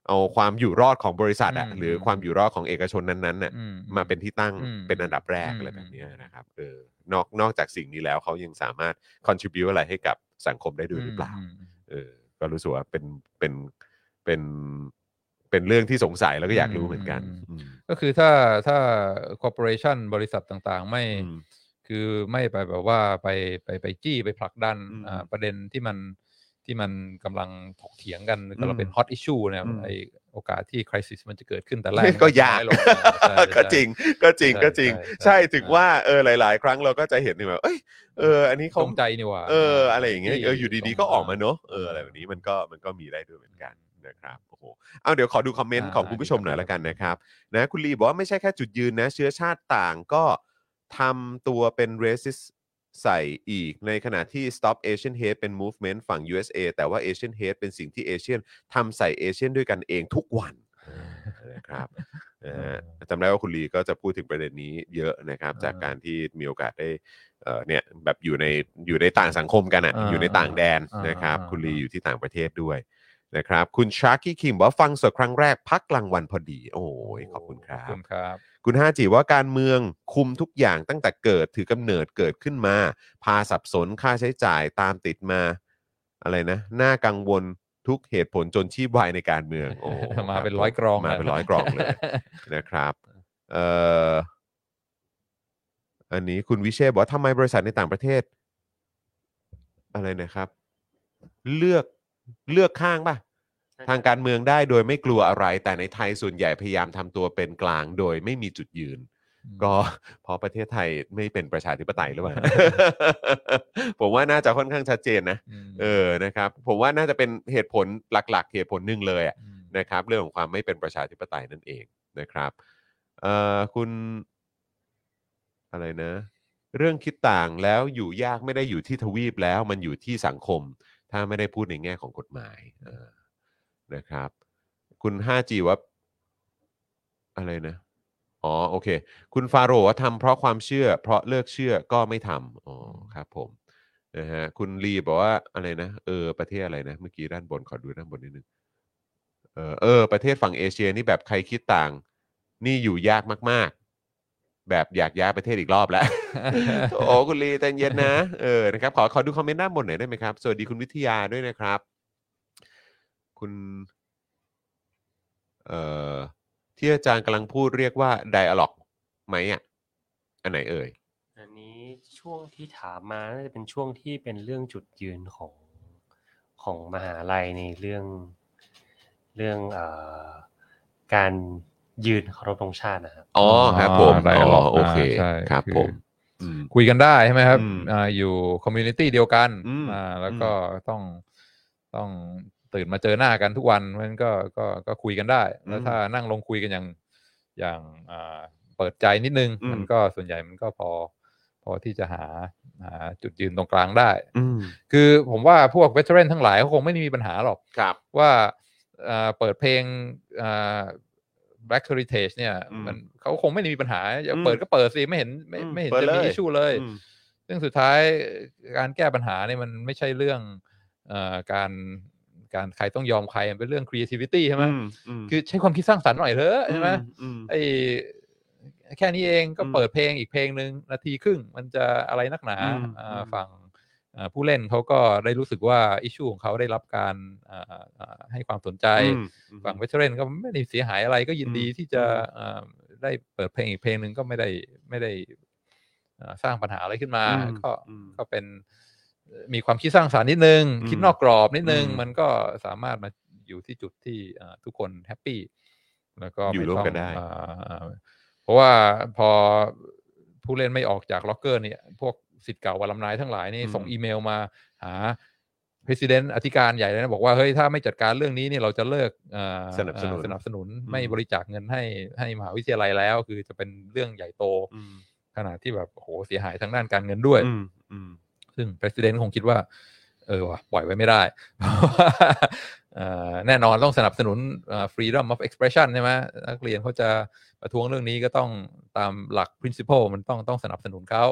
[SPEAKER 1] เอาความอยู่รอดของบริษัทอะ
[SPEAKER 2] อืม
[SPEAKER 1] หรือความอยู่รอดของเอกชนนั้นๆน่ะ
[SPEAKER 2] อืม
[SPEAKER 1] มาเป็นที่ตั้ง
[SPEAKER 2] อืม
[SPEAKER 1] เป็นอันดับแรก
[SPEAKER 2] อืม
[SPEAKER 1] อะไรแบบเนี้ยนะครับเออนอกนอกจากสิ่งนี้แล้วเขายังสามารถ contribu อะไรให้กับสังคมได้ด้วยหรือเปล่า
[SPEAKER 2] มม
[SPEAKER 1] เออ ก็รู้สึกว่าเป็นเป็นเป็นเป็นเรื่องที่สงสัยแล้วก็อยากรู้เหมือนกัน อืม
[SPEAKER 2] ก็คือถ้าถ้า corporation บริษัทต่างๆ ไม่
[SPEAKER 1] อืม
[SPEAKER 2] คือไม่ไปแบบว่าไปไปไปจี้ไปผลักดัน
[SPEAKER 1] อืม
[SPEAKER 2] อ่าประเด็นที่มันที่มันกำลังถกเถียงกันกำลังเป็น
[SPEAKER 1] อืม
[SPEAKER 2] hot issue เนี่ย
[SPEAKER 1] อืม
[SPEAKER 2] ไอโอกาสที่ crisis มันจะเกิดขึ้นแต่แรก
[SPEAKER 1] ก็
[SPEAKER 2] มัน
[SPEAKER 1] ยาก
[SPEAKER 2] น้ลงใช่ใช่
[SPEAKER 1] ก็จริงก็จริง
[SPEAKER 2] ใช่
[SPEAKER 1] ก็จริง
[SPEAKER 2] ใช่
[SPEAKER 1] ใช่
[SPEAKER 2] ใช่
[SPEAKER 1] ถึงว่าเออหลาย ๆ ครั้งเราก็จะเห็นแบบเอ้ยเอออันนี้
[SPEAKER 2] จ
[SPEAKER 1] เขา
[SPEAKER 2] งใจนี่หว่า
[SPEAKER 1] เอออะไรอย่างเงี้ย
[SPEAKER 2] ที่
[SPEAKER 1] เอออยู่ดีๆก็ออกมาเนอะเอออะไรแบบนี้มันก็มันก็มีได้ด้วยเหมือนกันนะครับโอ้โหเอาเดี๋ยวขอดูคอมเมนต์
[SPEAKER 2] า
[SPEAKER 1] ของคุณผู้ชมหน่อยละกันนะครับนะคุณลีบอกว่าไม่ใช่แค่จุดยืนนะ เชื้อชาติต่างก็ทำตัวเป็นเรส s สใส่อีกในขณะที่ stop Asian hate เป็น movement ฝั่ง USA แต่ว่า Asian hate เป็นสิ่งที่เอเชียนทำใส่เอเชียนด้วยกันเองทุกวันนะครับ นะ ฮะจำได้ว่าคุณลีก็จะพูดถึงประเด็นนี้เยอะนะครับ จากการที่มีโอกาสได้เอ่อเนี่ยแบบอยู่ในอยู่ในต่างสังคมกันอ่ะ
[SPEAKER 2] อ่า
[SPEAKER 1] อยู่ในต่างแดนนะครับ
[SPEAKER 2] อ่า
[SPEAKER 1] คุณลีอยู่ที่ต่างประเทศด้วยนะครับ คุณชาร์กี้คิมบอกว่าฟังสดครั้งแรกพักกลางวันพอดี โอ้ยขอบคุณครั
[SPEAKER 2] ขอบบ คุณครับ
[SPEAKER 1] คุณห้าจีว่าการเมืองคุมทุกอย่างตั้งแต่เกิดถือกำเนิดเกิดขึ้นมา พาสับสนค่าใช้จ่ายตามติดมา อะไรนะน่ากังวลทุกเหตุผลจนชีพวายในการเมืองโอ้โห
[SPEAKER 2] มาเป็น
[SPEAKER 1] คบ
[SPEAKER 2] ร้อยกรอง
[SPEAKER 1] มาเป็นร้อยกรองเลย นะครับเอ่ออันนี้คุณวิเชษบอกว่าทำไมบริษัทในต่างประเทศ อะไรนะครับ เลือกเลือกข้างป่ะ ทางการเมืองได้โดยไม่กลัวอะไร แต่ในไทยส่วนใหญ่พยายามทำตัวเป็นกลางโดยไม่มีจุดยืน ก็ เพราะประเทศไทยไม่เป็นประช าธิปไตยหรือเปล่า ผมว่าน่าจะค่อนข้างชัดเจนนะ
[SPEAKER 2] ม
[SPEAKER 1] เออนะครับ ผมว่าน่าจะเป็นเหตุผลหลัก ๆ เหตุผลหนึ่งเลยอะ
[SPEAKER 2] ม
[SPEAKER 1] นะครับเรื่องของความไม่เป็นประชาธิปไตยนั่นเองนะครับ เอ่อคุณ อะไรนะ เรื่องคิดต่างแล้วอยู่ยากไม่ได้อยู่ที่ทวีปแล้วมันอยู่ที่สังคม ถ้าไม่ได้พูดในแง่ของกฎหมายเออนะครับ คุณ 5G ว่าอะไรนะ อ๋อโอเค คุณฟาโรห์ว่าทำเพราะความเชื่อ เพราะเลิกเชื่อก็ไม่ทำอ๋อครับผมนะฮะคุณลีบอกว่าอะไรนะเออประเทศอะไรนะ เมื่อกี้ด้านบนขอดูด้านบนนิดนึงเออเออ ประเทศฝั่งเอเชียนี่แบบใครคิดต่าง นี่อยู่ยากมาก ๆ แบบอยากย้ายประเทศอีกรอบแล้ว โอ้คุณลีใจเย็นนะเออนะครับขอขอดูคอมเมนต์ด้านบนหน่อยได้ไหมครับ สวัสดีคุณวิทยาด้วยนะครับ คุณเอ่อที่อาจารย์กำลังพูดเรียกว่า dialog ไหมอ่ะ อันไหนเอ่ย
[SPEAKER 3] อันนี้ช่วงที่ถามมาน่าจะเป็นช่วงที่เป็นเรื่องจุดยืนของของมหาลัยในเรื่องเรื่องเอ่อการยืนเคารพธงชาตินะครับ
[SPEAKER 1] อ๋อครับผม
[SPEAKER 2] อ่า dialog
[SPEAKER 1] อ๋อโอเค
[SPEAKER 2] อ่าใช่
[SPEAKER 1] ครับ
[SPEAKER 2] คือ
[SPEAKER 1] ผม อืม
[SPEAKER 2] คุยกันได้ใช่ไหมครับ
[SPEAKER 1] อืม
[SPEAKER 2] อาอยู่คอมมูนิตี้เดียวกัน
[SPEAKER 1] อืม
[SPEAKER 2] อ่าแล้วก็ต้องต้องตื่นมาเจอหน้ากันทุกวันเพราะฉะนั้นก็ก็ก็คุยกันได้
[SPEAKER 1] อื
[SPEAKER 2] แล้ว
[SPEAKER 1] ม
[SPEAKER 2] ถ้านั่งลงคุยกันอย่างอย่างอ่าเปิดใจนิดนึง
[SPEAKER 1] อืม
[SPEAKER 2] มันก็ส่วนใหญ่มันก็พอ พอที่จะหาหาจุดยืนตรงกลางได้
[SPEAKER 1] อืม
[SPEAKER 2] คือผมว่าพวกเวทเรนทั้งหลายเขาคงไม่ได้มีปัญหาหรอก
[SPEAKER 1] ครับ
[SPEAKER 2] ว่าเอ่อเปิดเพลงเอ่อ Black Heritage เนี่ย
[SPEAKER 1] อืม
[SPEAKER 2] มันเขาคงไม่ได้มีปัญหาจะ
[SPEAKER 1] อืม
[SPEAKER 2] เปิดก็เปิดสิไม่เห็นไม่
[SPEAKER 1] อืม
[SPEAKER 2] ไม่เห็น
[SPEAKER 1] เปิด
[SPEAKER 2] จะ
[SPEAKER 1] เล
[SPEAKER 2] มี
[SPEAKER 1] ย
[SPEAKER 2] อิชูเลย
[SPEAKER 1] อืม
[SPEAKER 2] ซึ่งสุดท้ายการแก้ปัญหาเนี่ยมันไม่ใช่เรื่องเอ่อการการใครต้องยอมใครมันเป็นเรื่อง creativity ใช่ไหม
[SPEAKER 1] อืมอืม
[SPEAKER 2] คือใช้ความคิดสร้างสรรค์หน่อยเถอะใช่ไหม
[SPEAKER 1] อืม
[SPEAKER 2] ไอ้แค่นี้เองก็
[SPEAKER 1] อืม
[SPEAKER 2] เปิดเพลงอีกเพลงหนึ่งนาทีครึ่งมันจะอะไรนักหนา
[SPEAKER 1] อืม
[SPEAKER 2] อ่า
[SPEAKER 1] อืม
[SPEAKER 2] ฝั่ง อ่าผู้เล่นเขาก็ได้รู้สึกว่าอิชูของเขาได้รับการอ่าอ่าให้ความสนใจ
[SPEAKER 1] อืม
[SPEAKER 2] ฝั่งเวทเรนก็ไม่ได้เสียหายอะไรก็ยินดี
[SPEAKER 1] อืม
[SPEAKER 2] ที่จะอ่าได้เปิดเพลงอีกเพลงหนึ่งก็ไม่ได้ไม่ได้อ่าสร้างปัญหาอะไรขึ้นมา
[SPEAKER 1] อืม
[SPEAKER 2] ก็
[SPEAKER 1] อืม
[SPEAKER 2] ก็เป็นมีความคิดสร้างสารรค์นิดนึง
[SPEAKER 1] อืม
[SPEAKER 2] คิดนอกกรอบนิดนึง
[SPEAKER 1] อืม
[SPEAKER 2] มันก็สามารถมาอยู่ที่จุดที่อ่าทุกคนแฮปปี้แล้วก็
[SPEAKER 1] อยู่
[SPEAKER 2] ไม่
[SPEAKER 1] ร่วม
[SPEAKER 2] ต้อง
[SPEAKER 1] กันได้
[SPEAKER 2] อ่า เพราะว่าพอผู้เล่นไม่ออกจากล็อกเกอร์เนี่ยพวกสิทธิ์เก่าวัลลัมนายทั้งหลายนี่
[SPEAKER 1] อืม
[SPEAKER 2] ส่งอีเมลมาหา president อธิการใหญ่เลยนะบอกว่าเฮ้ยถ้าไม่จัดการเรื่องนี้เนี่ยเราจะเลิกเอ่อ
[SPEAKER 1] สนับสนุน
[SPEAKER 2] เอ่อสนับสนุน
[SPEAKER 1] อืม
[SPEAKER 2] ไม่บริจาคเงินให้ให้มหาวิทยาลัยแล้ว คือจะเป็นเรื่องใหญ่โต
[SPEAKER 1] อืม
[SPEAKER 2] ขนาดที่แบบโอ้โหเสียหายทางด้านการเงินด้วย
[SPEAKER 1] อืมอืม
[SPEAKER 2] ซึ่ง president คงคิดว่า เออว่ะปล่อยไว้ไม่ได้ เพราะว่าเอ่อแน่นอนต้องสนับสนุนเอ่อ freedom of expression ใช่ไหมนักเรียนเขาจะประท้วงเรื่องนี้ก็ต้องตามหลัก principle มันต้องต้องสนับสนุนเขา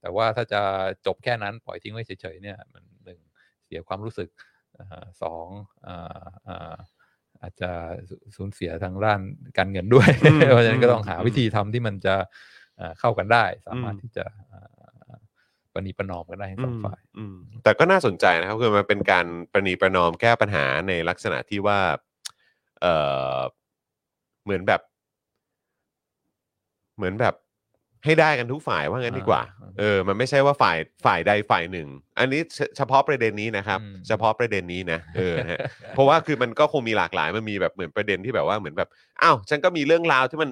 [SPEAKER 2] แต่ว่าถ้าจะจบแค่นั้นปล่อยทิ้งไว้เฉยๆเนี่ยมันหนึ่งเสียความรู้สึกเอ่อสองเอ่อเอ่ออาจจะสูสูญเสียทางด้านการเงินด้วย
[SPEAKER 1] อืม
[SPEAKER 2] เพราะฉะนั้นก็ต้องหาวิธีทำที่มันจะเอ่อเข้ากันได้ สามารถที่จะเอ่อประนีประนอมกันได้ทั้งสองฝ่าย
[SPEAKER 1] อืมแต่ก็น่าสนใจนะครับคือมันเป็นการประนีประนอมแก้ปัญหาในลักษณะที่ว่าเออเหมือนแบบ เหมือนแบบให้ได้กันทุกฝ่ายว่างั้นดีกว่า
[SPEAKER 2] อ่า
[SPEAKER 1] เออ มันไม่ใช่ว่าฝ่ายฝ่ายใดฝ่ายหนึ่ง อันนี้เฉเฉพาะประเด็นนี้นะครับ
[SPEAKER 2] อืม
[SPEAKER 1] เฉพาะประเด็นนี้นะเออนะฮะ เพราะว่าคือมันก็คงมีหลากหลายมันมีแบบเหมือนประเด็นที่แบบว่าเหมือนแบบอ้าวฉันก็มีเรื่องราวที่มัน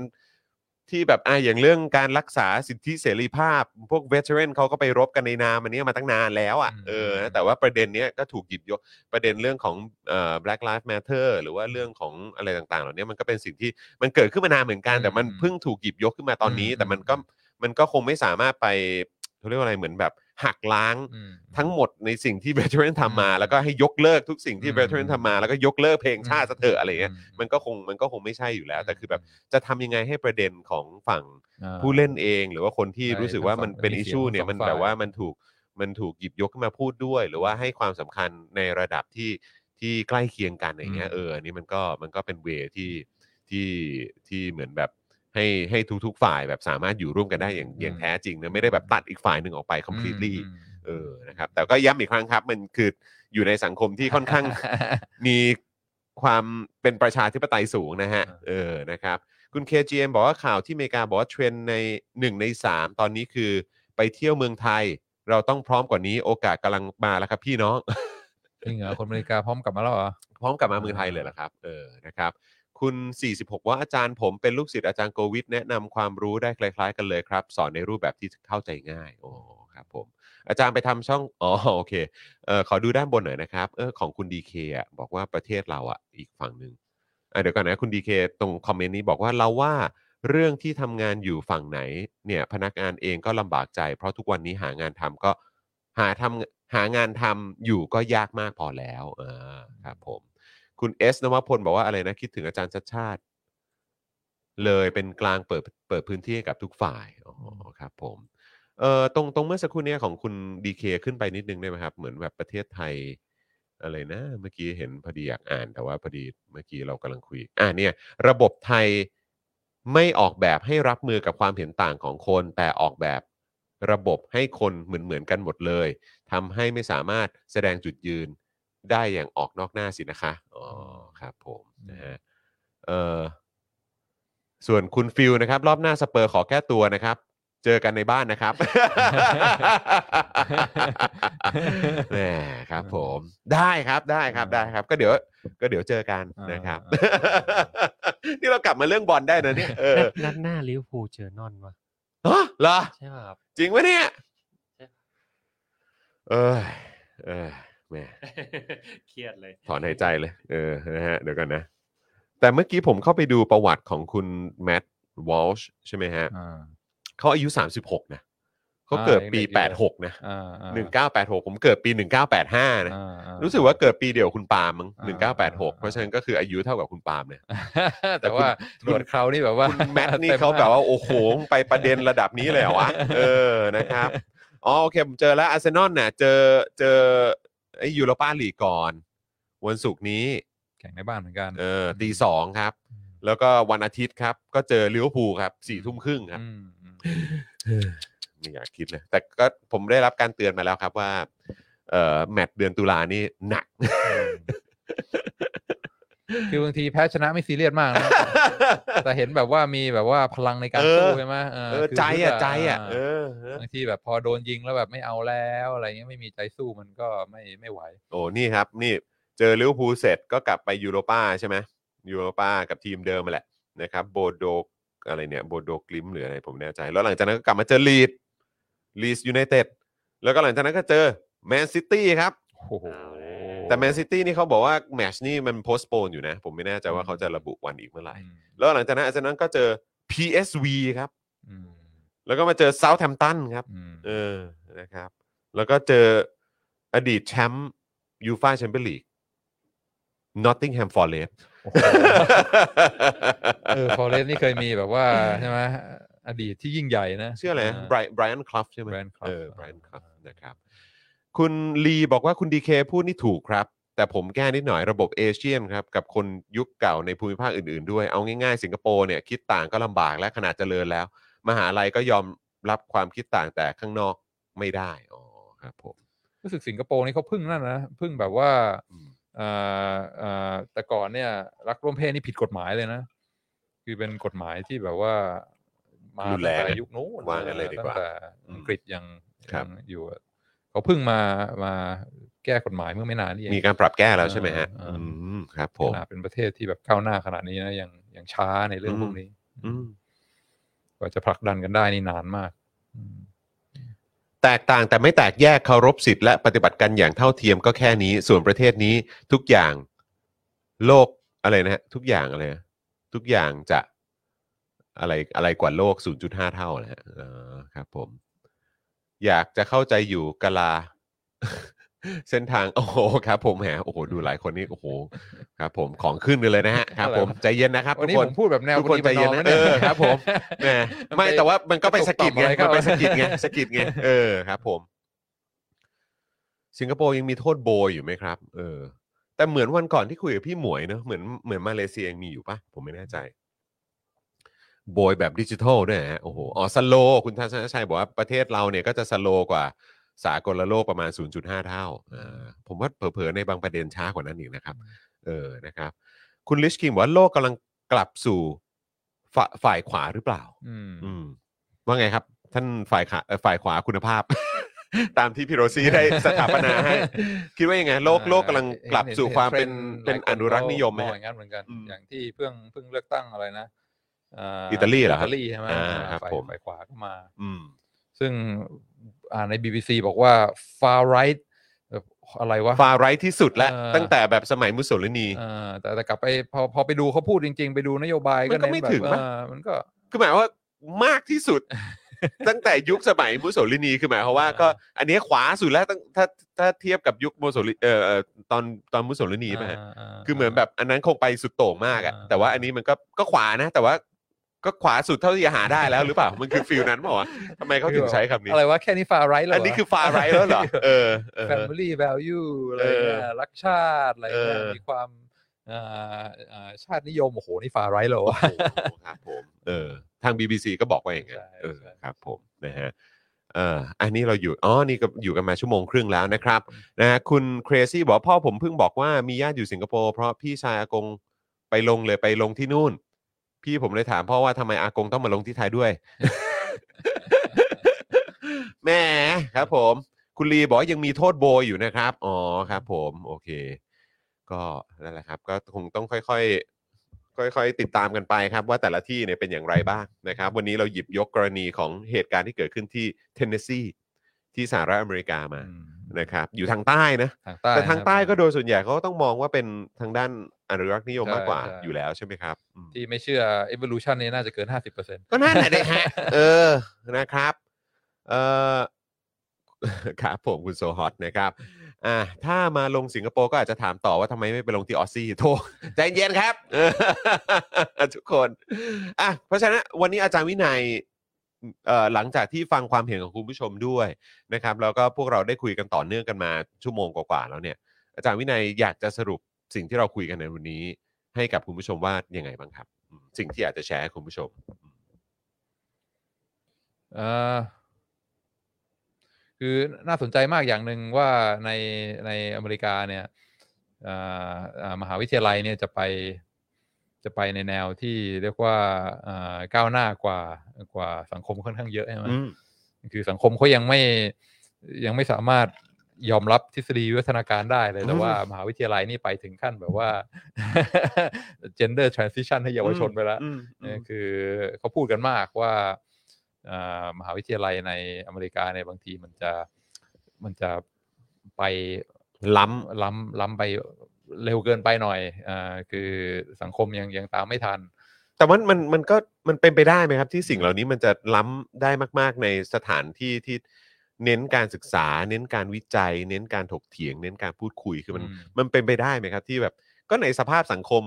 [SPEAKER 1] ที่แบบอ่าอย่างเรื่องการรักษาสิทธิเสรีภาพ พวกเวทเทรนเขาก็ไปรบกันในนามอันนี้มาตั้งนานแล้วอ่ะ
[SPEAKER 2] อืม
[SPEAKER 1] เออนะแต่ว่าประเด็นเนี้ยก็ถูกหยิบยกประเด็นเรื่องของเอ่อ Black Lives Matter หรือว่าเรื่องของอะไรต่างๆ เหล่านี้มันก็เป็นสิ่งที่มันเกิดขึ้นมานานเหมือนกัน แต่มัน
[SPEAKER 2] อืม
[SPEAKER 1] เพิ่งถูกหยิบยกขึ้นมาตอนนี้
[SPEAKER 2] อืม
[SPEAKER 1] แต่มันก็มันก็คงไม่สามารถไปเขาเรียกว่าอะไรเหมือนแบบหักล้าง
[SPEAKER 2] อืม
[SPEAKER 1] ทั้งหมดในสิ่งที่เวทเทรนทำมา
[SPEAKER 2] อืม
[SPEAKER 1] แล้วก็ให้ยกเลิกทุกสิ่งที่
[SPEAKER 2] อืม
[SPEAKER 1] เวทเทรนทำมา แล้วก็ยกเลิกเพลงชาติซะเถอะอะไรเงี้ย
[SPEAKER 2] อืม
[SPEAKER 1] มันก็คงมันก็คงไม่ใช่อยู่แล้ว แต่คือแบบจะทำยังไงให้ประเด็นของฝั่ง
[SPEAKER 2] อ่า
[SPEAKER 1] ผู้เล่นเอง หรือว่าคนที่
[SPEAKER 2] ใช่
[SPEAKER 1] รู้สึกว่ามัน
[SPEAKER 2] ทั้งสอง
[SPEAKER 1] เป็น
[SPEAKER 2] มี
[SPEAKER 1] อิ
[SPEAKER 2] เสียง
[SPEAKER 1] ชูเนี่ย
[SPEAKER 2] ทั้งส
[SPEAKER 1] มั
[SPEAKER 2] อง
[SPEAKER 1] นแบบ
[SPEAKER 2] ฝ่าย
[SPEAKER 1] ว่ามันถูกมันถูกหยิบยกขึ้นมาพูดด้วย หรือว่าให้ความสำคัญในระดับที่ที่ใกล้เคียงกันอย่างเงี้ยเอออันนี้มันก็มันก็เป็นเวที่ที่ที่เหมือนแบบให้ให้ทุกๆฝ่ายแบบสามารถอยู่ร่วมกันได้อย่างอย่างแท้จริงนะไม่ได้แบบตัดอีกฝ่ายหนึ่งออกไป completely
[SPEAKER 2] อืม
[SPEAKER 1] เออ นะครับ แต่ก็ย้ำอีกครั้งครับ มันคืออยู่ในสังคม ที่ค่อนข้าง มีความเป็นประชาธิปไตยสูงนะฮะ
[SPEAKER 2] อ่า
[SPEAKER 1] เออ นะครับ คุณ KGM บอกว่าข่าวที่อเมริกาบอกว่าเทรนด์ใน 1 ใน 3 ตอนนี้คือไปเที่ยวเมืองไทย เราต้องพร้อมกว่านี้โอกาสกำลังมาแล้วครับพี่น้อง
[SPEAKER 2] จริงเหรอคนอเมริกาพร้อมกลับมาแล้วเหรอ
[SPEAKER 1] พร้อมกลับมาเมืองไทยเลยเหรอครับ เออ นะครับ คุณ 46 ว่าอาจารย์ผมเป็นลูกศิษย์อาจารย์โกวิทแนะนำความรู้ได้คล้าย ๆ กันเลยครับ สอนในรูปแบบที่เข้าใจง่าย โอ้ ครับผม อาจารย์ไปทำช่อง อ๋อ โอเค เออขอดูด้านบนหน่อยนะครับ เออ ของคุณดีเคอ่ะ บอกว่าประเทศเราอ่ะ อีกฝั่งหนึ่งอ่ะเดี๋ยวก่อนนะ คุณดีเคตรงคอมเมนต์นี้บอกว่าเราว่า เรื่องที่ทำงานอยู่ฝั่งไหน เนี่ยพนักงานเองก็ลำบากใจ เพราะทุกวันนี้หางานทำก็หาทำหางานทำอยู่ก็ยากมากพอแล้วอ่าครับผม คุณเอสนวพลบอกว่าอะไรนะคิดถึงอาจารย์ชัดชาติ เลยเป็นกลางเปิดเปิดพื้นที่ให้กับทุกฝ่ายอ๋อครับผมเอ่อตรงตรงเมื่อสักครู่เนี้ยของคุณดีเคขึ้นไปนิดนึงได้ไหมครับ เหมือนแบบประเทศไทย อะไรนะ เมื่อกี้เห็นพอดีอยากอ่านแต่ว่าพอดีเมื่อกี้เรากำลังคุย อ่าเนี่ย ระบบไทยไม่ออกแบบให้รับมือกับความเห็นต่างของคน แต่ออกแบบระบบให้คนเหมือนเหมือนๆกันหมดเลยทำให้ไม่สามารถแสดงจุดยืนได้อย่างออกนอกหน้าสินะคะอ๋อครับผมนะฮะเอ่อ ส่วนคุณฟิลนะครับ รอบหน้าสเปอร์ขอแก้ตัวนะครับ เจอกันในบ้านนะครับ แหมครับผมได้ครับได้ครับได้ครับ ก็เดี๋ยวก็เดี๋ยวเจอกัน
[SPEAKER 2] อ่าน
[SPEAKER 1] นะครับ นี่เรากลับมาเรื่องบอลได้นะเนี่ยเออ
[SPEAKER 3] นัดหน้าลิเวอร์พูลเจอนอนวะ
[SPEAKER 1] ฮะเหรอ
[SPEAKER 3] ใช่ป่ะครับ
[SPEAKER 1] จริงไหมเนี่ย เออเออแหม
[SPEAKER 3] เครียดเลย
[SPEAKER 1] ถอนหายใจเลย เออ นะฮะ เดี๋ยวกันนะ แต่เมื่อกี้ผมเข้าไปดูประวัติของคุณแมตต์วอลช์ใช่ไหมฮะ
[SPEAKER 2] อ่า
[SPEAKER 1] เขาอายุ 36 นะ เขาเกิดปี
[SPEAKER 2] อ่ายังเด็กอยู่
[SPEAKER 1] 86
[SPEAKER 2] เลย
[SPEAKER 1] นะ
[SPEAKER 2] อ่าอ่า
[SPEAKER 1] 1986 ผมเกิดปี 1985 นะ
[SPEAKER 2] อ่าอ่
[SPEAKER 1] รู้สึกว่าเกิดปีเดียวคุณปาล์มมั้ง
[SPEAKER 2] อ่า
[SPEAKER 1] 1986
[SPEAKER 2] อ่า
[SPEAKER 1] เพราะฉะนั้นก็คืออายุเท่ากับคุณปาล์มเนี่ย
[SPEAKER 2] แต่ว่าหนวดเครานี่แบบว่า
[SPEAKER 1] คุณแมตต์นี่
[SPEAKER 2] ต็ม
[SPEAKER 1] เขาแบบ
[SPEAKER 2] มก
[SPEAKER 1] ว่า โอ้โห ไปประเด็นระดับนี้เลยเหรอ วะ เออ นะครับ อ๋อ โอเค ผมเจอแล้วอาร์เซนอลน่ะ เจอ เจอไอ้ยูโรปาลีกก่อน วันศุกร์นี้
[SPEAKER 2] แข่งในบ้านเหมือนกัน
[SPEAKER 1] เออตีสองครับ
[SPEAKER 2] อืม
[SPEAKER 1] แล้วก็วันอาทิตย์ครับ ก็เจอลิเวอร์พูลครับสี่ทุ่มครึ่งครับ
[SPEAKER 2] อืมอืม
[SPEAKER 1] ไม่อยากคิดเลย แต่ก็ผมได้รับการเตือนมาแล้วครับว่า เอ่อแมตช์เดือนตุลานี่หนัก
[SPEAKER 2] คือบางทีแพ้ชนะไม่ซีเรียสมากนะ แต่เห็นแบบว่ามีแบบว่าพลังในการ
[SPEAKER 1] เออ
[SPEAKER 2] สู้ใช่ไหมเออ
[SPEAKER 1] เออ
[SPEAKER 2] คือ
[SPEAKER 1] ใจอ่ะ
[SPEAKER 2] รู้สึกว่า
[SPEAKER 1] ใจอ่ะ
[SPEAKER 2] า
[SPEAKER 1] เออเออบ
[SPEAKER 2] างทีแบบพอโดนยิงแล้วแบบไม่เอาแล้วอะไรเงี้ยไม่มีใจสู้มันก็ไม่ไม่ไหว
[SPEAKER 1] โอ้นี่ครับ นี่เจอลิเวอร์พูลเสร็จก็กลับไปยูโรปาใช่ไหมยูโรปากับทีมเดิมมาแหละนะครับโบโดอะไรเนี่ยโบโดกลิมหรืออะไรผมไม่แน่ใจ แล้วหลังจากนั้นก็กลับมาเจอลีดลีสยูไนเต็ดแล้วก็หลังจากนั้นก็เจอแมนซิตี้ครับ
[SPEAKER 2] โอ้โห
[SPEAKER 1] แต่แมนซิตี้นี่เขาบอกว่า แมตชนี่มันโพส p o นอยู่นะ ผมไม่แน่ใจว่า
[SPEAKER 2] อืม
[SPEAKER 1] เขาจะระบุวันอีกเมื่อไหร่
[SPEAKER 2] อืม
[SPEAKER 1] แล้วหลังจากนั้นอาจารย์นั้นก็เจอ PSV ครับ
[SPEAKER 2] อืม
[SPEAKER 1] แล้วก็มาเจอ Southampton ครับ
[SPEAKER 2] อืม
[SPEAKER 1] เออนะครับ แล้วก็เจออดีตแชมป์ยูฟาแชมเปี้ยนลีก Nottingham Forest
[SPEAKER 2] โอ้โห เออฟอเรสนี่เคยมีแบบ ว่าใช่ไหมอดีตที่ยิ่งใหญ่นะ
[SPEAKER 1] เชื่ออะไรนะ
[SPEAKER 2] า
[SPEAKER 1] ไบรไบรอันคลับใช่ไหม
[SPEAKER 2] Brian Clough
[SPEAKER 1] เออไบรอันคลับนะครับ คุณลีบอกว่าคุณดีเคพูดนี่ถูกครับ แต่ผมแก้นิดหน่อยระบบเอเชียนครับ กับคนยุคเก่าในภูมิภาคอื่นๆด้วย เอาง่ายๆ สิงคโปร์เนี่ย คิดต่างก็ลำบากและขนาดเจริญแล้ว มหาลัยก็ยอมรับความคิดต่างแต่ข้างนอกไม่ได้ อ๋อครับผม
[SPEAKER 2] รู้สึกสิงคโปร์นี่เขาพึ่งนั่นนะพึ่งแบบว่า
[SPEAKER 1] อืม
[SPEAKER 2] เอ่อเอ่อแต่ก่อนเนี่ย รักร่วมเพศนี่ผิดกฎหมายเลยนะ คือเป็นกฎหมายที่แบบว่า มา
[SPEAKER 1] รุนแรง
[SPEAKER 2] ตั้
[SPEAKER 1] นะ
[SPEAKER 2] แต่ยุคนู้น
[SPEAKER 1] ว่างั้นเลยดีกว่า
[SPEAKER 2] ตั้งแต่อังกฤษยัง
[SPEAKER 1] ครับ
[SPEAKER 2] ยังอยู่อะเขาเพึ่งมามาแก้กฎหมายเมื่อไม่นานนี่เอง
[SPEAKER 1] มีการปรับแก้แล้วใช่ไหมฮะ
[SPEAKER 2] เออ
[SPEAKER 1] อื
[SPEAKER 2] อื
[SPEAKER 1] มครับผ
[SPEAKER 2] ข
[SPEAKER 1] ม
[SPEAKER 2] นาดเป็นประเทศที่แบบก้าวหน้าขนาดนี้นะยังยังช้าในเรื่อง
[SPEAKER 1] อืม
[SPEAKER 2] พวกนี้
[SPEAKER 1] อืม
[SPEAKER 2] กว่าจะผลักดันกันได้นี่นานมากอืม
[SPEAKER 1] แตกต่างแต่ไม่แตกแยกเคารพสิทธิ์และปฏิบัติกันอย่างเท่าเทียมก็แค่นี้ ส่วนประเทศนี้ทุกอย่างโลกอะไรนะฮะทุกอย่างอะไรนะทุกอย่างจะอะไรอะไรกว่าโลก 0.5 เท่านะฮะเออครับผม อยากจะเข้าใจอยู่กะลา เส้นทาง โอ้โหครับ ผมแหมโอ้โหดูหลายคนนี่โอ้โหครับ ผมของขึ้นเลยเลยนะฮะครับ ผมใจเย็นนะครับ
[SPEAKER 2] วั
[SPEAKER 1] ทุก
[SPEAKER 2] นนี้
[SPEAKER 1] ค
[SPEAKER 2] ผ
[SPEAKER 1] น
[SPEAKER 2] มพูดแบบแนว
[SPEAKER 1] ทุกคน
[SPEAKER 2] ปฏิบัติ
[SPEAKER 1] ใจเย็นนะ
[SPEAKER 2] อม
[SPEAKER 1] เออ
[SPEAKER 2] ไย
[SPEAKER 1] ครับ ผม แหมไม่แต่ว่ามันก็ไปสะกิดไง
[SPEAKER 2] กระตุกต่อม
[SPEAKER 1] มัน
[SPEAKER 2] อะไรเข้า
[SPEAKER 1] ไปสะกิดไงสะกิดไงเออครับ ผม สิงคโปร์ยังมีโทษโบยอยู่ไหมครับ เออ แต่เหมือนวันก่อนที่คุยกับพี่หมวยเนอะเหมือนเหมือนมาเลเซียยังมีอยู่ปะผมไม่แน่ใจ โบยแบบดิจิทัลด้วยนะฮะโอ้โหอ๋อสโลว์คุณทัศนชัยบอกว่าประเทศเราเนี่ยก็จะสโลว์กว่าสากลโลกประมาณ 0.5 เท่าอ่าผมว่าเผลอๆในบางประเด็นช้ากว่านั้นอีกนะครับ เออนะครับ คุณลิชคิมบอกว่าโลกกำลังกลับสู่ฝ่าฝ่ายขวาหรือเปล่า
[SPEAKER 2] อืม
[SPEAKER 1] อืมว่าไงครับ ท่านฝ่ายขาเอ่อฝ่ายขวาคุณภาพ ตามที่พี่โรซี่ ได้สถาปนาให้ คิดว่ายังไง โลกโลกกำลังกลับสู่ความเป็นเป็นอนุรักษ์นิยมไหม
[SPEAKER 2] อ
[SPEAKER 1] ฮะ
[SPEAKER 2] ย่างนั้นเหมือนกัน
[SPEAKER 1] อืม
[SPEAKER 2] อย่างที่เพิ่งเพิ่งเลือกตั้งอะไรนะา
[SPEAKER 1] อิตาลีเหรอครับ
[SPEAKER 2] อิตาลีใช่ไหม
[SPEAKER 1] อ่าครับ
[SPEAKER 2] ฝ่าย
[SPEAKER 1] ผม
[SPEAKER 2] ฝ่ายขวาก็มา
[SPEAKER 1] อืม
[SPEAKER 2] ซึ่งอ่าใน BBC บอกว่า far right แบบอะไรวะ
[SPEAKER 1] ฟาไรท์ที่สุดแล้ว
[SPEAKER 2] เออ
[SPEAKER 1] ตั้งแต่แบบสมัยมุสโสลินี
[SPEAKER 2] เออแต่แต่กลับไปพอพอไปดูเขาพูดจริง ๆ ไปดูนโยบาย
[SPEAKER 1] มันก็
[SPEAKER 2] เแบบ
[SPEAKER 1] ไม่ถึงปะ
[SPEAKER 2] เออมันก็
[SPEAKER 1] คือหมายว่ามากที่ สุด ตั้งแต่ยุคสมัยมุสโสลินีคือหมายความว่าก็อันนี้ขวาสุดแล้วตั้งถ้าถ้าเทียบกับยุคมุสโสลิเอ่อเอ่อตอนตอนมุสโสลินีป่ะฮะ คือเหมือนแบบอันนั้นคงไปสุดโต่งมากอะ
[SPEAKER 2] อ่า
[SPEAKER 1] แต่ว่าอันนี้มันก็ก็ขวานะ แต่ว่าก็ขวาสุดเท่าที่จะหาได้แล้วห รือเปล่า มันคือฟิลนั้นเปล่าวะทำไมเขาถึงใช้คำนี้
[SPEAKER 2] อะไรวะแค่นี้ฟาไรท์แล้ว
[SPEAKER 1] อันนี้คือฟาไรแล้วเหรอเออเออ
[SPEAKER 2] แฟมิลี่แวลูอะไรเงี้ยรักชาติอะไรเงี้ย
[SPEAKER 1] เออ
[SPEAKER 2] มีความอ่าอ่าชาตินิยมโอ้โหนี่ฟาไรท์เหรอวะ
[SPEAKER 1] โอ้โหครับผมเออทาง BBC ก็บอกไว้อย่างนั้น
[SPEAKER 2] ใช่
[SPEAKER 1] เออ
[SPEAKER 2] ใช่
[SPEAKER 1] ครับผมนะฮะเอออันนี้เราอยู่อ๋อนี่ก็อยู่กันมาชั่วโมงครึ่งแล้วนะครับนะฮะคุณเครซี่บอกว่าพ่อผมเพิ่งบอกว่ามีญาติอยู่สิงคโปร์เพราะพี่ชายอากงไปลงเลยไปลงที่นู่น พี่ผมเลยถามพ่อว่าทำไมอากงต้องมาลงที่ไทยด้วย แหมครับผม คุณลีบอกว่ายังมีโทษโบยอยู่นะครับ อ๋อครับผม โอเค ก็นั่นแหละครับ ก็คงต้องค่อยๆ ค่อยๆ ติดตามกันไปครับ ว่าแต่ละที่เนี่ยเป็นอย่างไรบ้างนะครับ วันนี้เราหยิบยกกรณีของเหตุการณ์ที่เกิดขึ้นที่เทนเนสซีที่สหรัฐอเมริกามา
[SPEAKER 2] อืม
[SPEAKER 1] นะครับ อยู่ทางใต้นะ
[SPEAKER 2] ทางใต้
[SPEAKER 1] แต่ทางใต้
[SPEAKER 2] นะครับ
[SPEAKER 1] ก็โดยส่วนใหญ่เขาก็ต้องมองว่าเป็นทางด้านอนุรักษ์นิยมมากกว่า
[SPEAKER 2] ใช่ใช่
[SPEAKER 1] อยู่แล้วใช่ไหมครับอืม
[SPEAKER 2] ที่ไม่เชื่อ evolution เนี่ยน่าจะเกิน 50%อ
[SPEAKER 1] ก็นั่นแหละนะฮะ เออ นะครับ เออ ครับผมคุณโซฮอตนะครับ อ่า ถ้ามาลงสิงคโปร์ก็อาจจะถามต่อว่าทำไมไม่ไปลงที่ออสซี่โทษใจเย็นครับ เออทุกคน อ่ะ เพราะฉะนั้นวันนี้อาจารย์วินัย เอ่อ หลังจากที่ฟังความเห็นของคุณผู้ชมด้วยนะครับ แล้วก็พวกเราได้คุยกันต่อเนื่องกันมาชั่วโมงกว่าๆแล้วเนี่ย อาจารย์วินัยอยากจะสรุปสิ่งที่เราคุยกันในวันนี้ ให้กับคุณผู้ชมว่ายังไงบ้างครับอืมสิ่งที่อยากจะแชร์ให้คุณผู้ชม
[SPEAKER 2] เอ่อคือน่าสนใจมากอย่างหนึ่งว่าในในอเมริกาเนี่ยเอ่อเอ่อมหาวิทยาลัยเนี่ยจะไปจะไปในแนวที่เรียกว่าเอ่อก้าวหน้ากว่ากว่าสังคมค่อนข้างเยอะใช่ไหม
[SPEAKER 1] อืม
[SPEAKER 2] คือสังคมเขายังไม่ยังไม่สามารถยอมรับทฤษฎีวิวัฒนาการได้เลย แต่ว่า มหาวิทยาลัยนี่ไปถึงขั้นแบบว่า gender transition ให้เยาวชนไปแล้ว
[SPEAKER 1] อืมอื
[SPEAKER 2] เนี่ย
[SPEAKER 1] ม
[SPEAKER 2] คือเขาพูดกันมากว่าอ่ามหาวิทยาลัยในอเมริกาในยบางทีมันจะมันจะไป
[SPEAKER 1] ล้
[SPEAKER 2] ล้ำล้ำไปเร็วเกินไปหน่อยอาคือสังคมยังยังตามไม่ทัน
[SPEAKER 1] ำแต่มันมันมันก็มันเป็นไปได้ไหมครับ ที่สิ่งเหล่านี้มันจะล้ำได้มาก ๆ ในสถานที่ที่เน้นการศึกษา เน้นการวิจัย เน้นการถกเถียง เน้นการพูดคุยคือมัน
[SPEAKER 2] อืม
[SPEAKER 1] มันเป็นไปได้ไหมครับ ที่แบบก็ในสภาพสังคม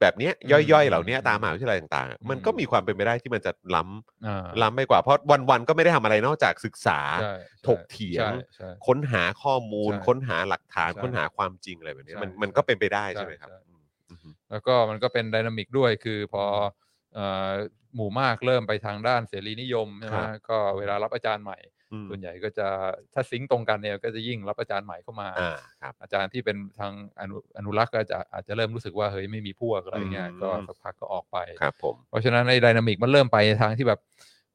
[SPEAKER 1] แบบเนี้ย
[SPEAKER 2] อืม
[SPEAKER 1] ย่อยๆ เหล่าเนี้ยตามมหาวิทยาลัยต่างๆอะ
[SPEAKER 2] อืม
[SPEAKER 1] มันก็มีความเป็นไปได้ที่มันจะล้
[SPEAKER 2] อ่า
[SPEAKER 1] ำล้ำไปกว่าเพราะวันๆก็ไม่ได้ทำอะไรนอกจากศึกษา
[SPEAKER 2] ใช่
[SPEAKER 1] ถกเถียง
[SPEAKER 2] ใช่ใช่
[SPEAKER 1] ค้นหาข้อมูล
[SPEAKER 2] ใช่
[SPEAKER 1] ค้นหาหลักฐาน
[SPEAKER 2] ใช่
[SPEAKER 1] ค้นหาความจริงอะไรแบบเนี้ย
[SPEAKER 2] ใช่
[SPEAKER 1] มันมันก็เป็นไปได้ใช่ไหมครับ
[SPEAKER 2] ใช่
[SPEAKER 1] อืมอืม
[SPEAKER 2] แล้วก็มันก็เป็นไดินามิกด้วยคือพอเอ่อหมู่มากเริ่มไปทางด้านเสรีนิยมใช่ไหม
[SPEAKER 1] ครับ
[SPEAKER 2] ก็เวลารับอาจารย์ใหม่
[SPEAKER 1] อืม
[SPEAKER 2] ส่วนใหญ่ก็จะถ้าซิงค์ตรงกันเนี่ยก็จะยิ่งรับอาจารย์ใหม่เข้ามา
[SPEAKER 1] อ่าครับ
[SPEAKER 2] อาจารย์ที่เป็นทางอนุอนุรักษ์ก็จะอาจจะเริ่มรู้สึกว่าเฮ้ยไม่มีพวกอะไรเงี้ย
[SPEAKER 1] อืม
[SPEAKER 2] ก็สักพักก็ออกไป
[SPEAKER 1] ครับผม
[SPEAKER 2] เพราะฉะนั้นในไดินามิกมันเริ่มไปในทางที่แบบ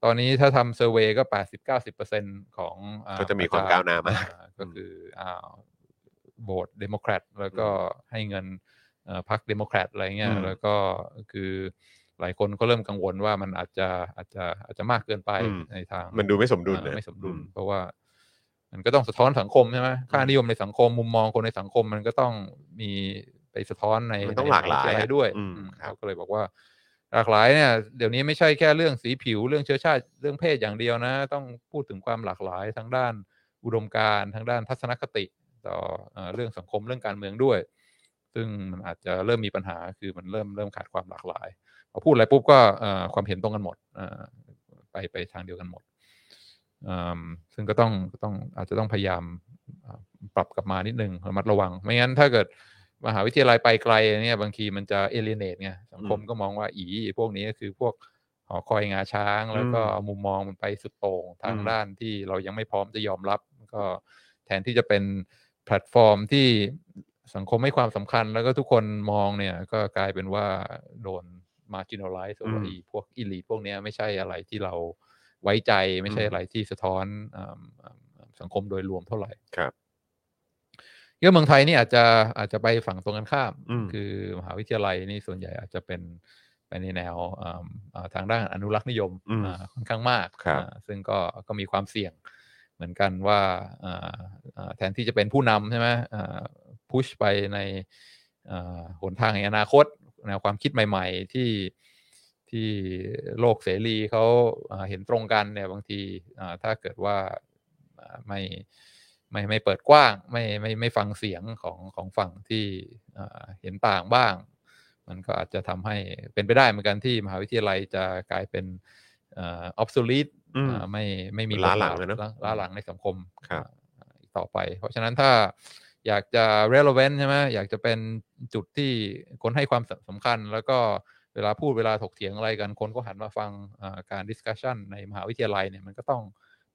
[SPEAKER 2] ตอนนี้ถ้าทำเซอร์เวยก็ 8 0 9 0 ของอ่
[SPEAKER 1] ก็จะมีความ
[SPEAKER 2] อรย์
[SPEAKER 1] ก้าวหน้ามาก
[SPEAKER 2] อ่ก็คืออ่าโหวตเดโมแครตแล้วก็ให้เงินเอ่อพรรคเดโมแครตอะไรเงี้ย
[SPEAKER 1] อืม
[SPEAKER 2] แล้วก็คือหลายคนก็เริ่มกังวลว่ามันอาจจะอาจจะอาจจะมากเกินไปในทาง
[SPEAKER 1] มันดูไม่สมดุลนะ
[SPEAKER 2] อ่าไม่สมดุลเพราะว่า มันก็ต้องสะท้อนสังคมใช่ไหมค่านิยมในสังคมมุมมองคนในสังคมมันก็ต้องมีไปสะท้อนใน
[SPEAKER 1] มันต้องหลากหลาย
[SPEAKER 2] ใน
[SPEAKER 1] อะ
[SPEAKER 2] มวิทอะไรด้วย
[SPEAKER 1] อืม
[SPEAKER 2] อืม
[SPEAKER 1] ครับ
[SPEAKER 2] เขาก็เลยบอกว่า หลากหลายเนี่ย เดี๋ยวนี้ไม่ใช่แค่เรื่องสีผิวเรื่องเชื้อชาติเรื่องเพศอย่างเดียวนะ ต้องพูดถึงความหลากหลายทั้งด้านอุดมการณ์ทั้งด้านทัศนคติ ต่อเอ่อเรื่องสังคมเรื่องการเมืองด้วย ซึ่งมันอาจจะเริ่มมีปัญหาคือมันเริ่มเริ่มขาดความหลากหลาย พอพูดอะไรปุ๊บก็เอ่อความเห็นตรงกันหมดเอ่อไปไปทางเดียวกันหมดอืมซึ่งก็ต้องก็ต้องอาจจะต้องพยายามอ่าปรับกลับมานิดนึงระมัดระวัง ไม่งั้นถ้าเกิดมหาวิทยาลัยไปไกลเนี่ยบางทีมันจะเอเลเนตไงสังคม
[SPEAKER 1] อืม
[SPEAKER 2] ก็มองว่าอีพวกนี้ก็คือพวกหอคอยงาช้าง แล้วก็มุมมองมันไปสุดโต่งทาง
[SPEAKER 1] อืม
[SPEAKER 2] ด้านที่เรายังไม่พร้อมจะยอมรับ ก็แทนที่จะเป็นแพลตฟอร์มที่สังคมให้ความสำคัญแล้วก็ทุกคนมองเนี่ยก็กลายเป็นว่าโดน marginalize
[SPEAKER 1] อืม
[SPEAKER 2] ว่าอีพวกอิลีพวกเนี้ยไม่ใช่อะไรที่เราไว้ใจไม่ใช่
[SPEAKER 1] อืม
[SPEAKER 2] อะไรที่สะท้อนอืมอืมอืมสังคมโดยรวมเท่าไหร่
[SPEAKER 1] ครับ
[SPEAKER 2] เยอะเมืองไทยนี่อาจจะอาจจะไปฝั่งตรงกันข้าม
[SPEAKER 1] อืม
[SPEAKER 2] คือมหาวิทยาลัยนี่ส่วนใหญ่อาจจะเป็นไปในแนวอ่าอ่าทางด้านอนุรักษ์นิยม
[SPEAKER 1] อืม
[SPEAKER 2] อ่าค่อนข้างมาก
[SPEAKER 1] ครับ
[SPEAKER 2] อ่าซึ่งก็ก็มีความเสี่ยงเหมือนกันว่าอ่าอ่าแทนที่จะเป็นผู้นำใช่ไหมพุชไปในอ่าหนทางแห่งอนาคต แนวความคิดใหม่ ๆ ที่ ที่โลกเสรีเขาอ่าเห็นตรงกันเนี่ยบางทีอ่าถ้าเกิดว่าอ่าไม่ไม่ไม่เปิดกว้าง ไม่ไม่ไม่ฟังเสียงของของฝั่งที่อ่าเห็นต่างบ้าง มันก็อาจจะทำให้เป็นไปได้เหมือนกันที่มหาวิทยาลัยจะกลายเป็นออฟซูลิต
[SPEAKER 1] อืม
[SPEAKER 2] ไม่ไม่มี
[SPEAKER 1] ล้าหลัง
[SPEAKER 2] บทบท
[SPEAKER 1] เลยเนอะ
[SPEAKER 2] ล้าหลังในสังคม
[SPEAKER 1] ครับ
[SPEAKER 2] อ่าอีกต่อไป เพราะฉะนั้นถ้าอยากจะ relevant ใช่ไหมอยากจะเป็นจุดที่คนให้ความสำคัญ แล้วก็เวลาพูดเวลาถกเถียงอะไรกันคนก็หันมาฟังอ่าการ discussion ในมหาวิทยาลัยเนี่ยมันก็ต้อง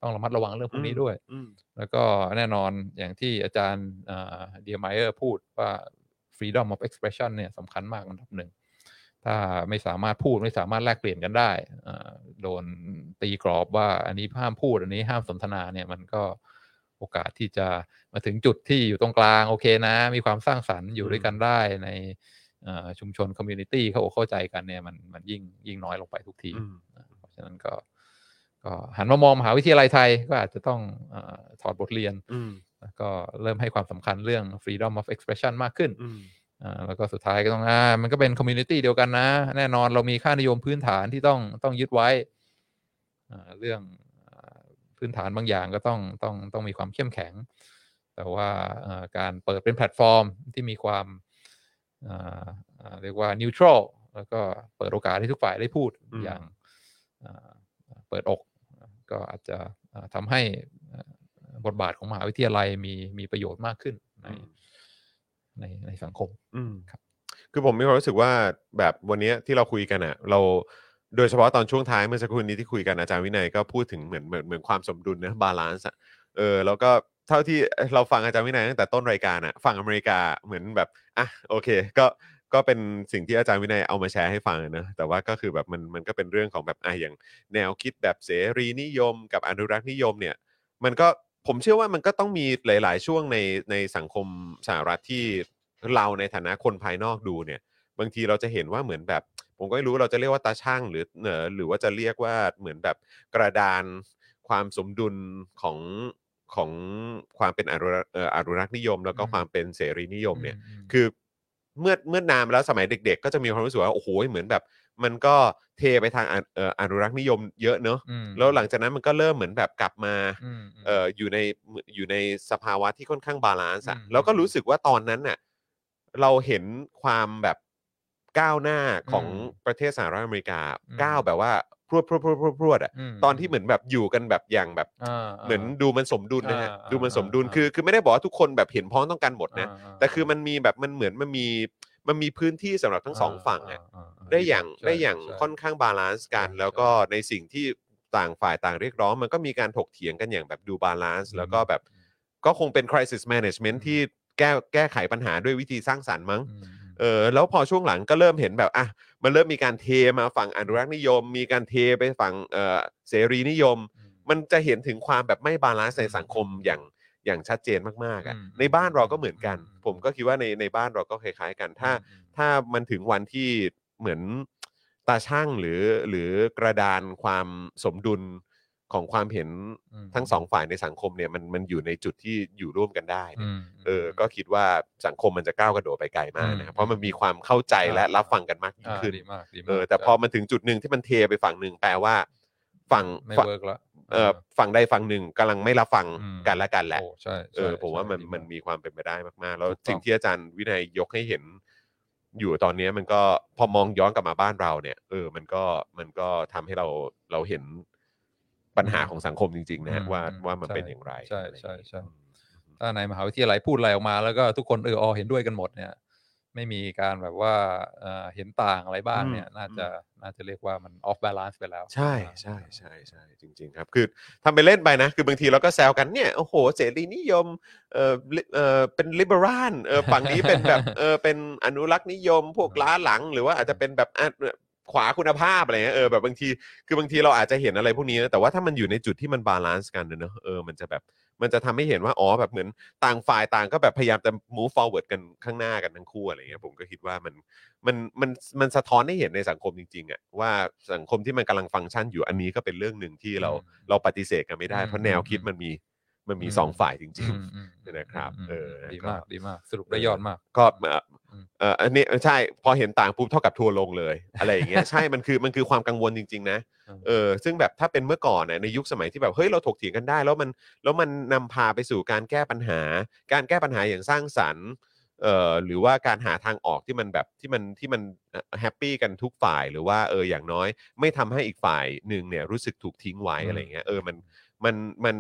[SPEAKER 2] ต้องระมัดระวังเรื่องพวกนี้ด้วย
[SPEAKER 1] อืม
[SPEAKER 2] แล้วก็แน่นอนอย่างที่อาจารย์เดียไมเออร์พูดว่า freedom of expression เนี่ยสำคัญมากอันดับหนึ่ง ถ้าไม่สามารถพูดไม่สามารถแลกเปลี่ยนกันได้อ่าโดนตีกรอบว่าอันนี้ห้ามพูดอันนี้ห้ามสนทนาเนี่ยมันก็โอกาสที่จะมาถึงจุดที่อยู่ตรงกลางโอเคนะ มีความสร้างสรรค์อยู่ด้วยกันได้ในอ่าชุมชนคอมมูนิตี้เขาอกเข้าใจกันเนี่ยมันมันยิ่งยิ่งน้อยลงไปทุกที
[SPEAKER 1] อืม
[SPEAKER 2] นะเพราะฉะนั้นก็ก็หันมามองมหาวิทยาลัยไทยก็อาจจะต้องเออถอดบทเรียน
[SPEAKER 1] อืม
[SPEAKER 2] แล้วก็เริ่มให้ความสำคัญเรื่อง freedom of expression มากขึ้น
[SPEAKER 1] อืม
[SPEAKER 2] อ่าแล้วก็สุดท้ายก็ต้องอ่ามันก็เป็นคอมมูนิตี้เดียวกันนะ แน่นอนเรามีค่านิยมพื้นฐานที่ต้องต้องยึดไว้อ่าเรื่องอ่าพื้นฐานบางอย่างก็ต้องต้องต้องมีความเข้มแข็ง แต่ว่าเอ่อการเปิดเป็นแพลตฟอร์มที่มีความอ่าอ่าเรียกว่า neutral แล้วก็เปิดโอกาสให้ทุกฝ่ายได้พูด
[SPEAKER 1] อืม
[SPEAKER 2] อย่าง เอ่อเปิดอกก็อาจจะเอ่อทำให้เอ่อบทบาทของมหาวิทยาลัยมีมีประโยชน์มากขึ้นในในในสังคม
[SPEAKER 1] อืม
[SPEAKER 2] ครับ
[SPEAKER 1] คือผมมีความรู้สึกว่าแบบวันเนี้ยที่เราคุยกันอะเราโดยเฉพาะตอนช่วงท้ายเมื่อสักครู่นี้ที่คุยกันอาจารย์วินัยก็พูดถึงเหมือนเหมือนเหมือนความสมดุลนะบาลานซ์อะเออแล้วก็เท่าที่เราฟังอาจารย์วินัยตั้งแต่ต้นรายการอะฝั่งอเมริกาเหมือนแบบอ่ะโอเค ก็ก็เป็นสิ่งที่อาจารย์วินัยเอามาแชร์ให้ฟังนะแต่ว่าก็คือแบบมันมันก็เป็นเรื่องของแบบอ่ะอย่างแนวคิดแบบเสรีนิยม กับอนุรักษ์นิยมเนี่ย มันก็ผมเชื่อว่ามันก็ต้องมีหลาย ๆ ช่วงในในสังคมสหรัฐที่เราในฐานะคนภายนอกดูเนี่ย บางทีเราจะเห็นว่าเหมือนแบบ ผมก็ไม่รู้เราจะเรียกว่าตาช่างหรือเอ่อหรือว่าจะเรียกว่าเหมือนแบบกระดานความสมดุลของของความเป็นอนุรักษ์เอ่ออนุรักษ์นิยม แล้วก็
[SPEAKER 2] อืม
[SPEAKER 1] ความเป็นเสรีนิยมเนี่ย
[SPEAKER 2] อืม
[SPEAKER 1] คือเมื่อเมื่อนานมาแล้วสมัยเด็ก ๆ ก็จะมีความรู้สึกว่าโอ้โหเหมือนแบบ มันก็เทไปทางอนเอ่ออนุรักษ์นิยมเยอะเนอะ
[SPEAKER 2] อืม
[SPEAKER 1] แล้วหลังจากนั้นมันก็เริ่มเหมือนแบบกลับมา
[SPEAKER 2] อืมม
[SPEAKER 1] เอ่ออยู่ในอยู่ในสภาวะที่ค่อนข้างบาลานซ์อะ
[SPEAKER 2] อืม
[SPEAKER 1] แล้วก็รู้สึกว่าตอนนั้นน่ะเราเห็นความแบบก้าวหน้าของ
[SPEAKER 2] อืม
[SPEAKER 1] ประเทศสหรัฐอเมริกา
[SPEAKER 2] อืม
[SPEAKER 1] ก้าวแบบว่าพรวดพรวดพรวดพรวดพรวดอะตอนที่เหมือนแบบอยู่กันแบบอย่างแบบ
[SPEAKER 2] อ่า
[SPEAKER 1] เหมือนดูมันสมดุลนะฮะ
[SPEAKER 2] อ่าอ่า
[SPEAKER 1] ดูมันสมดุล
[SPEAKER 2] อ่า
[SPEAKER 1] คือคือไม่ได้บอกว่าทุกคนแบบเห็นพ้องต้องกันหมดนะ
[SPEAKER 2] อ่า
[SPEAKER 1] แต่คือมันมีแบบมันเหมือนมันมีมันมีพื้นที่สำหรับทั้งสองฝั่งอะ
[SPEAKER 2] าา
[SPEAKER 1] ได้อย่าง
[SPEAKER 2] ใช่
[SPEAKER 1] ได้อย่าง
[SPEAKER 2] ใช่
[SPEAKER 1] ค่อนข้างบาลานซ์กัน
[SPEAKER 2] ใช่
[SPEAKER 1] แล้วก็ในสิ่งที่ต่างฝ่ายต่างเรียกร้อง มันก็มีการถกเถียงกันอย่างแบบดูบาลานซ์
[SPEAKER 2] อืม
[SPEAKER 1] แล้วก็แบบก็คงเป็น crisis management
[SPEAKER 2] อืม
[SPEAKER 1] ที่แก้แก้ไขปัญหาด้วยวิธีสร้างสรรค์มั้ง
[SPEAKER 2] อืม
[SPEAKER 1] เออแล้วพอช่วงหลังก็เริ่มเห็นแบบอ่ะมันเริ่มมีการเทมาฝั่งอนุรักษ์นิยม มีการเทไปฝั่งเออเสรีนิยม
[SPEAKER 2] อืม
[SPEAKER 1] มันจะเห็นถึงความแบบไม่บาลานซ์ในสังคม
[SPEAKER 2] อืม
[SPEAKER 1] อย่างอย่างชัดเจนมากๆอ่ะ
[SPEAKER 2] อืม
[SPEAKER 1] ในบ้านเราก็เหมือนกัน
[SPEAKER 2] อืม
[SPEAKER 1] ผมก็คิดว่าในในบ้านเราก็คล้ายๆกันถ้า
[SPEAKER 2] อืม
[SPEAKER 1] ถ้ามันถึงวันที่เหมือนตาช่างหรือหรือกระดานความสมดุลของความเห็น
[SPEAKER 2] อืม
[SPEAKER 1] ทั้งสองฝ่ายในสังคมเนี่ยมันมันอยู่ในจุดที่อยู่ร่วมกันได้เนี่ย
[SPEAKER 2] ม
[SPEAKER 1] เออก็คิดว่าสังคมมันจะก้าวกระโดดไปไกลมาก
[SPEAKER 2] อื
[SPEAKER 1] นะ
[SPEAKER 2] ม
[SPEAKER 1] เพราะมันมีความเข้าใจและ
[SPEAKER 2] อ่ารั
[SPEAKER 1] รับฟังกันมากยิ่ง
[SPEAKER 2] อ่า
[SPEAKER 1] ขึ้น
[SPEAKER 2] ดีมากดีมาก
[SPEAKER 1] เออแต่พอมันถึงจุดหนึ่งที่มันเทไปฝั่งหนึ่งแปลว่า ฝั่ง
[SPEAKER 2] ไม่
[SPEAKER 1] ฝั่ง
[SPEAKER 2] เวิร์กละ
[SPEAKER 1] เออฝั่งใดฝั่งหนึ่งกำลังไม่รับฟัง
[SPEAKER 2] อืม
[SPEAKER 1] กันและกันแหละ
[SPEAKER 2] โอ้ใช่
[SPEAKER 1] เอ
[SPEAKER 2] ใช่
[SPEAKER 1] อผมว่า
[SPEAKER 2] ใช่
[SPEAKER 1] มัน
[SPEAKER 2] ดี
[SPEAKER 1] มันมีความเป็นไปได้มากๆ แล้ว
[SPEAKER 2] ถูกต้อง
[SPEAKER 1] สิ่งที่อาจารย์วินัยยกให้เห็น อยู่ตอนเนี้ยมันก็พอมองย้อนกลับมาบ้านเราเนี่ยเออมันก็มันก็ทำให้เราเราเห็นปัญหาของสังคมจริง ๆ นะฮะ
[SPEAKER 2] อืม
[SPEAKER 1] ว่า
[SPEAKER 2] อืม
[SPEAKER 1] ว่ามัน
[SPEAKER 2] ใช่
[SPEAKER 1] เป็นอย่างไร
[SPEAKER 2] ใช่
[SPEAKER 1] อะไรอย่างนี้
[SPEAKER 2] ใช่ใช่ ถ้าในมหาวิทยาลัยพูดอะไรออกมาแล้วก็ทุกคนเอออเห็นด้วยกันหมดเนี่ยไม่มีการแบบว่าเอ่อเห็นต่างอะไรบ้างเนี่ยน่าจะน่าจะเรียกว่ามันออฟบาลานซ์ไปแล้ว
[SPEAKER 1] ใช่ใช่ใช่ใช่จริง ๆ ครับ คือทำไปเล่นไปนะ คือบางทีเราก็แซวกันเนี่ยโอ้โหเสรีนิยมเออลิเออเป็นลิเบอรัลเออ ฝั่งนี้เป็นแบบเออเป็นอนุรักษ์นิยม พวกล้าหลัง หรือว่าอาจจะเป็นแบบอ่ะขวาคุณภาพอะไรเงี้ยเออแบบบางที คือบางทีเราอาจจะเห็นอะไรพวกนี้นะแต่ว่าถ้ามันอยู่ในจุดที่มันบาลานซ์กันนะเนอะเออมันจะแบบมันจะทำให้เห็นว่าอ๋อแบบเหมือนต่างฝ่ายต่างก็แบบพยายามจะ move forward กันข้างหน้ากันทั้งคู่อะไรเงี้ยผมก็คิดว่ามันมันมันมันสะท้อนให้เห็นในสังคมจริงๆอะว่าสังคมที่มันกำลังฟังก์ชันอยู่อันนี้ก็เป็นเรื่องหนึ่งที่เรา
[SPEAKER 2] อืม
[SPEAKER 1] เราปฏิเสธกันไม่ได้
[SPEAKER 2] อืม
[SPEAKER 1] เพราะแนวคิดมันมีมันมี
[SPEAKER 2] อืม
[SPEAKER 1] สองฝ่ายจริง
[SPEAKER 2] อืมอืม
[SPEAKER 1] นะครับ
[SPEAKER 2] อืม
[SPEAKER 1] เออ
[SPEAKER 2] ดี
[SPEAKER 1] ก็
[SPEAKER 2] มากดีมากสรุปได้ยอดมาก
[SPEAKER 1] ๆ ก็เอ่อ
[SPEAKER 2] อืม
[SPEAKER 1] เอออันนี้ใช่พอเห็นต่างปุ๊บเท่ากับทัวร์ลงเลยอะไรอย่างเงี้ย ใช่มันคือมันคือความกังวลจริง ๆ นะเออซึ่งแบบถ้าเป็นเมื่อก่อนน่ะในยุคสมัยที่แบบเฮ้ยเราถกเถียงกันได้ แล้วมันแล้วมันนำพาไปสู่การแก้ปัญหา การแก้ปัญหาอย่างสร้างสรรค์เอ่อหรือว่าการหาทางออกที่มันแบบที่มันที่มันแฮปปี้กันทุกฝ่ายหรือว่าเอออย่างน้อย ไม่ทำให้อีกฝ่ายหนึ่งเนี่ยรู้สึกถูกทิ้งไว้อะไรอย่างเงี้ยเออมันมันมัน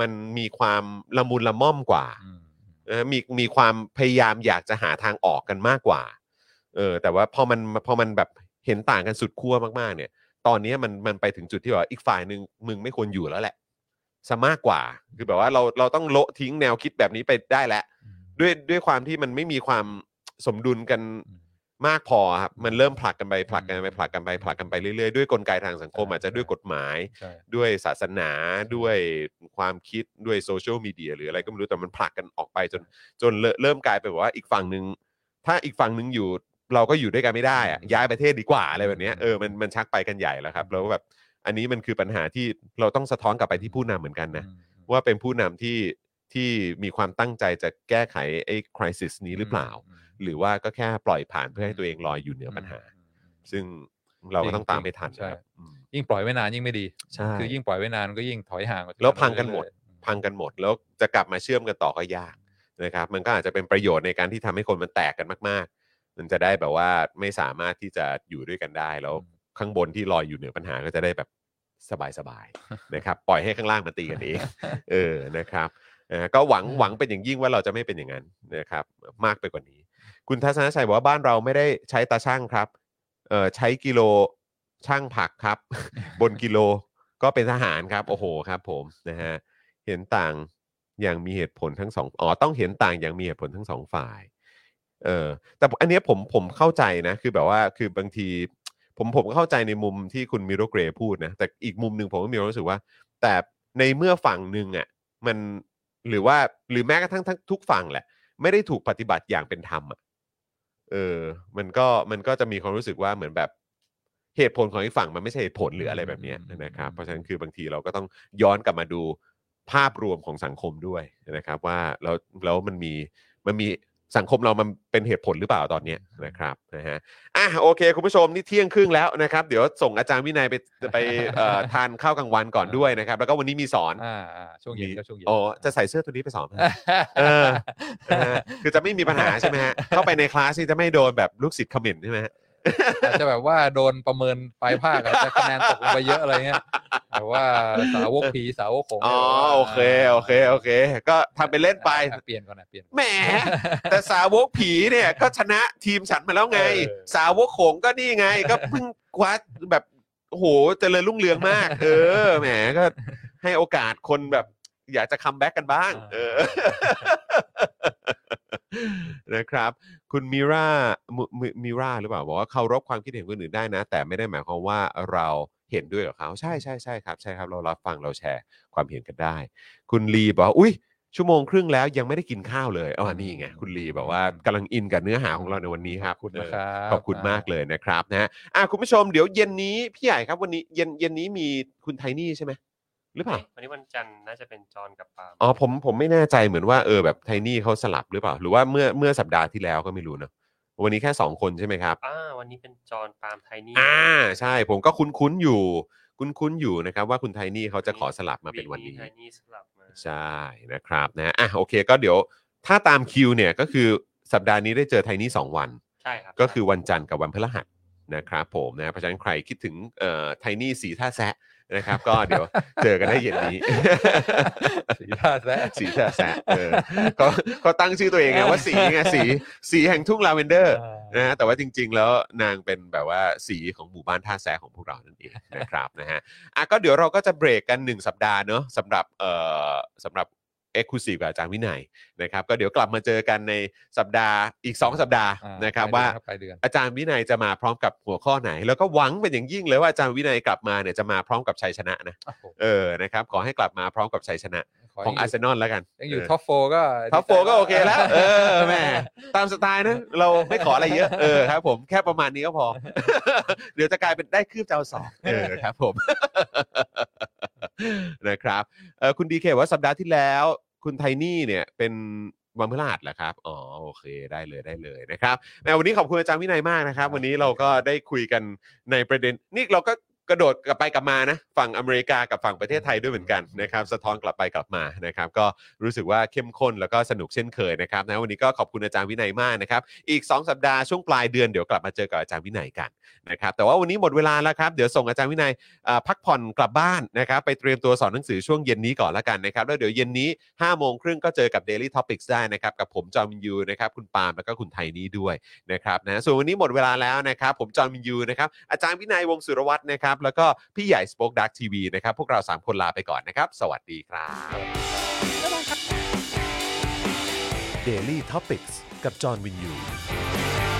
[SPEAKER 1] มันมีความละมุนละม่อมกว่า
[SPEAKER 2] อืม
[SPEAKER 1] เออมีมีความพยายามอยากจะหาทางออกกันมากกว่า เออ แต่ว่าพอมันพอมันแบบเห็นต่างกันสุดขั้วมากๆ เนี่ย ตอนเนี้ยมันมันไปถึงจุดที่แบบว่าอีกฝ่ายหนึ่งมึงไม่ควรอยู่แล้วแหละซะมากกว่า คือแบบว่าเราเราต้องโละทิ้งแนวคิดแบบนี้ไปได้แล้ว ด้วยด้วยความที่มันไม่มีความสมดุลกัน
[SPEAKER 2] อืม
[SPEAKER 1] มากพอครับมันเริ่มผลักกันไปผลักกันไป
[SPEAKER 2] อืม
[SPEAKER 1] ผลักกันไปผลักกันไปเรื่อยๆด้วยกลไกทางสังคม
[SPEAKER 2] ใช่
[SPEAKER 1] อาจจะด้วย
[SPEAKER 2] ใช่
[SPEAKER 1] กฎหมาย
[SPEAKER 2] ใช่
[SPEAKER 1] ด้วยศาสนาด้วยความคิดด้วยโซเชียลมีเดียหรืออะไรก็ไม่รู้แต่มันผลักกันออกไปจนจนเลอะเริ่มกลายเป็นแบบว่าอีกฝั่งหนึ่งถ้าอีกฝั่งหนึ่งอยู่เราก็อยู่ด้วยกันไม่ได้อะย้ายประเทศดีกว่าอะไรแบบเนี้ยเออมันมันชักไปกันใหญ่แล้วครับ แล้วแบบอันนี้มันคือปัญหาที่เราต้องสะท้อนกลับไปที่ผู้นำเหมือนกันนะ
[SPEAKER 2] อืม
[SPEAKER 1] ว่าเป็นผู้นำที่ที่มีความตั้งใจจะแก้ไขไอ้คริสิสนี้หรือเปล่า หรือว่าก็แค่ปล่อยผ่านเพื่อให้ตัวเองลอยอยู่เหนือปัญหา ซึ่งเราก็ต้องตามให้ทันนะครับอืม
[SPEAKER 2] ยิ่งปล่อยไว้นานยิ่งไม่ดี
[SPEAKER 1] ใช่
[SPEAKER 2] คือยิ่งปล่อยไว้นานก็ยิ่งถอยห่างออจา
[SPEAKER 1] แล้วพังกันหมด
[SPEAKER 2] เรื่อยๆ
[SPEAKER 1] พังกันหมดแล้วจะกลับมาเชื่อมกันต่อก็ยากนะครับ มันก็อาจจะเป็นประโยชน์ในการที่ทำให้คนมันแตกกันมาก ๆ มันจะได้แบบว่าไม่สามารถที่จะอยู่ด้วยกันได้แล้วข้างบนที่ลอยอยู่เหนือปัญหาก็จะได้แบบสบายๆ นะครับ ปล่อยให้ข้างล่างมันตีกันเองเออนะครับเออก็หวังหวังเป็นอย่างยิ่งว่าเราจะไม่เป็นอย่างนั้นนะครับ มากไปกว่านี้ คุณทัศนชัยบอกว่าบ้านเราไม่ได้ใช้ตาช่างครับเออใช้กิโลช่างผักครับ บนกิโลก็เป็นทหารครับโอ้โหครับ ผมนะฮะ เห็นต่างอย่างมีเหตุผลทั้งสองอ๋อต้องเห็นต่างอย่างมีเหตุผลทั้งสองฝ่าย เออแต่อันเนี้ยผมผมเข้าใจนะ คือแบบว่าคือบางที ผมผมก็เข้าใจในมุมที่คุณมิโรเกรพูดนะ แต่อีกมุมหนึ่งผมก็มีความรู้สึกว่า แต่ในเมื่อฝั่งหนึ่งอะ่ะมันหรือว่าหรือแม้กระทั่งทั้งทุกฝั่งแหละ ไม่ได้ถูกปฏิบัติอย่างเป็นธรรมอะ่ะเออ มันก็มันก็จะมีความรู้สึกว่าเหมือนแบบเหตุผลของอีกฝั่งมันไม่ใช่เหตุผลหรืออะไรแบบเนี้ยนะครับ เพราะฉะนั้นคือบางทีเราก็ต้องย้อนกลับมาดูภาพรวมของสังคมด้วยนะครับ ว่าแล้วแล้วมันมีมันมีสังคมเรามันเป็นเหตุผลหรือเปล่าตอนเนี้ยนะครับนะฮะอ่ะโอเค คุณผู้ชมนี่เที่ยงครึ่งแล้วนะครับ เดี๋ยวส่งอาจารย์วินัยไป ไปเอ่อทานข้าวกลางวันก่อนด้วยนะครับ แล้วก็วันนี้มีสอน
[SPEAKER 2] อ่าอ่าช่วงเย็นก็ช่วงเย็น
[SPEAKER 1] อ๋อ จะใส่เสื้อตัวนี้ไปสอนไหม เออ นะฮะคือจะไม่มีปัญหาใช่ไหมฮะ เข้าไปในคลาสนี่จะไม่โดนแบบลูกศิษย์คอมเมนต์ใช่ไหมฮะ
[SPEAKER 2] อาจจะแบบว่าโดนประเมินปลายภาคอาจจะคะแนนตกลงไปเยอะอะไรเงี้ยแต่ว่าสาวกผีสาวกของ
[SPEAKER 1] อ๋อ โอเค โอเค โอเค ก็ทำเป็นเล่นไป
[SPEAKER 2] อ่ะเปลี่ยนก่อนนะเปลี่ยน
[SPEAKER 1] แหม แต่สาวกผีเนี่ยก็ชนะทีมฉันมาแล้วไง
[SPEAKER 2] เออ
[SPEAKER 1] สาวกโขงก็นี่ไง ก็เพิ่งคว้าแบบโอ้โหเจริญรุ่งเรืองมาก เออ แหม ก็ให้โอกาสคนแบบอยากจะคัมแบ็กกันบ้าง เออ นะครับ คุณมิรามุมิมิราหรือเปล่าบอกว่าเคารพความคิดเห็นคนอื่นได้นะ แต่ไม่ได้หมายความว่าเราเห็นด้วยกับเขาใช่ใช่ใช่ครับใช่ครับ เรารับฟังเราแชร์ความเห็นกันได้ คุณลีบอกว่าอุ้ยชั่วโมงครึ่งแล้วยังไม่ได้กินข้าวเลยอ๋อนี่ไงคุณลีบอกว่ากำลังอินกับเนื้อหาของเราในวันนี้ครับ
[SPEAKER 2] ขอบคุณ
[SPEAKER 1] เออ
[SPEAKER 2] นะครับ
[SPEAKER 1] ขอบคุณมากเลยนะครับนะฮะอ่ะคุณผู้ชมเดี๋ยวเย็นนี้พี่ใหญ่ครับวันนี้เย็นเย็นนี้มีคุณไทนี่ใช่ไหมหรือเปล่า
[SPEAKER 3] วันนี้วันจันทร์น่าจะเป็นจอห์นกับปาล์ม
[SPEAKER 1] อ๋อผมผมไม่แน่ใจเหมือนว่าเออแบบไทนี่เขาสลับหรือเปล่า หรือว่าเมื่อเมื่อสัปดาห์ที่แล้วก็ไม่รู้เนอะวันนี้แค่ 2 คนใช่ไหมครับ
[SPEAKER 3] อ่าวันนี้เป็นจอห์นปาล์มไทนี่
[SPEAKER 1] อ่าใช่ผมก็คุ้นๆอยู่ คุ้นๆอยู่นะครับ ว่าคุณไทนี่เขาจะขอสลับมาเป็นวันนี้
[SPEAKER 3] ไทนี่สลับมา
[SPEAKER 1] ใช่นะครับนะอ่ะโอเคก็เดี๋ยวถ้าตามคิวเนี่ยก็คือสัปดาห์นี้ได้เจอไทนี่สองวัน
[SPEAKER 3] ใช่ครับ
[SPEAKER 1] ก็คือวันจันทร์กับวันพฤหัสนะครับผมนะเพราะฉะนั้นใครคิดถึงไทนี่สีท่าแซะนะครับ ก็เดี๋ยวเจอกันได้เย็นนี้
[SPEAKER 2] สีท่าแซะ
[SPEAKER 1] สีท่าแซะเออเขาเขาตั้งชื่อตัวเองไงว่าสีไงสีสีแห่งทุ่งลาเวนเดอร์นะฮะแต่ว่าจริง ๆ แล้วนางเป็นแบบว่าสีของหมู่บ้านท่าแซะของพวกเรานั่นเองนะครับนะฮะอ่ะก็เดี๋ยวเราก็จะเบรกกัน 1 สัปดาห์เนอะสำหรับเอ่อสำหรับเอ็กซ์คลูซีฟกับอาจารย์วินัยนะครับ ก็เดี๋ยวกลับมาเจอกันในสัปดาห์อีก 2 สัปดาห์
[SPEAKER 2] อ่า
[SPEAKER 1] นะครับ
[SPEAKER 2] ปลย
[SPEAKER 1] ว่า
[SPEAKER 2] เดือนปลายเดือน
[SPEAKER 1] อาจารย์วินัยจะมาพร้อมกับหัวข้อไหน แล้วก็หวังเป็นอย่างยิ่งเลยว่าอาจารย์วินัยกลับมาเนี่ยจะมาพร้อมกับชัยชนะนะเออนะครับขอให้กลับมาพร้อมกับชัยชนะของอาร์เซนอลแล้วกัน
[SPEAKER 2] ยังอยู่
[SPEAKER 1] เ
[SPEAKER 2] ท็อปโฟก็
[SPEAKER 1] ท็อปโฟก็โอเคแล้ว เออแหม่ตามสไตล์นะ เราไม่ขออะไรเยอะ เออครับผมแค่ประมาณนี้ก็พอ เดี๋ยวจะกลายเป็นได้คืบเจ้าสองเออครับผม นะครับเออคุณดีเคว่าสัปดาห์ที่แล้ว คุณไทนี่เนี่ยเป็น วันพฤหัสแหละครับ อ๋อ โอเค ได้เลย ได้เลยนะครับแหมวันนี้ขอบคุณอาจารย์วินัยมากนะครับ วันนี้เราก็ได้คุยกันในประเด็น นี่เราก็กระโดดกลับไปกลับมานะ ฝั่งอเมริกากับฝั่งประเทศไทยด้วยเหมือนกันนะครับ สะท้อนกลับไปกลับมา นะครับ ก็รู้สึกว่าเข้มข้นแล้วก็สนุกเช่นเคยนะครับนะวันนี้ก็ขอบคุณอาจารย์วินัยมากนะครับ อีก 2 สัปดาห์ช่วงปลายเดือนเดี๋ยวกลับมาเจอกับอาจารย์วินัยกันนะครับ แต่ว่าวันนี้หมดเวลาแล้วครับ เดี๋ยวส่งอาจารย์วินัย อ่าพักผ่อนกลับบ้านนะครับไปเตรียมตัวสอนหนังสือช่วงเย็นนี้ก่อนละกันนะครับ แล้วเดี๋ยวเย็นนี้5้าโมงครึ่งก็เจอกับ Daily Topics ได้นะครับ กับผมจอมยูนะครับคุณปาล์มแล้วก็คุณไทยนี้ด้วยนะครับนะส่วนวันนี้หมดเวลาแล้วนะครับ ผมจอมยูนะครับอาจารย์วินัยวงศ์สุรวัตรนะครับ แล้วก็พี่ใหญ่สป็อคดักทีวีนะครับ พวกเรา 3 คนลาไปก่อนนะครับ สวัสดีครับ
[SPEAKER 5] Daily Topics กับจอห์นวินยู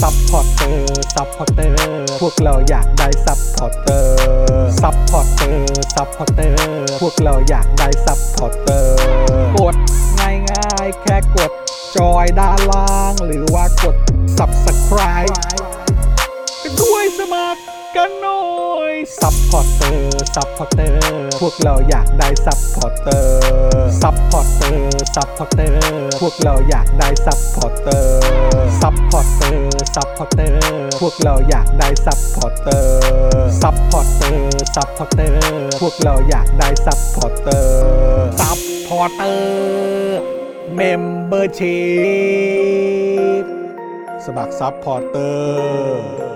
[SPEAKER 4] ซัพพอร์เตอร์ซัพพอร์เตอร์พวกเราอยากได้ซัพพอร์เตอร์ซัพพอร์เตอร์ซัพพอร์เตอร์พวกเราอยากได้ซัพพอร์เตอร์กดง่ายๆ แค่กด จอยด้านล่าง หรือว่ากด subscribe กันด้วยสมัครกันหน่อย ซัพพอร์เตอร์ซัพพอร์เตอร์พวกเราอยากได้ซัพพอร์เตอร์ซัพพอร์เตอร์ซัพพอร์เตอร์พวกเราอยากได้ซัพพอร์เตอร์ซัพพอร์เตอร์ซัพพอร์เตอร์พวกเราอยากได้ซัพพอร์เตอร์ซัพพอร์เตอร์ซัพพอร์เตอร์พวกเราอยากได้ซัพพอร์เตอร์ซัพพอร์เตอร์เมมเบอร์ชีพสมัครซัพพอร์เตอร์